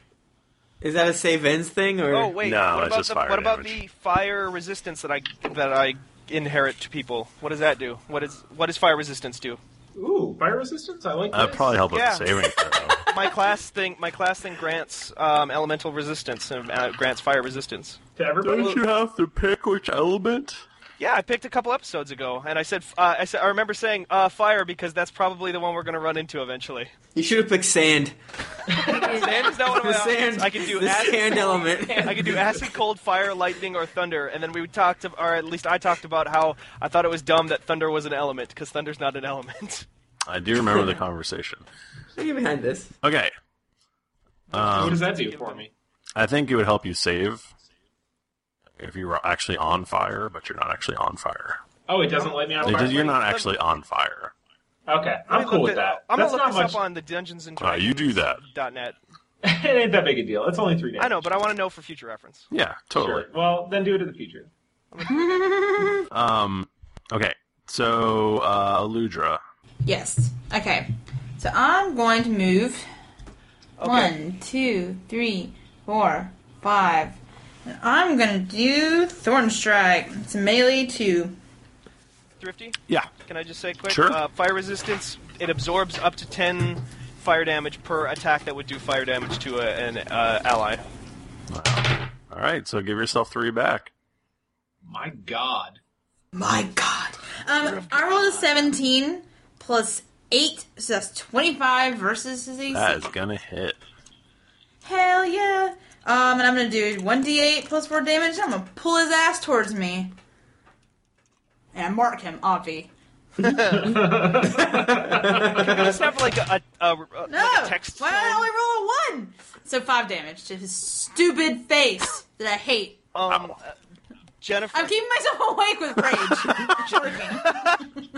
Speaker 2: Is that a save ends thing or?
Speaker 3: Oh wait, what about the what about the fire resistance that I that I inherit to people? What does that do? What is what does fire resistance do?
Speaker 1: Ooh, fire resistance. I like
Speaker 4: That'd
Speaker 1: this.
Speaker 4: probably help with
Speaker 3: Yeah.
Speaker 4: the saving throw.
Speaker 3: my class thing my class thing grants um, elemental resistance and uh, grants fire resistance.
Speaker 1: To everybody?
Speaker 4: Don't you have to pick which element?
Speaker 3: Yeah, I picked a couple episodes ago, and I said uh, I said I remember saying uh, fire because that's probably the one we're going to run into eventually.
Speaker 2: You should have picked sand.
Speaker 3: sand is not one of my
Speaker 2: The
Speaker 3: options.
Speaker 2: sand-
Speaker 3: I can do
Speaker 2: the
Speaker 3: acid,
Speaker 2: sand element.
Speaker 3: I can do acid, cold, fire, lightning, or thunder. And then we talked, of, or at least I talked about how I thought it was dumb that thunder was an element because thunder's not an element.
Speaker 4: I do remember the conversation.
Speaker 2: Get behind this.
Speaker 4: Okay. Um,
Speaker 1: what does that do for me?
Speaker 4: I think it would help you save if you were actually on fire, but you're not actually on fire.
Speaker 1: Oh, it doesn't light me on
Speaker 4: It
Speaker 1: fire.
Speaker 4: does- you're not actually on fire.
Speaker 1: Okay, I'm cool with that.
Speaker 3: I'm
Speaker 1: That's
Speaker 3: gonna look
Speaker 1: not
Speaker 3: this up
Speaker 1: much.
Speaker 3: on the Dungeons and
Speaker 4: Uh, you do that.
Speaker 3: dot net.
Speaker 1: it ain't that big a deal. It's only three days.
Speaker 3: I know, but I want to know for future reference.
Speaker 4: Yeah, totally.
Speaker 1: Sure. Well, then do it in the future.
Speaker 4: Um, okay, so uh, Aludra.
Speaker 5: Yes. Okay. So I'm going to move. One, two, three, four, five. And I'm going to do Thorn Strike. It's a melee two.
Speaker 3: Thrifty?
Speaker 4: Yeah.
Speaker 3: Can I just say quick?
Speaker 5: Sure.
Speaker 3: Uh, fire resistance, it absorbs up to 10 fire damage per attack that would do fire damage to a, an uh, ally.
Speaker 4: All right, so give yourself three back.
Speaker 1: My God.
Speaker 5: My God. Um, I rolled a 17 plus 8, so that's 25 versus his AC.
Speaker 4: That is gonna hit.
Speaker 5: Hell yeah. Um, and I'm gonna do 1d8 plus 4 damage, and I'm gonna pull his ass towards me. And I mark him, obvi.
Speaker 3: Can we just have like a, a, a, a-
Speaker 5: No!
Speaker 3: like a text?
Speaker 5: Why did I only roll a 1? So 5 damage to his stupid face that I hate.
Speaker 3: Um, Jennifer.
Speaker 5: I'm keeping myself awake with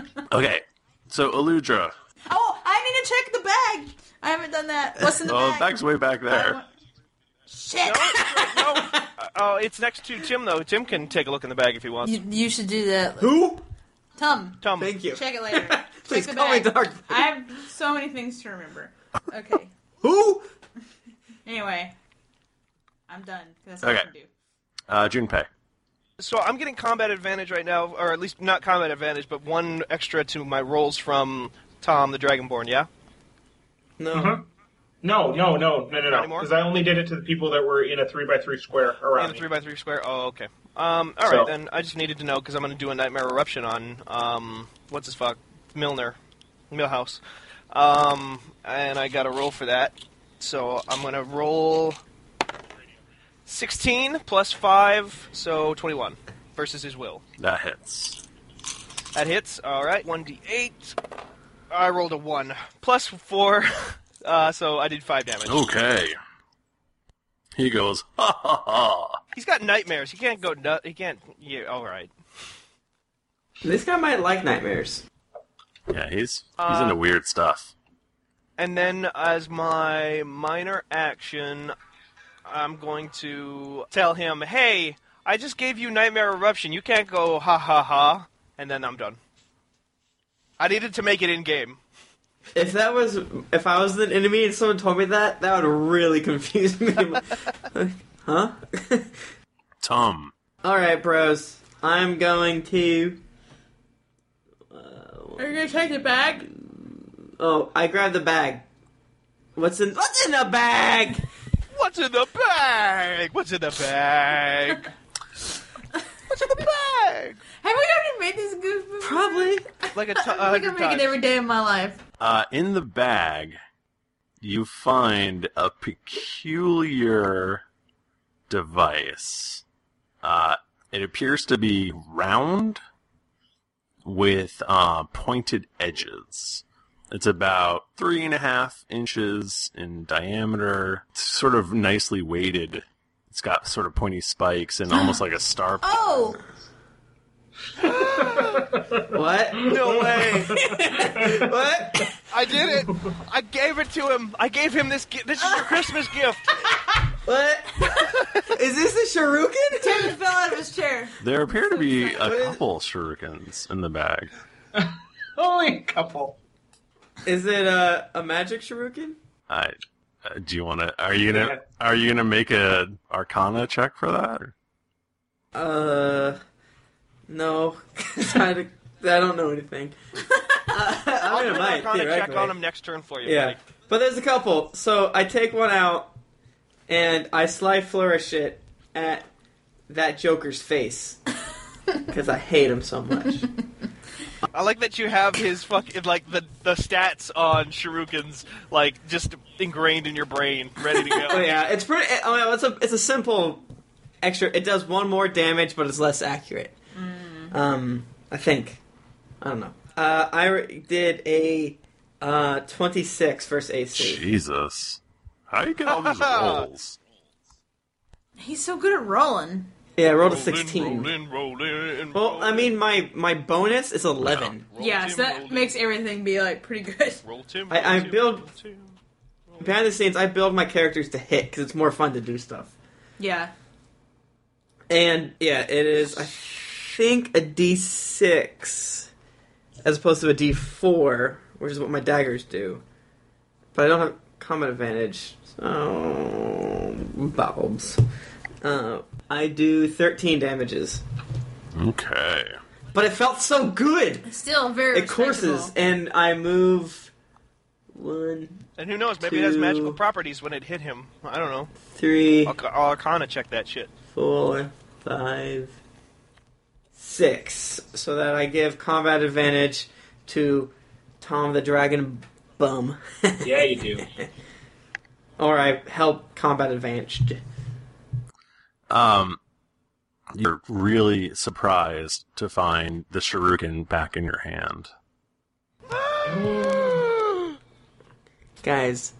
Speaker 5: rage. Jerking.
Speaker 4: Okay, so Aludra.
Speaker 5: Oh, I need to check the bag. I haven't done that. What's in the
Speaker 4: oh,
Speaker 5: bag?
Speaker 4: back's way back there.
Speaker 5: Shit.
Speaker 3: Oh, it's next to Tim though. Tim can take a look in the bag if he wants.
Speaker 5: You, you should do that.
Speaker 2: Who?
Speaker 5: Tom.
Speaker 3: Tom.
Speaker 2: Thank you.
Speaker 5: Check it later.
Speaker 2: Please
Speaker 5: check the
Speaker 2: call me
Speaker 5: bag.
Speaker 2: Dark.
Speaker 5: I have so many things to remember. Okay.
Speaker 2: Who?
Speaker 5: Anyway, I'm done. That's what I
Speaker 4: Okay.
Speaker 5: can do.
Speaker 4: Uh, Junpei.
Speaker 3: So I'm getting combat advantage right now, or at least not combat advantage, but one extra to my rolls from Tom the Dragonborn. Yeah.
Speaker 2: No.
Speaker 1: Mm-hmm. No, no, no, no, no, no. Because I only did it to the people that were in a three by three square around
Speaker 3: In a
Speaker 1: me.
Speaker 3: three by three square. Oh, okay. Um, all right
Speaker 1: So-
Speaker 3: then. I just needed to know because I'm going to do a nightmare eruption on um, what's his fuck Milner, Millhouse, um, and I got a roll for that. So I'm going to roll sixteen plus five, so twenty-one versus his will.
Speaker 4: That hits.
Speaker 3: That hits. All right, one d8. I rolled a one plus four, uh, so I did five damage.
Speaker 4: Okay. He goes, ha ha ha.
Speaker 3: He's got nightmares. He can't go. nut. he can't. Yeah. All right.
Speaker 2: This guy might like nightmares.
Speaker 4: Yeah, he's he's
Speaker 3: Uh,
Speaker 4: into weird stuff.
Speaker 3: And then, as my minor action, I'm going to tell him, "Hey, I just gave you nightmare eruption. You can't go ha ha ha." And then I'm done. I needed to make it in game.
Speaker 2: If that was, if I was the enemy and someone told me that, that would really confuse me. huh?
Speaker 4: Tom.
Speaker 2: All right, bros. I'm going to.
Speaker 5: Are you gonna check the bag?
Speaker 2: Oh, I grabbed the bag. What's in? What's in the bag?
Speaker 3: What's in the bag? What's in the bag? What's in the bag?
Speaker 5: made these goofs before?
Speaker 2: Probably.
Speaker 3: Like a
Speaker 5: t- I think I make it every day of my life.
Speaker 4: Uh, in the bag, you find a peculiar device. Uh, it appears to be round with uh, pointed edges. It's about three and a half inches in diameter. It's sort of nicely weighted. It's got sort of pointy spikes and almost like a star.
Speaker 5: Oh,
Speaker 2: What?
Speaker 3: No way. what? I did it. I gave it to him. I gave him this. Gi- this is your Christmas gift.
Speaker 2: What? Is this the shuriken?
Speaker 5: Tim fell out of his chair.
Speaker 4: There appear to be a couple shurikens in the bag.
Speaker 1: Only a couple.
Speaker 2: Is it a, a magic shuriken?
Speaker 4: I uh, do you want to? Are you gonna? Are you gonna make a Arcana check for that? or-
Speaker 2: Uh, no. 'Cause I, I don't know anything.
Speaker 3: I'll
Speaker 2: mean,
Speaker 3: do
Speaker 2: it
Speaker 3: an
Speaker 2: might,
Speaker 3: arcana check
Speaker 2: theoretically.
Speaker 3: on him next turn for you.
Speaker 2: yeah,
Speaker 3: buddy.
Speaker 2: but there's a couple. So I take one out, and I sly flourish it at that Joker's face because I hate him so much.
Speaker 3: I like that you have his fucking like the the stats on shurikens like just ingrained in your brain, ready to go.
Speaker 2: oh yeah, it's pretty. I mean, it's a it's a simple extra. It does one more damage, but it's less accurate.
Speaker 5: Mm.
Speaker 2: Um, I think. I don't know. Uh, I re- did a uh, twenty six versus AC.
Speaker 4: Jesus, how you get all these rolls?
Speaker 5: He's so good at rolling.
Speaker 2: Yeah, I rolled a sixteen.
Speaker 3: rolling,
Speaker 2: well, I mean, my my bonus is eleven.
Speaker 5: yes, that makes everything be like pretty good.
Speaker 3: Roll Tim.
Speaker 2: I, I build behind the scenes. I build my characters to hit because it's more fun to do stuff.
Speaker 5: Yeah.
Speaker 2: And yeah, it is. I think a D six, as opposed to a D four, which is what my daggers do. But I don't have combat advantage, so bulbs. Uh, I do thirteen damages.
Speaker 4: Okay.
Speaker 2: But it felt so good.
Speaker 5: Still very.
Speaker 2: It courses, and I move one,
Speaker 3: And who knows? Maybe it has
Speaker 2: Two.
Speaker 3: magical properties when it hit him. I don't know.
Speaker 2: three,
Speaker 3: I'll, I'll arcana check that shit.
Speaker 2: four, five, six, so that I give combat advantage to Tom the Dragon Bum.
Speaker 1: Yeah, you do.
Speaker 2: or I help combat advantaged.
Speaker 4: Um, you're really surprised to find the shuriken back in your hand.
Speaker 2: Guys,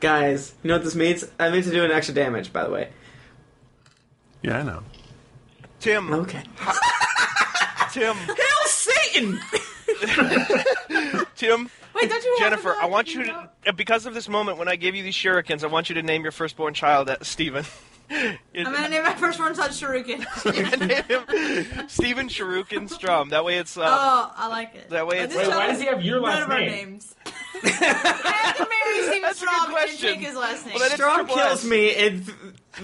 Speaker 2: guys, you know what this means? I means to do an extra damage, by the way.
Speaker 4: Yeah, I know.
Speaker 3: Tim.
Speaker 2: Okay.
Speaker 3: Tim.
Speaker 2: Hell, Satan!
Speaker 3: Tim.
Speaker 5: Wait, don't you have
Speaker 3: Jennifer,
Speaker 5: to
Speaker 3: I want you to, because of this moment when I give you these shurikens, I want you to name your firstborn child at Steven.
Speaker 5: I'm gonna name my first one Oh, such Shuriken.
Speaker 3: Steven Shuriken Strum. That way it's. Uh,
Speaker 5: oh, I like it.
Speaker 3: That way
Speaker 5: But
Speaker 3: it's.
Speaker 5: this child is none of our
Speaker 3: name?
Speaker 5: names. I have to marry Steven Strom and
Speaker 3: question.
Speaker 5: take his last name.
Speaker 2: Strong kills me, and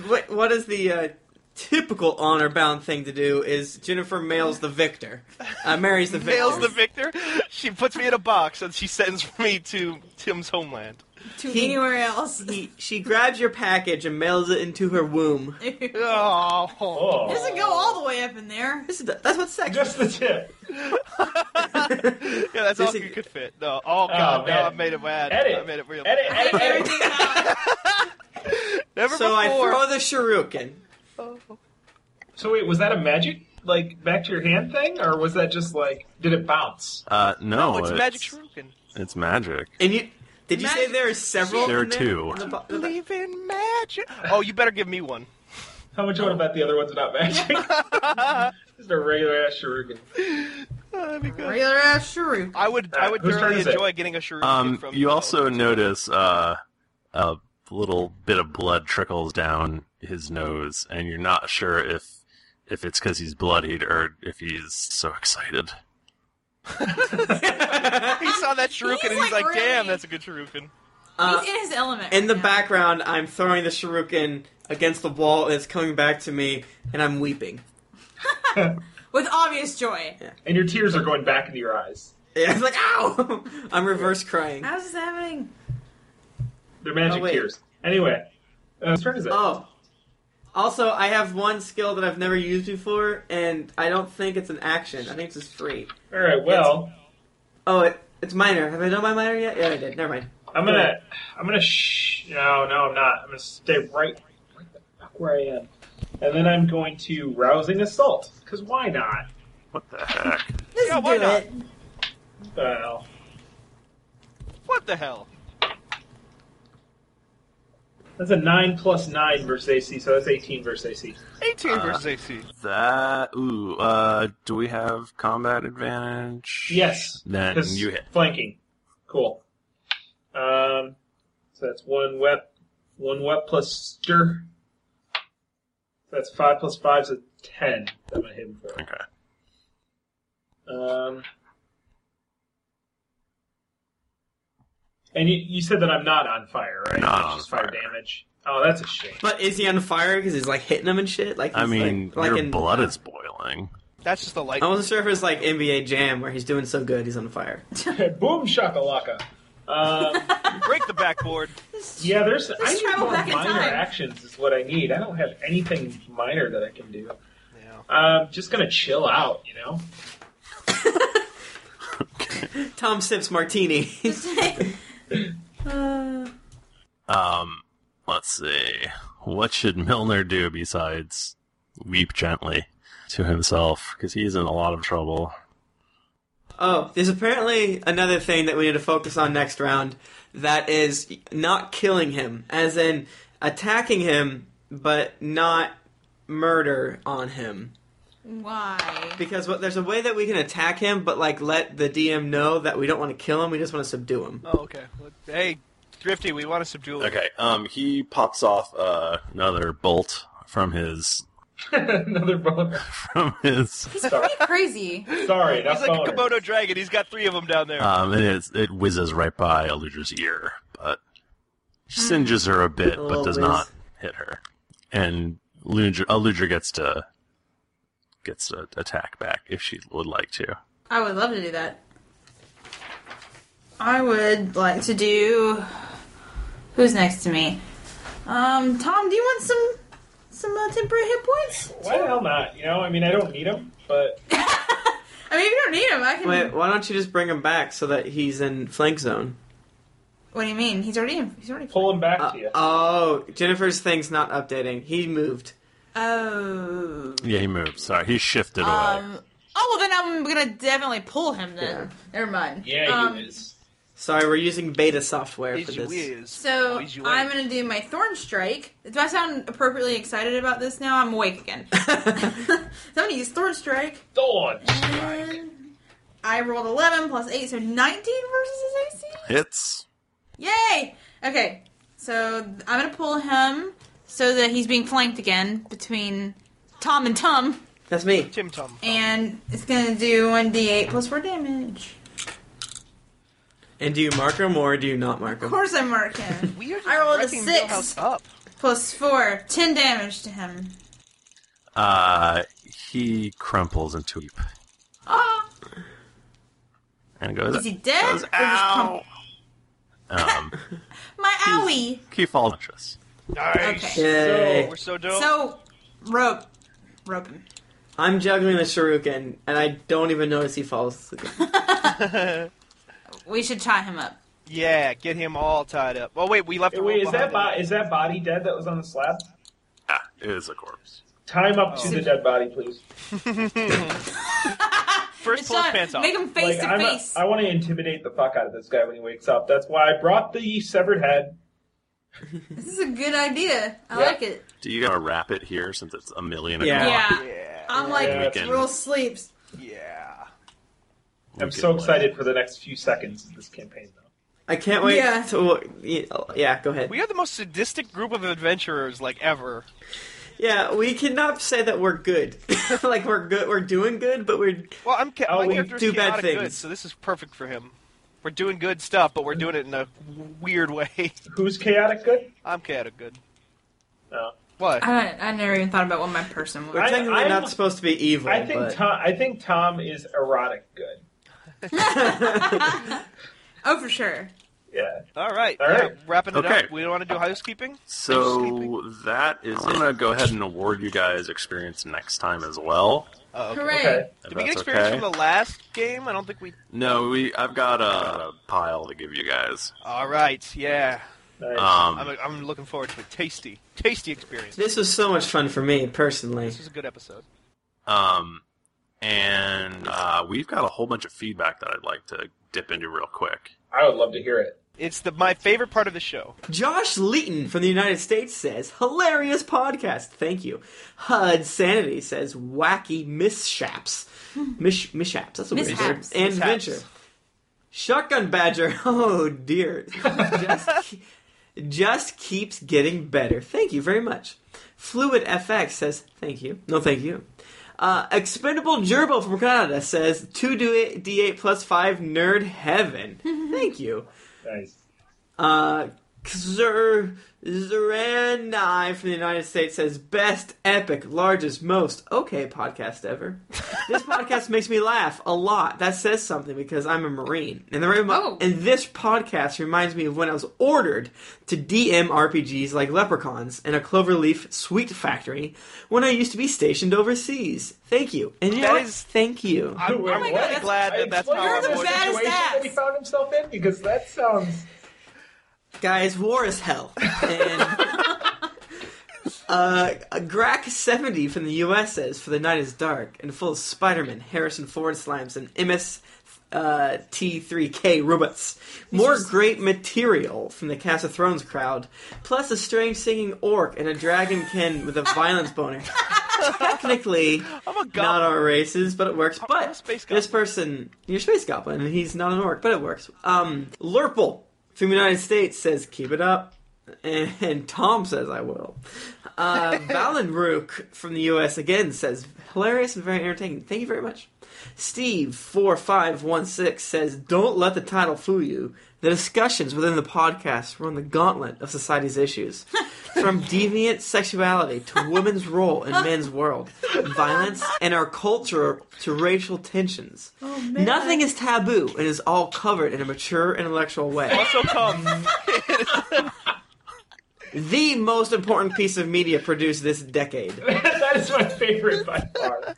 Speaker 2: what, what is the uh, typical honor bound thing to do is Jennifer mails the victor, uh, marries the victor.
Speaker 3: Nails the victor. She puts me in a box and she sends me to Tim's homeland.
Speaker 5: to anywhere else.
Speaker 2: He, she grabs your package and mails it into her womb.
Speaker 3: oh.
Speaker 5: It doesn't go all the way up in there.
Speaker 2: This is the, that's what sex.
Speaker 1: Just the tip.
Speaker 3: Yeah, that's all you could fit. No, oh god,
Speaker 1: man.
Speaker 3: now I made it bad. I made it real.
Speaker 1: Edit,
Speaker 3: bad.
Speaker 1: edit, edit.
Speaker 3: Never
Speaker 2: so I
Speaker 3: before.
Speaker 2: throw the shuriken.
Speaker 1: So wait, was that a magic like back to your hand thing, or was that just like did it bounce?
Speaker 4: Uh, no,
Speaker 1: No, it's magic
Speaker 3: shuriken.
Speaker 4: It's magic.
Speaker 2: And you did you say there are several?
Speaker 4: There are
Speaker 2: in
Speaker 4: two.
Speaker 2: In the bo-
Speaker 3: Believe in magic. Oh, you better give me one.
Speaker 1: How much you want to bet the other one's not magic? just a regular ass shuriken.
Speaker 5: Regular ass shuriken.
Speaker 3: I would, I would
Speaker 4: Whose turn
Speaker 3: thoroughly
Speaker 4: is it?
Speaker 3: enjoy getting a shuriken
Speaker 4: Um,
Speaker 3: from
Speaker 4: you also notice uh, a little bit of blood trickles down his nose, and you're not sure if if it's because he's bloodied or if he's so excited.
Speaker 3: he saw that shuriken and he's
Speaker 5: like,
Speaker 3: like, "Damn,
Speaker 5: really-
Speaker 3: that's a good shuriken."
Speaker 2: Uh,
Speaker 5: He's in his element.
Speaker 2: in the background, I'm throwing the shuriken against the wall, and it's coming back to me, and I'm weeping.
Speaker 5: With obvious joy.
Speaker 1: And your tears are going back into your eyes.
Speaker 2: Yeah, it's like ow! I'm reverse crying.
Speaker 5: How's this happening?
Speaker 1: They're magic
Speaker 2: Oh, wait.
Speaker 1: tears. Anyway, uh, whose turn is it?
Speaker 2: Oh, Also, I have one skill that I've never used before, and I don't think it's an action. I think it's just free.
Speaker 1: All right, well-
Speaker 2: It's- oh, it, it's minor. Have I done my minor yet? Yeah, I did. Never mind.
Speaker 1: I'm gonna, I'm gonna. Sh- no, no, I'm not. I'm gonna stay right, right the fuck where I am, and then I'm going to rousing assault. Cause why not?
Speaker 4: What the heck?
Speaker 1: yeah, why not? Well,
Speaker 3: What the hell?
Speaker 1: that's a nine plus nine versus AC, so that's eighteen versus AC.
Speaker 3: 18
Speaker 4: Uh,
Speaker 3: versus AC.
Speaker 4: That ooh, uh, do we have combat advantage?
Speaker 1: Yes.
Speaker 4: Then
Speaker 1: 'cause
Speaker 4: you hit.
Speaker 1: Flanking. Cool. Um, so that's one wep, one wep plus stir. So that's five plus five, so ten. That I'm gonna hit him for.
Speaker 4: Okay.
Speaker 1: Um, and you, you said that I'm not on fire, right?
Speaker 2: Not
Speaker 1: It's
Speaker 2: on
Speaker 1: just fire damage. Oh, that's a shame.
Speaker 2: But is he on fire because he's like hitting him and shit? Like
Speaker 4: I
Speaker 2: he's,
Speaker 4: mean,
Speaker 2: like,
Speaker 4: your
Speaker 2: like in-
Speaker 4: blood is boiling.
Speaker 3: That's just the light.
Speaker 2: I wasn't sure if it was like NBA Jam where he's doing so good he's on fire.
Speaker 1: Boom shakalaka. Um,
Speaker 3: break the backboard.
Speaker 1: Yeah, there's.
Speaker 3: Just
Speaker 1: I need
Speaker 3: travel
Speaker 1: more
Speaker 3: back in
Speaker 1: minor
Speaker 3: time.
Speaker 1: actions is what I need. I don't have anything minor that I can do. Um, just gonna chill out, you know.
Speaker 2: Tom sips martini.
Speaker 4: Um, let's see. What should Milner do besides weep gently to himself because he's in a lot of trouble?
Speaker 2: Oh, there's apparently another thing that we need to focus on next round that is not killing him, as in attacking him, but not murder on him.
Speaker 5: Why?
Speaker 2: Because what, there's a way that we can attack him, but like let the DM know that we don't want to kill him, we just want to subdue him.
Speaker 3: Oh, okay. Well, Hey, Thrifty, we want to subdue him.
Speaker 4: Okay. Um, he pops off uh, another bolt from his
Speaker 1: Another boner.
Speaker 4: from his.
Speaker 5: He's pretty crazy.
Speaker 1: Sorry,
Speaker 3: He's like a Komodo dragon. He's got three of them down there.
Speaker 4: Um, and it's, it whizzes right by Eludra's ear, but
Speaker 5: Hmm.
Speaker 4: singes her a bit,
Speaker 3: A
Speaker 4: but
Speaker 3: little
Speaker 4: does
Speaker 3: whiz.
Speaker 4: not hit her. And Ludra, Eludra gets to gets to attack back if she would like to.
Speaker 5: I would love to do that. I would like to do. Who's next to me? Um, Tom, do you want some some uh, temporary hit points?
Speaker 1: Why the hell not? You know, I mean, I don't need them, but
Speaker 5: I mean, if you don't need him, I can.
Speaker 2: Wait, why don't you just bring him back so that he's in flank zone?
Speaker 5: What do you mean? He's already in, he's already.
Speaker 1: pull him back to you.
Speaker 2: Oh, Jennifer's thing's not updating. He moved.
Speaker 5: Oh.
Speaker 4: Yeah, he moved. Sorry, he shifted
Speaker 3: Ah.
Speaker 4: away.
Speaker 5: Um. Oh well, then I'm gonna definitely pull him then. Never mind. um,
Speaker 1: is.
Speaker 2: Sorry, we're using beta software for
Speaker 5: Is you
Speaker 2: this.
Speaker 3: Oh,
Speaker 5: So I'm gonna do my thorn strike. Do I sound appropriately excited about this now? I'm awake again. so I'm gonna use thorn strike.
Speaker 1: Thorn.
Speaker 5: I rolled 11 plus 8, so 19 versus his AC.
Speaker 4: Hits.
Speaker 5: Yay! Okay, so th- I'm gonna pull him so that he's being flanked again between Tom and Tom,
Speaker 2: That's me.
Speaker 3: Tim Tom.
Speaker 5: and it's gonna do 1d8 plus 4 damage.
Speaker 2: And do you mark him or do you not mark
Speaker 5: Of
Speaker 2: him?
Speaker 5: course I mark him. I rolled a
Speaker 3: wrecking Millhouse
Speaker 5: 6 plus 4, 10 damage to him.
Speaker 4: Uh, he crumples into a heap
Speaker 5: Ah!
Speaker 4: and goes.
Speaker 5: Is he dead?
Speaker 4: goes,
Speaker 5: Or just
Speaker 4: Ow! Um,
Speaker 5: My owie!
Speaker 4: he falls unconscious.
Speaker 5: Nice.
Speaker 2: Yay.
Speaker 5: So, we're so dope. So, rope. Rope him.
Speaker 2: I'm juggling the shuriken, and I don't even notice he falls asleep.
Speaker 5: We should tie him up.
Speaker 3: Yeah, get him all tied up. Oh wait, we left.
Speaker 1: Hey, wait, is that bo- is that body dead that was on the slab?
Speaker 4: Ah, it is a corpse.
Speaker 1: Tie him up to
Speaker 3: Oh.
Speaker 1: the dead body, please.
Speaker 3: First, pull his pants off.
Speaker 1: Like, I'm a- I want to intimidate the fuck out of this guy when he wakes up. That's why I brought the severed head.
Speaker 5: This is a good idea. I
Speaker 4: Yeah.
Speaker 5: like it.
Speaker 4: Do you gotta wrap it here since it's a million
Speaker 5: Yeah.
Speaker 4: o'clock?
Speaker 5: I'm like,
Speaker 4: We can-
Speaker 5: real sleeps.
Speaker 1: I'm so excited for the next few seconds of this campaign, though.
Speaker 2: I can't wait
Speaker 3: Yeah.
Speaker 2: to. Yeah, go ahead.
Speaker 3: We are the most sadistic group of adventurers like ever.
Speaker 2: Yeah, we cannot say that we're good. like we're good, we're doing good, but we're
Speaker 3: well, I'm ca-
Speaker 2: oh,
Speaker 3: My
Speaker 2: we
Speaker 3: character's
Speaker 2: do bad
Speaker 3: chaotic good,
Speaker 2: things.
Speaker 3: so this is perfect for him. We're doing good stuff, but we're doing it in a weird way.
Speaker 1: Who's chaotic good?
Speaker 3: I'm chaotic good.
Speaker 1: No.
Speaker 3: What?
Speaker 1: Uh,
Speaker 5: I, I never even thought about what my person was.
Speaker 1: We're I- technically I'm- not
Speaker 2: supposed to be evil.
Speaker 1: I think
Speaker 2: but-
Speaker 1: Tom. I think Tom is erotic good.
Speaker 5: Oh, for sure.
Speaker 1: Yeah.
Speaker 3: All right.
Speaker 1: All right.
Speaker 3: Yeah, wrapping it
Speaker 4: Okay.
Speaker 3: up. We don't want to do housekeeping.
Speaker 4: So that is. I'm gonna go ahead and award you guys experience next time as well.
Speaker 3: Oh, okay.
Speaker 5: Hooray.
Speaker 4: If
Speaker 3: Did we get
Speaker 4: that's
Speaker 3: experience
Speaker 4: okay.
Speaker 3: from the last game? I don't think we.
Speaker 4: No, we. I've got a, a pile to give you guys.
Speaker 3: All right. Yeah.
Speaker 4: Nice. Um,
Speaker 3: I'm, I'm looking forward to it. Tasty, tasty experience.
Speaker 2: This was so much fun for me personally.
Speaker 3: This is a good episode.
Speaker 4: Um, and uh, we've got a whole bunch of feedback that I'd like to dip into real quick.
Speaker 1: I would love to hear it.
Speaker 3: It's the my favorite part of the show.
Speaker 2: Josh Leeton from the United States says, hilarious podcast. Thank you. HUD Sanity says, wacky mishaps. Mish- mishaps. That's a weird word.
Speaker 5: Mishaps.
Speaker 2: And
Speaker 5: Mishaps.
Speaker 2: venture. Shotgun Badger. Oh, dear. Just, ke- just keeps getting better. Thank you very much. Fluid FX says, thank you. No, thank you. Uh, Expendable Gerbil from Canada says, 2d8 plus 5 nerd heaven. Thank you.
Speaker 1: Nice.
Speaker 2: Uh, Xer Zerani from the United States says best, epic, largest, most okay podcast ever. this podcast makes me laugh a lot. That says something because I'm a Marine, and the remo-
Speaker 3: Oh.
Speaker 2: and this podcast reminds me of when I was ordered to DM RPGs like Leprechauns and a Cloverleaf Sweet Factory when I used to be stationed overseas. Thank you, and you know
Speaker 3: That
Speaker 2: what?
Speaker 3: is-
Speaker 2: thank you.
Speaker 3: I'm, I'm really glad that that's how
Speaker 1: You're
Speaker 3: our
Speaker 1: the
Speaker 3: voice-
Speaker 1: best
Speaker 5: Situation
Speaker 1: that he found himself in because that sounds.
Speaker 2: Guys, war is hell. Uh, Grack70 from the US says, For the night is dark and full of Spider Man, Harrison Ford slimes, and MS uh, T3K robots. More great material from the Cast of Thrones crowd, plus a strange singing orc and a dragon kin with a violence boner. Technically, not our races, but it works. But this person, you're Space Goblin, and he's not an orc, but it works. Um, Lurple from the United States says, Keep it up. And, and Tom says, I will. Uh, Valen Rook from the US again says, hilarious and very entertaining. Thank you very much. Steve4516 says, don't let the title fool you. The discussions within the podcast run the gauntlet of society's issues. From deviant sexuality to women's role in men's world, violence, and our culture to racial tensions.
Speaker 5: Oh, man.
Speaker 2: Nothing is taboo and is all covered in a mature, intellectual way.
Speaker 3: Also, come.
Speaker 2: the most important piece of media produced this decade.
Speaker 1: that is my favorite by far.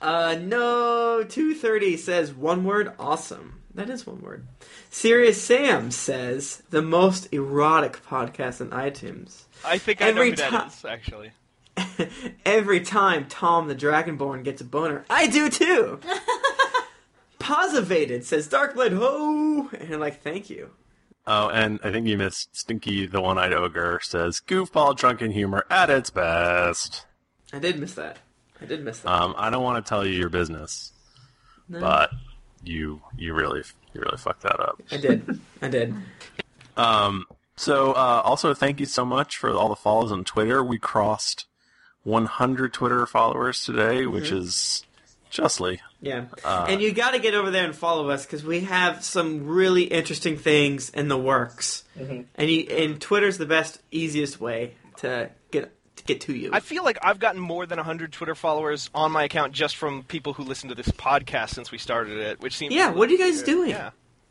Speaker 2: Uh, no, 230 says one word awesome. That is one word. Serious Sam says the most erotic podcast on iTunes.
Speaker 3: I think I know
Speaker 2: Every
Speaker 3: who that
Speaker 2: ti-
Speaker 3: is. Actually,
Speaker 2: Every time Tom the Dragonborn gets a boner, I do too! Posivated says Darkblade ho! And I'm like, thank you.
Speaker 4: Oh, and I think you missed Stinky, the one-eyed ogre, says goofball drunken humor at its best.
Speaker 2: I did miss that. I did miss that.
Speaker 4: Um, I don't want to tell you your business,
Speaker 2: No.
Speaker 4: but you you really you really fucked that up.
Speaker 2: I did. I did.
Speaker 4: Um, so uh, also thank you so much for all the follows on Twitter. We crossed 100 Twitter followers today, which
Speaker 2: Mhm.
Speaker 4: is justly.
Speaker 2: Yeah.
Speaker 4: Uh,
Speaker 2: and you got to get over there and follow us because we have some really interesting things in the works.
Speaker 4: Mm-hmm.
Speaker 3: Mhm.
Speaker 2: And you, and Twitter's the best, easiest way to get to get to you.
Speaker 3: I feel like I've gotten more than 100 Twitter followers on my account just from people who listen to this podcast since we started it, which seems
Speaker 2: Yeah, what are you guys doing?
Speaker 3: Yeah.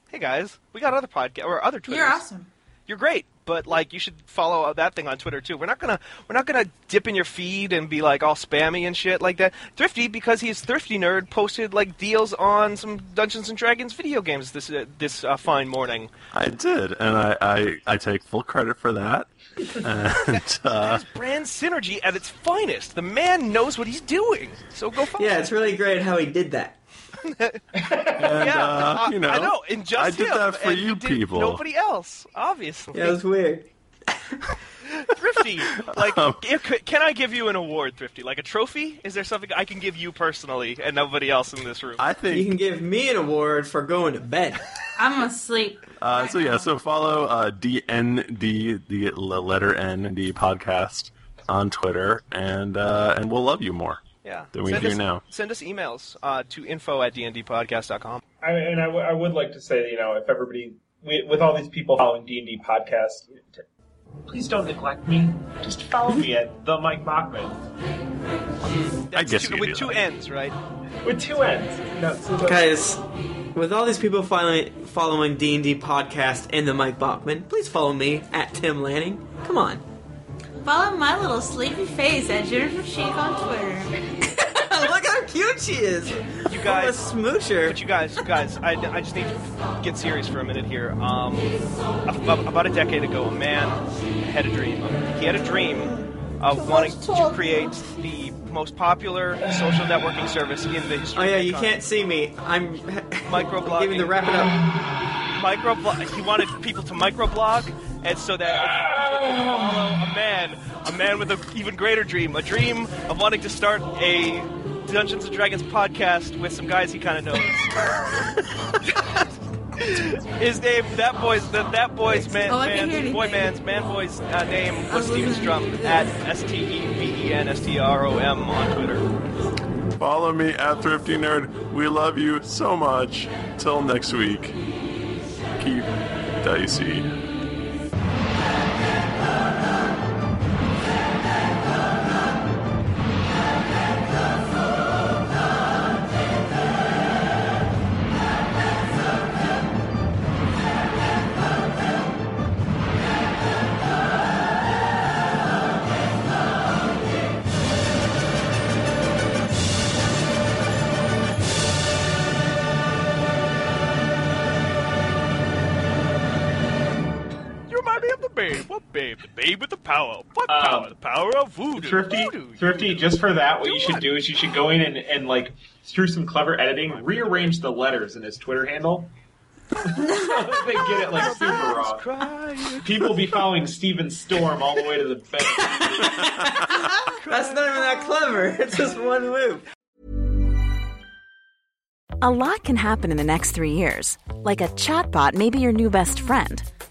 Speaker 3: Hey guys, we got other podcast or other Twitter.
Speaker 5: You're awesome.
Speaker 3: You're great, but like you should follow that thing on Twitter too. We're not gonna we're not gonna dip in your feed and be like all spammy and shit like that. Thrifty because he's thrifty nerd posted like deals on some Dungeons and Dragons video games this uh, this uh, fine morning.
Speaker 4: I did, and I, I, I take full credit for that. And uh,
Speaker 3: Brand synergy at its finest. The man knows what he's doing. So go follow.
Speaker 2: yeah, it's really great how he did that.
Speaker 3: yeah,
Speaker 4: uh,
Speaker 3: I-
Speaker 4: you know,
Speaker 3: I know, and just
Speaker 4: I did
Speaker 3: him,
Speaker 4: that for
Speaker 3: and
Speaker 4: you
Speaker 3: did
Speaker 4: people.
Speaker 3: Nobody else, obviously.
Speaker 2: Yeah, it was weird.
Speaker 3: Thrifty, like,
Speaker 4: Um,
Speaker 3: if, can I give you an award, Thrifty? Like a trophy? Is there something I can give you personally and nobody else in this room?
Speaker 4: I think
Speaker 2: you can give me an award for going to bed.
Speaker 5: I'm asleep.
Speaker 4: Uh, so yeah, so follow uh, DND the l- letter N D podcast on Twitter, and uh, and we'll love you more.
Speaker 3: Yeah.
Speaker 4: than we
Speaker 3: send
Speaker 4: do
Speaker 3: us,
Speaker 4: now.
Speaker 3: Send us emails uh, to info at dndpodcast.com.
Speaker 1: I, and I, w- I would like to say, you know, if everybody, we, with all these people following D and D podcasts, t- please don't neglect me. Just follow me at the Mike Mockman.
Speaker 4: I guess
Speaker 3: Two, with two ends, right?
Speaker 1: With two ends. No, so the-
Speaker 2: Guys, With all these people finally following D and D podcast and the Mike Bachman, please follow me at Tim Lanning. Come on,
Speaker 5: Follow my little sleepy face at Jennifer Cheek on Twitter.
Speaker 2: Look how cute she is.
Speaker 3: You guys,
Speaker 2: smoocher.
Speaker 3: But you guys, you guys, I, I just need to get serious for a minute here. Um, about, about a decade ago, a man had a dream. He had a dream of wanting to create the most popular social networking service in the
Speaker 2: Oh
Speaker 3: history.
Speaker 2: yeah,
Speaker 3: of
Speaker 2: you
Speaker 3: mankind.
Speaker 2: can't see me. I'm
Speaker 3: microblogging.
Speaker 2: Giving the wrap it up.
Speaker 3: Microblog. He wanted people to microblog, and so that if you follow a man, a man with an even greater dream, a dream of wanting to start a Dungeons and Dragons podcast with some guys he kind of knows. His name, that boy's, that that boy's man,
Speaker 5: Oh, I can hear Oh,
Speaker 3: man's, boy man's, man boy's uh, name was Steven Strum at S T E V E N S T R O M on Twitter.
Speaker 7: Follow me at Thrifty Nerd. We love you so much. Till next week. Keep dicey.
Speaker 3: You remind me of the babe. What babe? The babe with the power. What
Speaker 1: Um,
Speaker 3: power? The power of voodoo.
Speaker 1: Thrifty,
Speaker 3: Voodoo.
Speaker 1: thrifty. Just for that, what you should do is you should go in and, and like through some clever editing, rearrange the letters in his Twitter handle. they get it like super wrong. People will be following Steven Storm all the way to the bed.
Speaker 2: That's not even that clever. It's just one move.
Speaker 10: A lot can happen in the next three years. Like a chatbot may be your new best friend.